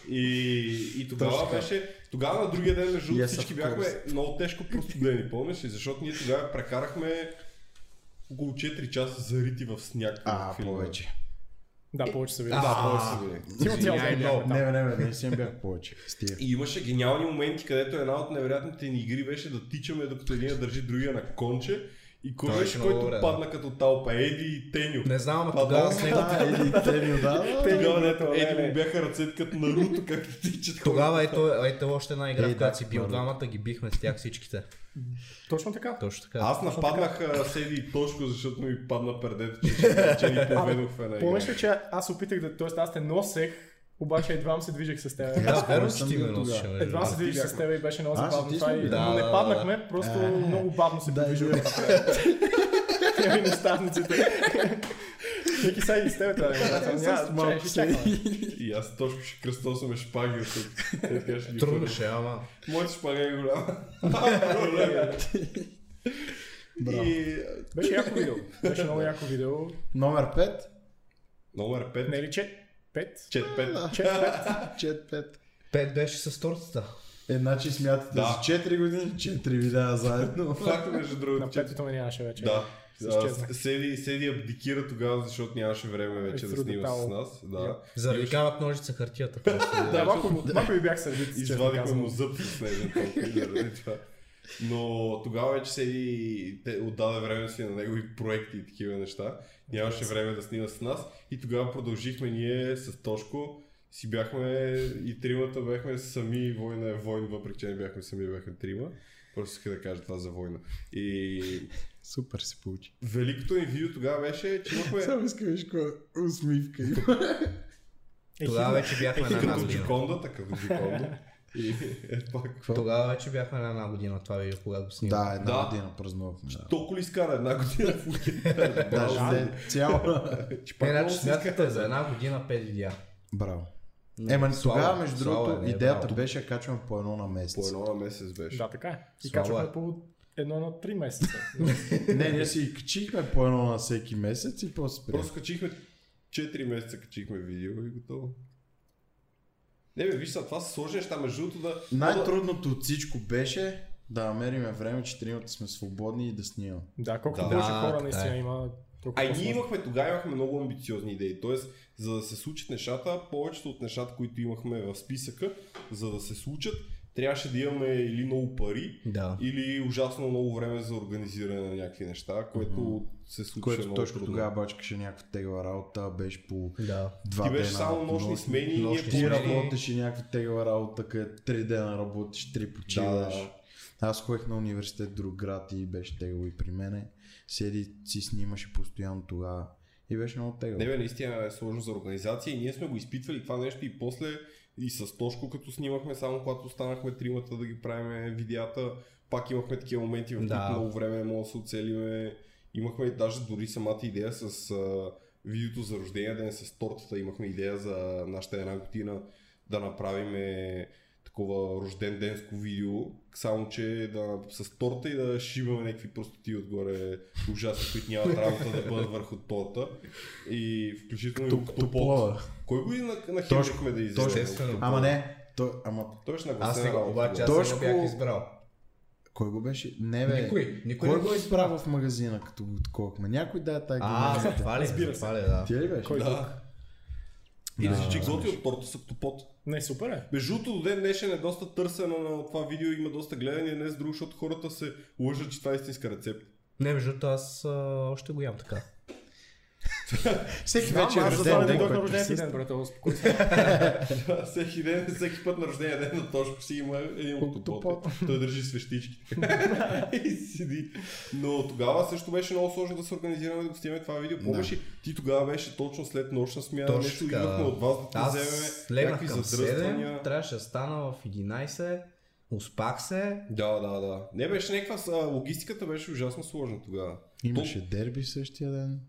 Speaker 2: И, и тогава
Speaker 1: Точно така.
Speaker 2: беше... Тогава на другия ден, между
Speaker 1: Yes,
Speaker 2: yes,
Speaker 1: of
Speaker 2: всички бяхме
Speaker 1: course.
Speaker 2: много тежко простудени, помниш ли? Защото ние тогава прекарахме около 4 часа зарити в сняг.
Speaker 1: А,
Speaker 2: в филма.
Speaker 1: повече.
Speaker 3: Да, повече се видя.
Speaker 2: Да, повече са били.
Speaker 3: Ти е му цял ден бяхме
Speaker 1: Не, бе,
Speaker 3: там.
Speaker 1: не, бе, не си им бях повече. Стига.
Speaker 2: И имаше гениални моменти, където една от невероятните ни игри беше да тичаме, докато един я държи другия на конче. И кой
Speaker 4: Това
Speaker 2: беше,
Speaker 4: беше е много
Speaker 2: който
Speaker 4: добре, да.
Speaker 2: падна като талпа? Еди и Теню.
Speaker 4: Не знам, ама
Speaker 2: Па,
Speaker 4: тогава
Speaker 2: да.
Speaker 4: с него...
Speaker 1: Да, или те ми отдава.
Speaker 2: Тогава дето
Speaker 3: Еди,
Speaker 2: Еди
Speaker 3: леле.
Speaker 2: му бяха ръцете като Наруто, както тичат.
Speaker 4: Тогава ето, ето още една игра,
Speaker 1: Ей,
Speaker 4: в която
Speaker 1: Е, да,
Speaker 4: си бил
Speaker 1: Наруто.
Speaker 4: двамата, ги бихме с тях всичките.
Speaker 3: Точно така.
Speaker 4: е, Точно така.
Speaker 2: Аз нападнах а, с Еди и Тошко, защото ми падна пердето, че, ще- че ни поведох в една
Speaker 3: Помниш
Speaker 2: игра.
Speaker 3: ли, че аз опитах да... Тоест аз те носех, обаче едва се движих с теб.
Speaker 4: Да,
Speaker 1: Аз
Speaker 4: верно,
Speaker 1: не
Speaker 4: че
Speaker 1: съм
Speaker 4: ти
Speaker 1: бил
Speaker 4: ме носиш.
Speaker 1: тогава.
Speaker 4: между
Speaker 3: Едва
Speaker 4: другото.
Speaker 3: се движих с теб и беше много
Speaker 1: Аз и
Speaker 3: забавно
Speaker 1: ти
Speaker 3: това.
Speaker 1: сме
Speaker 3: и-
Speaker 1: били.
Speaker 3: Но
Speaker 4: Да,
Speaker 3: не
Speaker 4: да,
Speaker 3: паднахме, просто много бавно се
Speaker 1: Да,
Speaker 3: движих.
Speaker 1: и-
Speaker 3: и наставниците. Всеки сега ги с тебе това.
Speaker 1: С малко
Speaker 2: И аз точно ще кръстосаме шпаги от тук. Те така ще ги
Speaker 4: Трудно
Speaker 2: хвърля.
Speaker 4: ще е, ама.
Speaker 2: Моята шпага е голяма. е
Speaker 1: Браво.
Speaker 2: И...
Speaker 3: Беше яко видео. Беше много яко видео.
Speaker 1: Номер 5.
Speaker 2: Номер 5.
Speaker 3: Не ли че? Пет?
Speaker 2: Чет 5.
Speaker 3: Че пет?
Speaker 1: Чет 5.
Speaker 4: Пет беше с тортата.
Speaker 1: Е, значи смятате
Speaker 2: Да.
Speaker 1: за 4 години, 4 видеа заедно.
Speaker 2: Факт е, между другото,
Speaker 3: На
Speaker 2: че...
Speaker 3: петото ме нямаше вече.
Speaker 2: Да.
Speaker 3: Се
Speaker 2: А,
Speaker 3: изчезна. Е,
Speaker 2: Седи, седи абдикира тогава, защото нямаше време вече да
Speaker 3: Трудно
Speaker 2: снима с
Speaker 3: стало.
Speaker 2: нас. Да.
Speaker 4: Заради камък ножица хартията.
Speaker 1: Е,
Speaker 4: просто.
Speaker 3: Да, малко, малко ми бях сърдит.
Speaker 2: Извадихме му зъб с него толкова и заради това. Но тогава вече седи, те отдаде време си на негови проекти и такива неща. Нямаше време да снима с нас. И тогава продължихме ние с Тошко. Си бяхме и тримата бяхме сами, война е войн, въпреки че не бяхме сами, бяхме трима. Просто исках да кажа това за война. И
Speaker 1: Супер се получи.
Speaker 2: великото ни видео тогава беше, че имахме...
Speaker 1: Само искам виж каква усмивка има.
Speaker 4: Тогава вече
Speaker 1: Е,
Speaker 4: бяхме на една
Speaker 2: Като
Speaker 4: година.
Speaker 2: джикондата, като джиконда. И е пак.
Speaker 4: Тогава вече бяхме на една година това видео, когато го снимах.
Speaker 1: Да, една
Speaker 2: Да.
Speaker 1: година празнувахме. Да.
Speaker 2: Толкова ли изкара една година в уикенда? Браво.
Speaker 1: Даже не, цяло.
Speaker 2: Че пак много се изкара.
Speaker 4: Иначе Е, значи смятате за една година пет видеа.
Speaker 1: Браво.
Speaker 4: Но
Speaker 1: Ема
Speaker 4: слава
Speaker 1: тогава,
Speaker 4: е,
Speaker 1: между
Speaker 4: слава
Speaker 1: другото,
Speaker 4: е, не е
Speaker 1: идеята
Speaker 4: браво.
Speaker 1: беше да качваме по едно на месец.
Speaker 2: По едно на месец беше.
Speaker 3: Да, така е. И
Speaker 4: Слава
Speaker 3: качвахме
Speaker 4: е.
Speaker 3: по едно на три месеца.
Speaker 1: Не, ние си качихме по едно на всеки месец и после спря.
Speaker 2: Просто качихме 4 месеца качихме видео и готово. Не бе, виж сега, това са сложни неща, между другото е да...
Speaker 1: Най-трудното от всичко беше да намериме време, че тримата сме свободни и да снимаме.
Speaker 3: Да, колкото
Speaker 2: Да,
Speaker 3: повече хора
Speaker 4: така
Speaker 3: наистина
Speaker 4: е.
Speaker 3: има, толкова
Speaker 2: А и ние
Speaker 3: по-сложно.
Speaker 2: имахме, тогава имахме много амбициозни идеи. Тоест, за да се случат нещата, повечето от нещата, които имахме в списъка, за да се случат, трябваше да имаме или много пари,
Speaker 4: Да.
Speaker 2: или ужасно много време за организиране на някакви неща, което
Speaker 1: Мгм.
Speaker 2: се случва
Speaker 1: Което
Speaker 2: много
Speaker 1: точно
Speaker 2: трудно.
Speaker 1: тогава бачкаше някаква тегла работа, беше по
Speaker 4: Да.
Speaker 1: два
Speaker 2: Ти
Speaker 1: дена.
Speaker 2: беше само нощни смени и ние
Speaker 4: нощни
Speaker 1: Ти
Speaker 4: смени.
Speaker 2: по
Speaker 1: работеше някаква тегла работа, където три дена работиш, три почиваш.
Speaker 2: Да.
Speaker 1: Аз ходих на университет в друг град и беше тегло и при мене. Седи, си снимаше постоянно тогава. И беше много тегло.
Speaker 2: Не бе, наистина е сложно за организация и ние сме го изпитвали това нещо и после и с Тошко като снимахме, само когато останахме тримата да ги правим видеята, пак имахме такива моменти, в които
Speaker 4: Да.
Speaker 2: много време не мога да се оцелиме. Имахме даже дори самата идея с а, видеото за рождения ден с тортата, имахме идея за нашата една година да направим такова рожден денско видео, само че да, с торта и да шибаме някакви простоти отгоре, ужасни, които нямат работа да бъдат върху торта. И включително и
Speaker 1: Тук
Speaker 2: октопод.
Speaker 1: топлова.
Speaker 2: Кой го и на, на
Speaker 1: Тошко,
Speaker 2: химикме да излезе?
Speaker 1: Тошко.
Speaker 2: Октопод.
Speaker 1: Ама не, той, ама
Speaker 2: Той беше на гласа.
Speaker 4: Аз сега, обаче, аз
Speaker 1: Тошко-
Speaker 4: не го бях избрал.
Speaker 1: кой го беше? Не бе.
Speaker 4: Никой. Никой
Speaker 1: Кой
Speaker 4: не
Speaker 1: го
Speaker 4: го
Speaker 1: е
Speaker 4: избрал.
Speaker 1: избрал в магазина, като го отколкме? Някой дай тази
Speaker 4: А,
Speaker 1: гимназия.
Speaker 4: за това ли?
Speaker 3: Разбира
Speaker 4: За това ли, да.
Speaker 1: Ти е ли беше?
Speaker 3: Кой друг?
Speaker 2: Да. И да, че готви от торта с октопод.
Speaker 3: Не, супер е.
Speaker 2: Между другото, до ден днешен е доста търсено на това видео, има доста гледания, не с друго, защото хората се лъжат, че това е истинска рецепта.
Speaker 4: Не, между другото, аз а, още го ям така.
Speaker 1: Всеки
Speaker 3: Знам,
Speaker 1: вече е
Speaker 3: аз за това
Speaker 1: рожден
Speaker 3: не
Speaker 1: ден,
Speaker 3: дойдох на
Speaker 1: който
Speaker 3: рождения ти
Speaker 1: присъства.
Speaker 3: ден, брат, успокой се.
Speaker 2: Да, всеки ден, всеки път на рождения ден на Тошко си има един октопод. Той държи свещички. и седи. Но тогава също беше много сложно да се организираме да го снимаме това видео. Помниш ли? Ти тогава беше точно след нощна смяна.
Speaker 4: Точно
Speaker 2: нещо
Speaker 4: така.
Speaker 2: идвахме от вас да ти
Speaker 4: Аз
Speaker 2: вземем
Speaker 4: легнах
Speaker 2: някакви
Speaker 4: към
Speaker 2: задръствания.
Speaker 4: 7, трябваше да стана в 11, успах се.
Speaker 2: Да, да, да. Не беше някаква... с- а, Логистиката беше ужасно сложна тогава.
Speaker 1: Имаше дерби същия ден.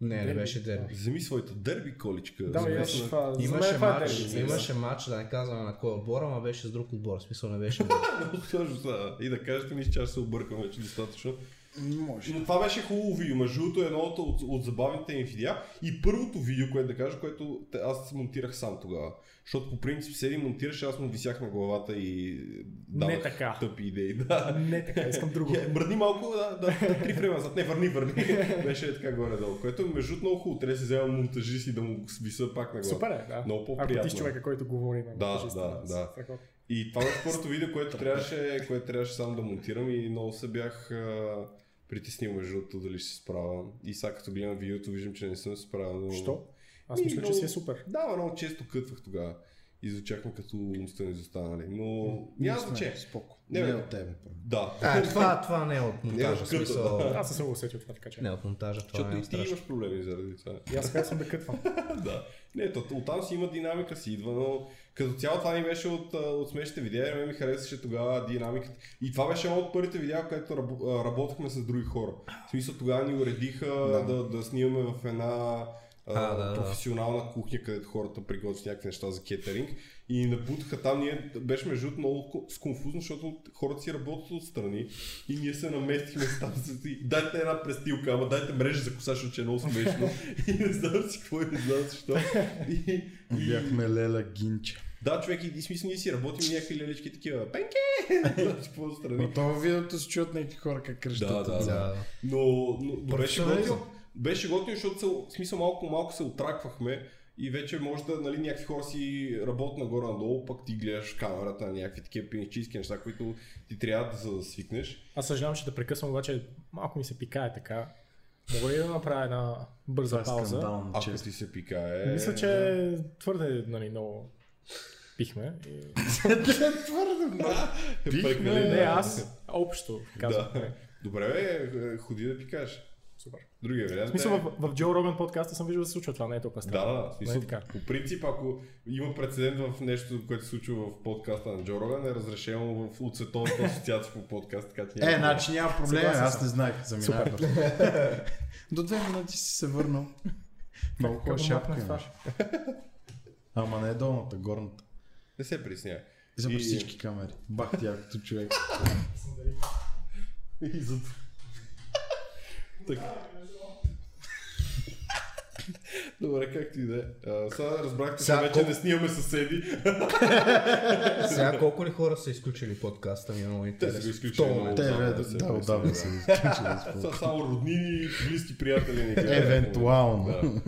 Speaker 4: Не, не
Speaker 3: Дерби.
Speaker 4: беше дерби.
Speaker 2: Вземи своята дерби количка.
Speaker 3: Да, бе,
Speaker 2: Вземи
Speaker 3: имаше
Speaker 2: на-
Speaker 3: това. За мен
Speaker 4: Имаше
Speaker 3: това е
Speaker 4: матч,
Speaker 3: дерби.
Speaker 4: имаше матч, да не казвам на кой отбор, ама беше с друг отбор. В смисъл не беше.
Speaker 2: Много сложно става. И да кажете ми, че аз се объркам вече достатъчно.
Speaker 1: Може.
Speaker 2: Но това беше хубаво видео. Между другото, едно от, от, от забавните им видеа. И първото видео, което да кажа, което те- аз монтирах сам тогава. Защото по принцип седи монтираше, аз му висях на главата и давах
Speaker 3: Не така.
Speaker 2: тъпи идеи. Да.
Speaker 3: Не така, искам друго.
Speaker 2: Е, Мръдни малко, да, да, да три фрема назад. Не, върни, върни. Беше така горе-долу. Което между другото, много хубаво. Трябва да си взема монтажист и да му виса пак на главата.
Speaker 3: Супер е, да.
Speaker 2: Много
Speaker 3: Ако ти
Speaker 2: по-приятно.
Speaker 3: си човека, който говори на
Speaker 2: Да,
Speaker 3: монтажиста,
Speaker 2: да, да.
Speaker 3: страхотно.
Speaker 2: И това беше първото видео, което трябваше, което трябваше само да монтирам и много се бях а, притеснил между другото дали ще се справя. И сега като гледам видеото, виждам, че не съм се справил. Но...
Speaker 3: Що? Аз
Speaker 2: Ми,
Speaker 3: мисля,
Speaker 2: но-
Speaker 3: че си е супер.
Speaker 2: Да, ма, много често кътвах тогава. и звучахме като умствено изостанали. Но
Speaker 1: Ние
Speaker 2: няма
Speaker 1: сме
Speaker 2: значение.
Speaker 1: Споко.
Speaker 2: Не,
Speaker 1: Не,
Speaker 2: бе.
Speaker 1: от тебе. бе.
Speaker 2: Да.
Speaker 4: е. А, това, това не е от
Speaker 2: Не,
Speaker 4: монтажа,
Speaker 2: откъпто,
Speaker 4: смисъл.
Speaker 3: Аз не съм го усетил това, така че.
Speaker 4: Не е от монтажа, това
Speaker 2: Защото
Speaker 4: не е
Speaker 2: и ти
Speaker 4: страшно.
Speaker 2: имаш проблеми заради това.
Speaker 3: И аз харесвам да кътвам.
Speaker 2: да. Не, то, оттам си има динамика, си идва, но като цяло това ни беше от, а, от смешните видеа, и на мен ми харесваше тогава динамиката. И това беше едно от първите видеа, където рабо- а, работехме с други хора. В смисъл тогава ни уредиха да, да, да снимаме в една а,
Speaker 4: А, да, да.
Speaker 2: професионална кухня, където хората приготвят някакви неща за кетеринг. И напутаха там, ние беше между другото много ко- сконфузно, защото хората си работят отстрани и ние се наместихме с там. с- и Дайте една престилка, ама дайте мрежа за коса, защото е много смешно. и не знам си какво и не знам защо. И, и,
Speaker 1: Бяхме Лела Гинче.
Speaker 2: да, човек, и, и смисъл ние си работим някакви лелички такива. Пенке! Значи какво отстрани.
Speaker 1: Но това видеото се чуят някакви хора как крещат.
Speaker 2: Да, да, да.
Speaker 4: Да.
Speaker 2: Но, но, но беше
Speaker 4: Професионализъм.
Speaker 2: готино. Беше готино, защото се, в смисъл малко по малко се отраквахме и вече може да, нали, някакви хора си работят нагоре надолу, пък ти гледаш камерата на някакви такива пеничийски неща, които ти трябва да, да свикнеш.
Speaker 3: Аз съжалявам, че да прекъсвам, обаче малко ми се пикае така. Мога ли да направя една бърза
Speaker 1: Това е
Speaker 3: пауза? Е,
Speaker 1: скандално,
Speaker 2: Ако
Speaker 1: честно.
Speaker 2: ти се пикае...
Speaker 3: Мисля, че да. твърде нали, много пихме. И...
Speaker 1: Твърде много.
Speaker 2: е
Speaker 1: бихме-
Speaker 2: прекалено.
Speaker 3: Не, аз общо казвам.
Speaker 2: Да. Добре, бе, е, ходи да пикаеш.
Speaker 3: Супер.
Speaker 2: Другия вариант е-
Speaker 3: В смисъл, в, в Джо Роган подкаста съм виждал да се случва това, не е толкова
Speaker 2: Да,
Speaker 3: странно.
Speaker 2: да, да. в Смисъл,
Speaker 3: Нали така?
Speaker 2: по принцип, ако има прецедент в нещо, което се случва в подкаста на Джо Роган, е разрешено в, от Световната асоциация по подкаст, така че
Speaker 1: Е,
Speaker 2: няма-
Speaker 1: значи няма проблем,
Speaker 3: Съгласен
Speaker 1: аз
Speaker 3: съм.
Speaker 1: не знаех. Заминавай. бързо. До две минути си се върнал. Много хубава
Speaker 3: Какво
Speaker 1: шапка
Speaker 3: махна това?
Speaker 1: имаш. Ама не е долната, горната.
Speaker 2: не се присняй.
Speaker 1: За
Speaker 2: И-
Speaker 1: всички камери. Бах ти като човек.
Speaker 2: И за... така. Добре, както и да е. А, Сега разбрахте, че
Speaker 4: Сега
Speaker 2: вече
Speaker 4: колко-
Speaker 2: не снимаме съседи.
Speaker 4: Сега колко ли хора са изключили подкаста ми е много
Speaker 2: Те са го
Speaker 4: интересно.
Speaker 2: изключили
Speaker 4: Второ,
Speaker 2: много
Speaker 1: Те,
Speaker 2: отдавна,
Speaker 1: бе,
Speaker 2: не се
Speaker 1: да,
Speaker 2: присняй,
Speaker 1: отдавна
Speaker 2: да.
Speaker 1: се изключили.
Speaker 2: Са само роднини, близки приятели ни гледат. Да.
Speaker 1: Евентуално.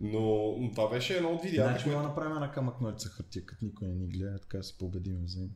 Speaker 2: Но, но това беше едно от видеята,
Speaker 1: Значи
Speaker 2: което
Speaker 1: мога да направим една камък ножица хартия, като никой не ни гледа, така се победим за им.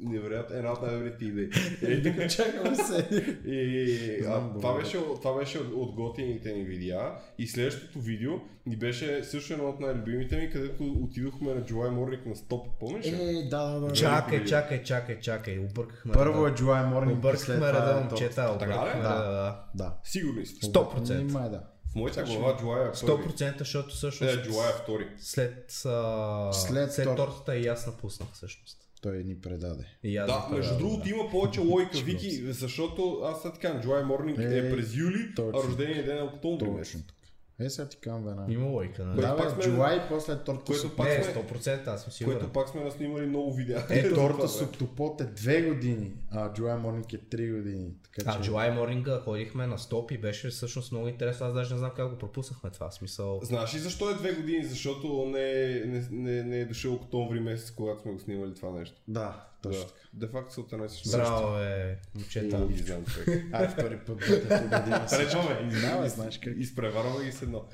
Speaker 2: невероятно, една от най-добрите идеи. Е, така,
Speaker 1: Чакаме се.
Speaker 2: И
Speaker 1: Знам,
Speaker 2: а, това,
Speaker 1: добре.
Speaker 2: беше, това беше от, от готините ни видеа. И следващото видео ни беше също едно от най-любимите ми, където отидохме на July Morning на стоп, помниш? ли?
Speaker 1: Е, да, да, да.
Speaker 4: Чакай,
Speaker 2: Нали?
Speaker 4: чакай, чакай, чакай. Объркахме.
Speaker 1: Първо
Speaker 4: реда.
Speaker 1: е July Morning, след
Speaker 4: объркахме
Speaker 1: това
Speaker 4: реда,
Speaker 1: е
Speaker 4: момчета.
Speaker 2: Така ли?
Speaker 4: Объркахме
Speaker 1: Да.
Speaker 4: реда.
Speaker 1: Да.
Speaker 2: Сигурни сте.
Speaker 4: 100%.
Speaker 1: Нима е, да.
Speaker 2: В моята глава July е първи.
Speaker 4: 100%, защото
Speaker 2: Не,
Speaker 4: всъщност
Speaker 2: July е втори.
Speaker 4: след, а...
Speaker 1: След
Speaker 4: след, след
Speaker 1: тор-
Speaker 4: тортата и аз напуснах всъщност.
Speaker 1: Той ни предаде.
Speaker 4: И аз
Speaker 2: Да,
Speaker 4: направя,
Speaker 2: между другото има повече логика, Вики,
Speaker 1: Шибко.
Speaker 2: защото аз сега ти казвам, July Morning
Speaker 1: Е,
Speaker 2: е през юли,
Speaker 1: точно.
Speaker 2: а рождения ден е октомври.
Speaker 1: Точно така. Е, сега ти кам веднага.
Speaker 4: Има лойка, нали?
Speaker 2: Което
Speaker 1: Да,
Speaker 2: пак
Speaker 1: бе,
Speaker 2: сме-
Speaker 1: July, после торта
Speaker 2: Което
Speaker 1: с
Speaker 2: пак
Speaker 4: Не,
Speaker 2: сме-
Speaker 4: 100%, аз съм
Speaker 2: Което
Speaker 4: сигурен.
Speaker 2: пак сме наснимали много видеа.
Speaker 1: Е, торта с
Speaker 2: супер.
Speaker 1: октопот е 2 години, а July Morning е 3 години. Така
Speaker 4: А
Speaker 1: че...
Speaker 4: July Morning ходихме на стоп и беше всъщност много интересно. Аз даже не знам как го пропуснахме това. в Смисъл.
Speaker 2: Знаеш ли защо е две години? Защото не, не, не, не е дошъл октомври месец, когато сме го снимали това нещо.
Speaker 1: Да, точно.
Speaker 2: Да. Де факто се отнасяш.
Speaker 4: Браво е, момчета.
Speaker 2: Не знам човек.
Speaker 1: Ай, втори път да те победим.
Speaker 2: Речваме.
Speaker 1: Да, бе, знаеш как.
Speaker 2: Изпреварваме ги с едно.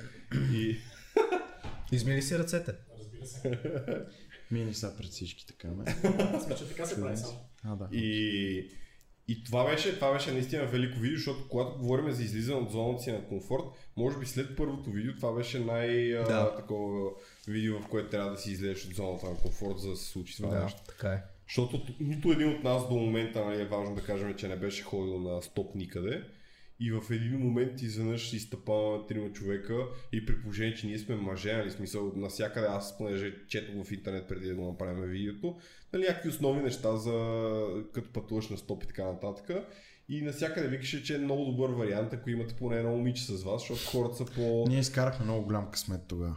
Speaker 2: И...
Speaker 4: Измили си ръцете.
Speaker 1: Мини са пред всички така, ме.
Speaker 3: Аз мисля, че така се прави само.
Speaker 1: А, да.
Speaker 2: И, и това, беше, това беше наистина велико видео, защото когато говорим за излизане от зоната си на комфорт, може би след първото видео това беше
Speaker 4: Да.
Speaker 2: най-такова видео, в което трябва да си излезеш от зоната на комфорт, за да се случи това
Speaker 4: Да,
Speaker 2: нещо.
Speaker 4: така е.
Speaker 2: Защото т- нито един от нас до момента нали, е важно да кажем, че не беше ходил на стоп никъде. И в един момент изведнъж изтъпаваме трима човека и при положение, че ние сме мъже, нали, смисъл, насякъде аз, понеже четох в интернет преди да го направим видеото, нали, някакви основни неща за като пътуваш на стоп и така нататък. И насякъде викаше, че е много добър вариант, ако имате поне едно момиче с вас, защото хората са по...
Speaker 1: Ние изкарахме много голям късмет тогава.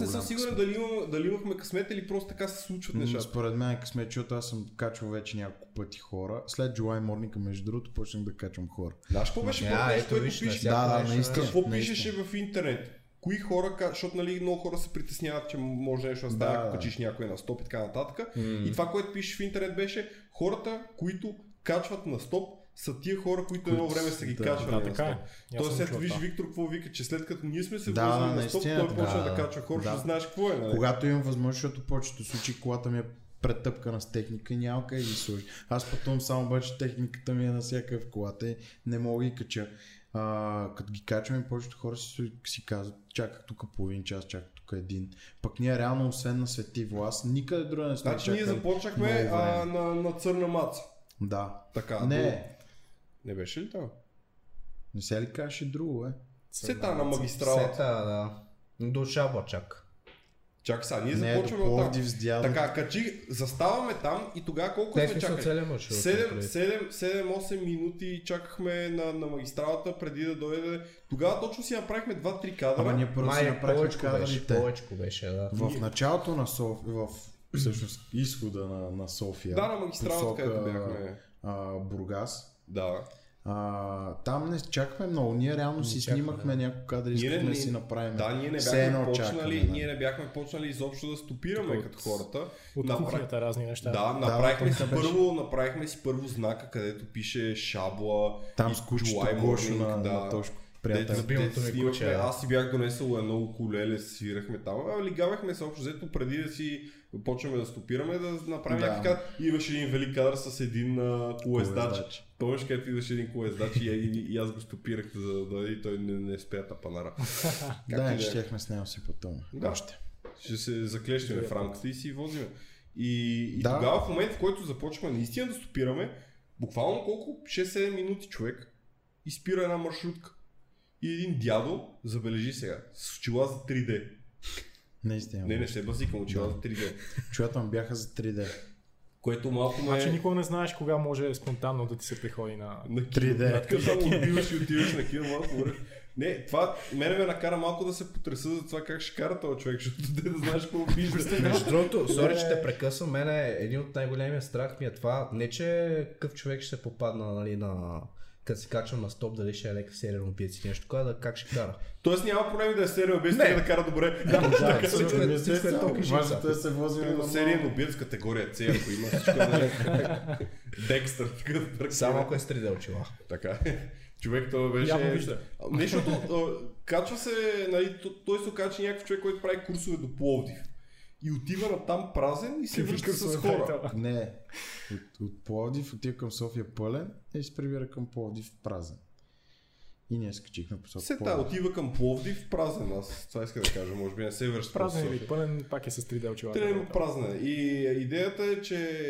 Speaker 1: Много
Speaker 2: не съм
Speaker 1: голям
Speaker 2: сигурен дали, имам, дали имахме късмет или просто така се случват
Speaker 1: М,
Speaker 2: нещата.
Speaker 1: Според мен е късмет, защото аз съм качвал вече няколко пъти хора. След July Morning, между другото, почнах да качвам хора.
Speaker 2: Знаеш какво беше
Speaker 4: А,
Speaker 2: първото нещо,
Speaker 4: ето
Speaker 2: което
Speaker 4: виж,
Speaker 2: пише?
Speaker 4: на всяко
Speaker 1: Да, да,
Speaker 4: нещо,
Speaker 1: наистина.
Speaker 4: нали?
Speaker 2: Какво пишеше в интернет? Кои хора, ка- защото нали, много хора се притесняват, че може нещо да стане,
Speaker 1: Да,
Speaker 2: ако
Speaker 1: да.
Speaker 2: качиш някой на стоп и така нататък.
Speaker 4: М.
Speaker 2: И това, което пише в интернет беше, хората, които качват на стоп, са тия хора, които едно
Speaker 1: Които-
Speaker 2: време са ги
Speaker 1: да,
Speaker 2: качвали
Speaker 3: Да,
Speaker 2: на
Speaker 3: така
Speaker 2: стоп.
Speaker 3: е. И аз
Speaker 2: Тоест,
Speaker 3: съм
Speaker 2: ето
Speaker 3: чул
Speaker 2: виж
Speaker 3: това.
Speaker 2: Виктор какво вика, че след като ние сме се
Speaker 1: Да,
Speaker 2: вързали на стоп,
Speaker 1: наистина,
Speaker 2: той почва
Speaker 4: да.
Speaker 2: да качва хора,
Speaker 1: Да.
Speaker 2: ще знаеш какво е. нали?
Speaker 1: Когато имам възможност, защото повечето случаи колата ми е претъпкана с техника и няма къде да ги сложи. Аз пътувам само обаче техниката ми е навсякъде в колата и не мога да ги кача. а, като ги качваме, повечето хора си, си казват, чаках тук половин час, чаках тук един. Пък ние реално, освен на Свети Влас, никъде друга не сме
Speaker 2: Значи ние
Speaker 1: чакали.
Speaker 2: започнахме
Speaker 1: много
Speaker 2: а,
Speaker 1: време.
Speaker 2: на, на Църна маца.
Speaker 1: Да.
Speaker 2: Така. до-
Speaker 1: не,
Speaker 2: Не беше ли там?
Speaker 1: не се ли каже друго, е?
Speaker 2: Сета на магистралата.
Speaker 4: Сета, да. До Шаба чак.
Speaker 2: Чак сега, ние
Speaker 1: не, до
Speaker 2: започваме от там.
Speaker 1: Пловдив с дядо.
Speaker 2: Така, качи, заставаме там и тогава колко
Speaker 4: Те
Speaker 2: сме
Speaker 4: смисъл
Speaker 2: чакали?
Speaker 4: целият нали, маршрут.
Speaker 2: 7, 7, 7-8 минути чакахме на, на магистралата преди да дойде. Тогава точно си направихме 2-3 кадъра.
Speaker 1: Ама ние първо си
Speaker 2: е
Speaker 4: Май, е
Speaker 1: направихме
Speaker 4: повечко беше,
Speaker 1: кадрите.
Speaker 4: повечко беше, да.
Speaker 1: В началото на София, в всъщност изхода на, на София.
Speaker 2: Да, на магистралата,
Speaker 1: посока,
Speaker 2: където бяхме.
Speaker 1: А, Бургас.
Speaker 2: Да.
Speaker 1: А, там не чакахме много. Ние реално си
Speaker 4: чакахме,
Speaker 1: снимахме няколко кадри,
Speaker 2: Ние
Speaker 1: искахме
Speaker 2: не-
Speaker 1: да си направим.
Speaker 2: Да, ние не
Speaker 1: Все
Speaker 2: бяхме
Speaker 1: едно
Speaker 2: почнали,
Speaker 1: чакаме, да.
Speaker 2: ние не бяхме почнали изобщо да стопираме
Speaker 3: От-
Speaker 2: като хората.
Speaker 3: От
Speaker 2: Направи-
Speaker 3: кухнята разни неща.
Speaker 2: е. Да, направихме,
Speaker 1: да,
Speaker 2: си
Speaker 1: точно беше.
Speaker 2: първо, направихме си първо знака, където пише Шабла
Speaker 1: Там
Speaker 2: и
Speaker 1: с кучето
Speaker 2: July
Speaker 1: Гошо
Speaker 2: Morning,
Speaker 1: на,
Speaker 2: да.
Speaker 1: на Тошко.
Speaker 2: Дето
Speaker 1: Приятел.
Speaker 4: за- Любимото ми
Speaker 2: те снимахме,
Speaker 4: куче, да.
Speaker 2: Аз си бях донесъл едно укулеле, свирахме там. А, лигавахме се общо, взето преди да си почваме да стопираме, да направим
Speaker 1: Да.
Speaker 2: някакъв кадър. Имаше един велик кадър с един а, колездач.
Speaker 1: Колездач.
Speaker 2: Помниш където идваше един колездач и, и, и, аз го стопирах за да дойде и той не, не спя тапанара.
Speaker 1: Да,
Speaker 2: Както и
Speaker 1: не,
Speaker 2: да е.
Speaker 1: щяхме с него си пътуваме.
Speaker 2: Да.
Speaker 1: Още.
Speaker 2: Ще се заклещаме в рамката и си возиме. И, и да.
Speaker 1: Да.
Speaker 2: тогава в момента, в който започваме наистина да стопираме, буквално колко 6-7 минути човек и спира една маршрутка. И един дядо, забележи сега, с очила за 3D.
Speaker 1: Наистина.
Speaker 2: Не, не се базикам, очила
Speaker 1: Да.
Speaker 2: за 3D.
Speaker 1: Чуята ми бяха за 3D.
Speaker 2: Което малко ме...
Speaker 3: Значи никога не знаеш кога може спонтанно да ти се приходи на...
Speaker 2: на
Speaker 1: 3D.
Speaker 2: Като само отиваш и отиваш на кино, малко говоря. Не, това мене ме накара малко да се потреса за това как ще кара този човек, защото те да знаеш какво вижда.
Speaker 4: Между другото, сори, че те прекъсвам, мене е един от най-големия страх ми е това, не че къв човек ще се попадна, нали, на... Като се качвам на стоп, дали ще е лека сериално убиец или нещо такова, да как ще кара.
Speaker 2: Тоест няма проблеми да е сериал, без
Speaker 4: Не.
Speaker 2: да кара добре. Да,
Speaker 4: Да, всичко е-
Speaker 1: Естествено,
Speaker 4: всичко е ток и
Speaker 1: Ами, Важното
Speaker 4: живца.
Speaker 1: е да се возим
Speaker 2: Примерно
Speaker 1: на
Speaker 2: сериен убиец категория C, ако има всичко наред. Декстър, така да пръкне.
Speaker 4: Само ако е с 3D очила.
Speaker 2: Така. Човек това беше...
Speaker 3: Явно вижда.
Speaker 2: Не, защото а, качва се, нали, то- той се окача някакъв човек, който прави курсове до Пловдив. И отива на там празен и се връща с хора.
Speaker 1: Не. От, от Пловдив отива към София пълен и се прибира към Пловдив празен. И ние скачихме посока
Speaker 2: Сета
Speaker 1: Пловдив.
Speaker 2: отива към Пловдив празен. Аз това иска да кажа, може би не се връща.
Speaker 3: Празен
Speaker 2: в
Speaker 3: или пълен, пак е с 3D очилата.
Speaker 2: Тренирам празна. И идеята е, че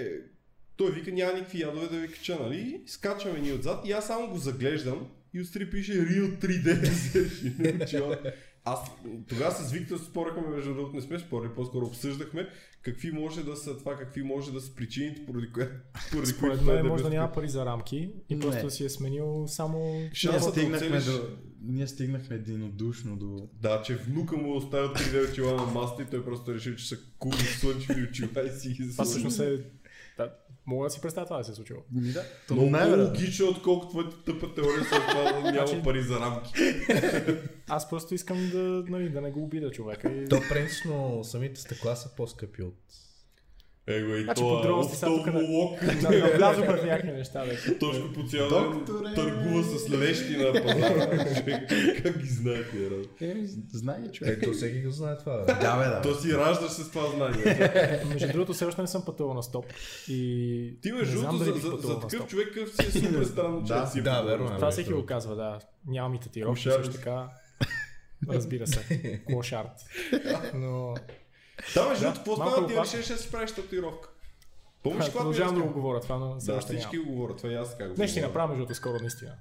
Speaker 2: той вика няма никакви ядове да ви кача, нали? Скачаме ни отзад и аз само го заглеждам и отстри пише Real 3D. взеш ни очила. аз тогава с Виктор спорехме, между другото не сме спорили, по-скоро обсъждахме какви може да са това, какви може да са причините, поради, коя, поради
Speaker 3: Според
Speaker 2: които той
Speaker 3: мен може да
Speaker 2: без-
Speaker 3: няма пари за рамки и
Speaker 1: Не.
Speaker 3: просто си е сменил само...
Speaker 1: Ние
Speaker 2: Шансът да
Speaker 1: стигнахме,
Speaker 2: оцелиш-
Speaker 1: до, ние стигнахме единодушно до...
Speaker 2: Да, че внука му е оставя 3D очила на маста и той просто решил, че са кули слънчеви очила и си ги
Speaker 3: Това
Speaker 2: сложи.
Speaker 3: всъщност е... Да, мога да си представя това да се е случило.
Speaker 1: Ми да, то
Speaker 2: Много
Speaker 1: най-вероятно.
Speaker 2: логично, отколкото твоята тъпа теория след това да няма
Speaker 3: Значи-
Speaker 2: пари за рамки.
Speaker 3: Аз просто искам да, нали, да не го обида човека. И...
Speaker 4: То принципно самите стъкла са по-скъпи от...
Speaker 2: Его и
Speaker 3: Значи
Speaker 2: това е
Speaker 3: подробности са тук на-
Speaker 2: офталмолог.
Speaker 3: Навлязохме в някакви неща вече.
Speaker 2: Точно по цял ден
Speaker 1: Докторе!
Speaker 2: търгува с лещи на пазара. Човек, как ги знаете, бе, раз?
Speaker 1: Е, знае човек.
Speaker 4: Ето всеки го знае това, бе.
Speaker 1: Да, бе, да.
Speaker 2: То си раждаш с това знание.
Speaker 3: Между другото, все още не съм пътувал на стоп. И...
Speaker 2: Ти ме
Speaker 3: не знам
Speaker 2: жълто за,
Speaker 3: дали бих
Speaker 2: за,
Speaker 3: пътувал
Speaker 2: за
Speaker 3: на
Speaker 2: такъв
Speaker 3: стоп.
Speaker 2: човек къв си е супер странно, че
Speaker 1: Да,
Speaker 2: си е
Speaker 4: да,
Speaker 2: подобен.
Speaker 4: верно е.
Speaker 3: Това всеки го казва, да. Нямам и татировки,
Speaker 2: Клошарт.
Speaker 3: също така. Разбира се, клошарт. Но
Speaker 2: Да, между другото, какво
Speaker 3: малко
Speaker 2: става ти
Speaker 3: опасно.
Speaker 2: решиш да си правиш татуировка? Помниш
Speaker 3: да,
Speaker 2: когато ми
Speaker 3: продължавам да го
Speaker 2: разказа?
Speaker 3: говоря това, но все
Speaker 2: Да,
Speaker 3: още
Speaker 2: всички
Speaker 3: нямам.
Speaker 2: го говорят, това и аз така го
Speaker 3: Не ще
Speaker 2: говоря.
Speaker 3: направя между другото, скоро, наистина.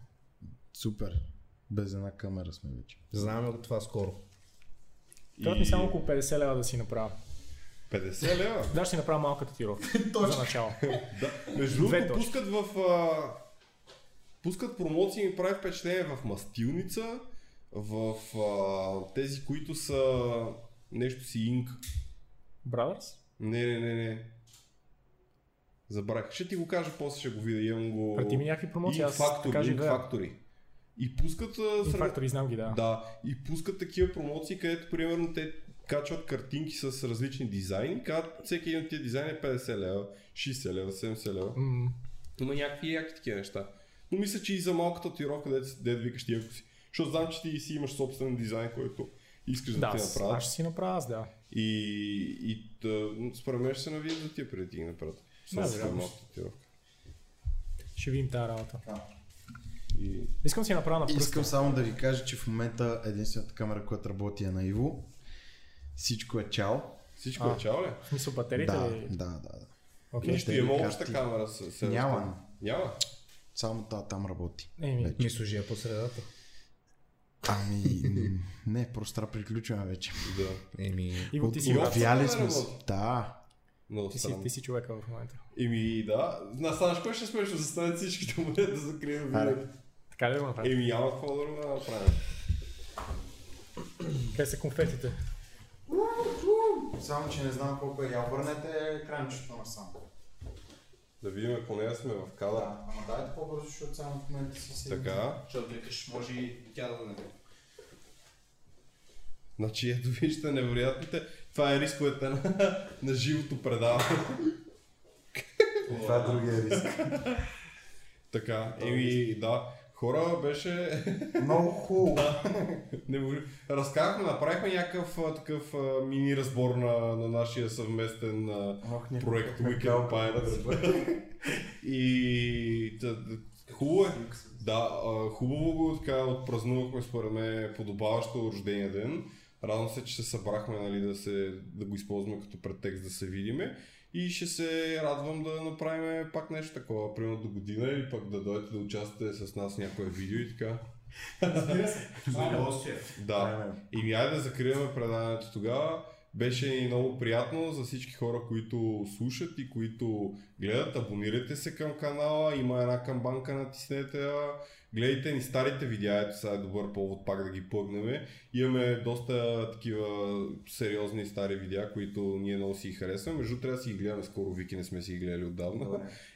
Speaker 1: Супер. Без една камера сме вече.
Speaker 4: Знаем го това скоро.
Speaker 3: Трябват
Speaker 2: И
Speaker 3: ми само около 50 лева да си направя.
Speaker 2: 50 лева.
Speaker 3: Да, ще направя малка татуировка. за начало.
Speaker 2: Да. Между
Speaker 3: Две
Speaker 2: другото,
Speaker 3: точки.
Speaker 2: пускат в... А, пускат промоции и ми прави впечатление в мастилница, в а, тези, които са нещо си инк.
Speaker 3: Brothers?
Speaker 2: Не, не, не, не. Забравих. Ще ти го кажа, после ще го видя. Имам го...
Speaker 3: Прати ми някакви промоции, аз така
Speaker 2: Инк
Speaker 3: живея.
Speaker 2: Factory. И пускат... А,
Speaker 3: И
Speaker 2: сред-
Speaker 3: фактори, знам ги, да.
Speaker 2: да, и пускат такива промоции, където примерно те качват картинки с различни дизайни, казват всеки един от тия дизайн е 50 лева, 60 лева, 70 лева.
Speaker 3: М,
Speaker 2: Има някакви яки такива неща. Но мисля, че и за малка татуировка, дед, дед викаш ти, ако си. Защото знам, че ти си имаш собствен дизайн, който искаш да,
Speaker 3: Да,
Speaker 2: ти
Speaker 3: аз аз
Speaker 2: направят.
Speaker 3: ще си направя, аз да.
Speaker 2: И, и да, според мен ще се навият за тия преди да ти ги направят.
Speaker 3: Да,
Speaker 2: С да,
Speaker 3: вероятно.
Speaker 2: малка татуировка.
Speaker 3: Ще видим тази работа.
Speaker 2: И...
Speaker 3: Искам да си направя на пръста.
Speaker 1: Искам само да ви кажа, че в момента единствената камера, която работи е на Иво. Всичко е чао.
Speaker 2: Всичко
Speaker 3: А.
Speaker 2: е чао ли?
Speaker 3: В смисъл батериите
Speaker 1: Да,
Speaker 3: ли?
Speaker 1: да, да, да.
Speaker 3: Окей.
Speaker 2: Нищо,
Speaker 1: Ще
Speaker 2: има
Speaker 1: ви
Speaker 2: обща
Speaker 1: карти.
Speaker 2: камера с... с
Speaker 1: Няма.
Speaker 2: Няма?
Speaker 1: Само та там работи.
Speaker 3: Еми,
Speaker 1: Вече.
Speaker 4: Ми служи я е по средата.
Speaker 1: Ами, м, не, просто трябва да приключваме вече.
Speaker 2: Да.
Speaker 4: Еми,
Speaker 3: Иво, ти си,
Speaker 1: От-
Speaker 2: Иво,
Speaker 3: брат.
Speaker 1: Отвяли
Speaker 2: брат.
Speaker 1: сме се. Да.
Speaker 2: Много
Speaker 3: ти, си,
Speaker 2: странно.
Speaker 3: ти си човека в момента.
Speaker 2: Еми да. На знаеш кой ще сме, ще застанат всички да бъде да закрием
Speaker 1: Аре.
Speaker 2: видеото.
Speaker 3: Така ли да го направим?
Speaker 2: Еми няма какво друго да направим.
Speaker 3: Къде са конфетите?
Speaker 1: Само, че не знам колко е. Я обърнете кранчето насам.
Speaker 2: Да видим, ако не сме в кадър.
Speaker 1: ама дайте по-бързо, защото само в момента си си.
Speaker 2: Така.
Speaker 4: защото викаш, може и тя да не
Speaker 2: Значи ето вижте невероятните. Това е рисковете на, на живото предаване.
Speaker 1: Това е другия риск.
Speaker 2: Така. Еми да. Хора беше...
Speaker 1: Много хубаво.
Speaker 2: Не може. Разказахме, направихме някакъв а, такъв а, мини разбор на, на нашия съвместен а,
Speaker 1: Ох, не.
Speaker 2: проект Weekend Pirates. И та, та, хубаво е. Да, а, хубаво го така отпразнувахме според мен подобаващо рождения ден. Радвам се, че се събрахме нали, да, се, да го използваме като претекст да се видиме. И ще се радвам да направим пак нещо такова, примерно до година или пък да дойдете да участвате с нас в някое видео и така. Да. И ми айде да закриваме предаването тогава. Беше ни много приятно за всички хора, които слушат и които гледат. Абонирайте се към канала, има една камбанка, натиснете я. Гледайте ни старите видеа, ето сега е добър повод пак да ги плъгнем. Имаме доста такива сериозни стари видеа, които ние много си харесваме. Между трябва да си ги гледаме скоро, Вики не сме си ги гледали отдавна.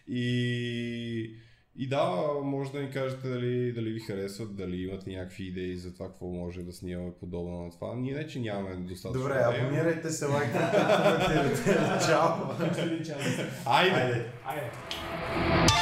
Speaker 2: И, и да, може да ни кажете дали, дали ви харесват, дали имате някакви идеи за това, какво може да снимаме подобно на това. Ние не, че нямаме достатъчно.
Speaker 1: Добре,
Speaker 2: идеи, но-
Speaker 1: абонирайте се, лайкайте, коментирайте. Чао.
Speaker 2: Айде!
Speaker 3: Айде.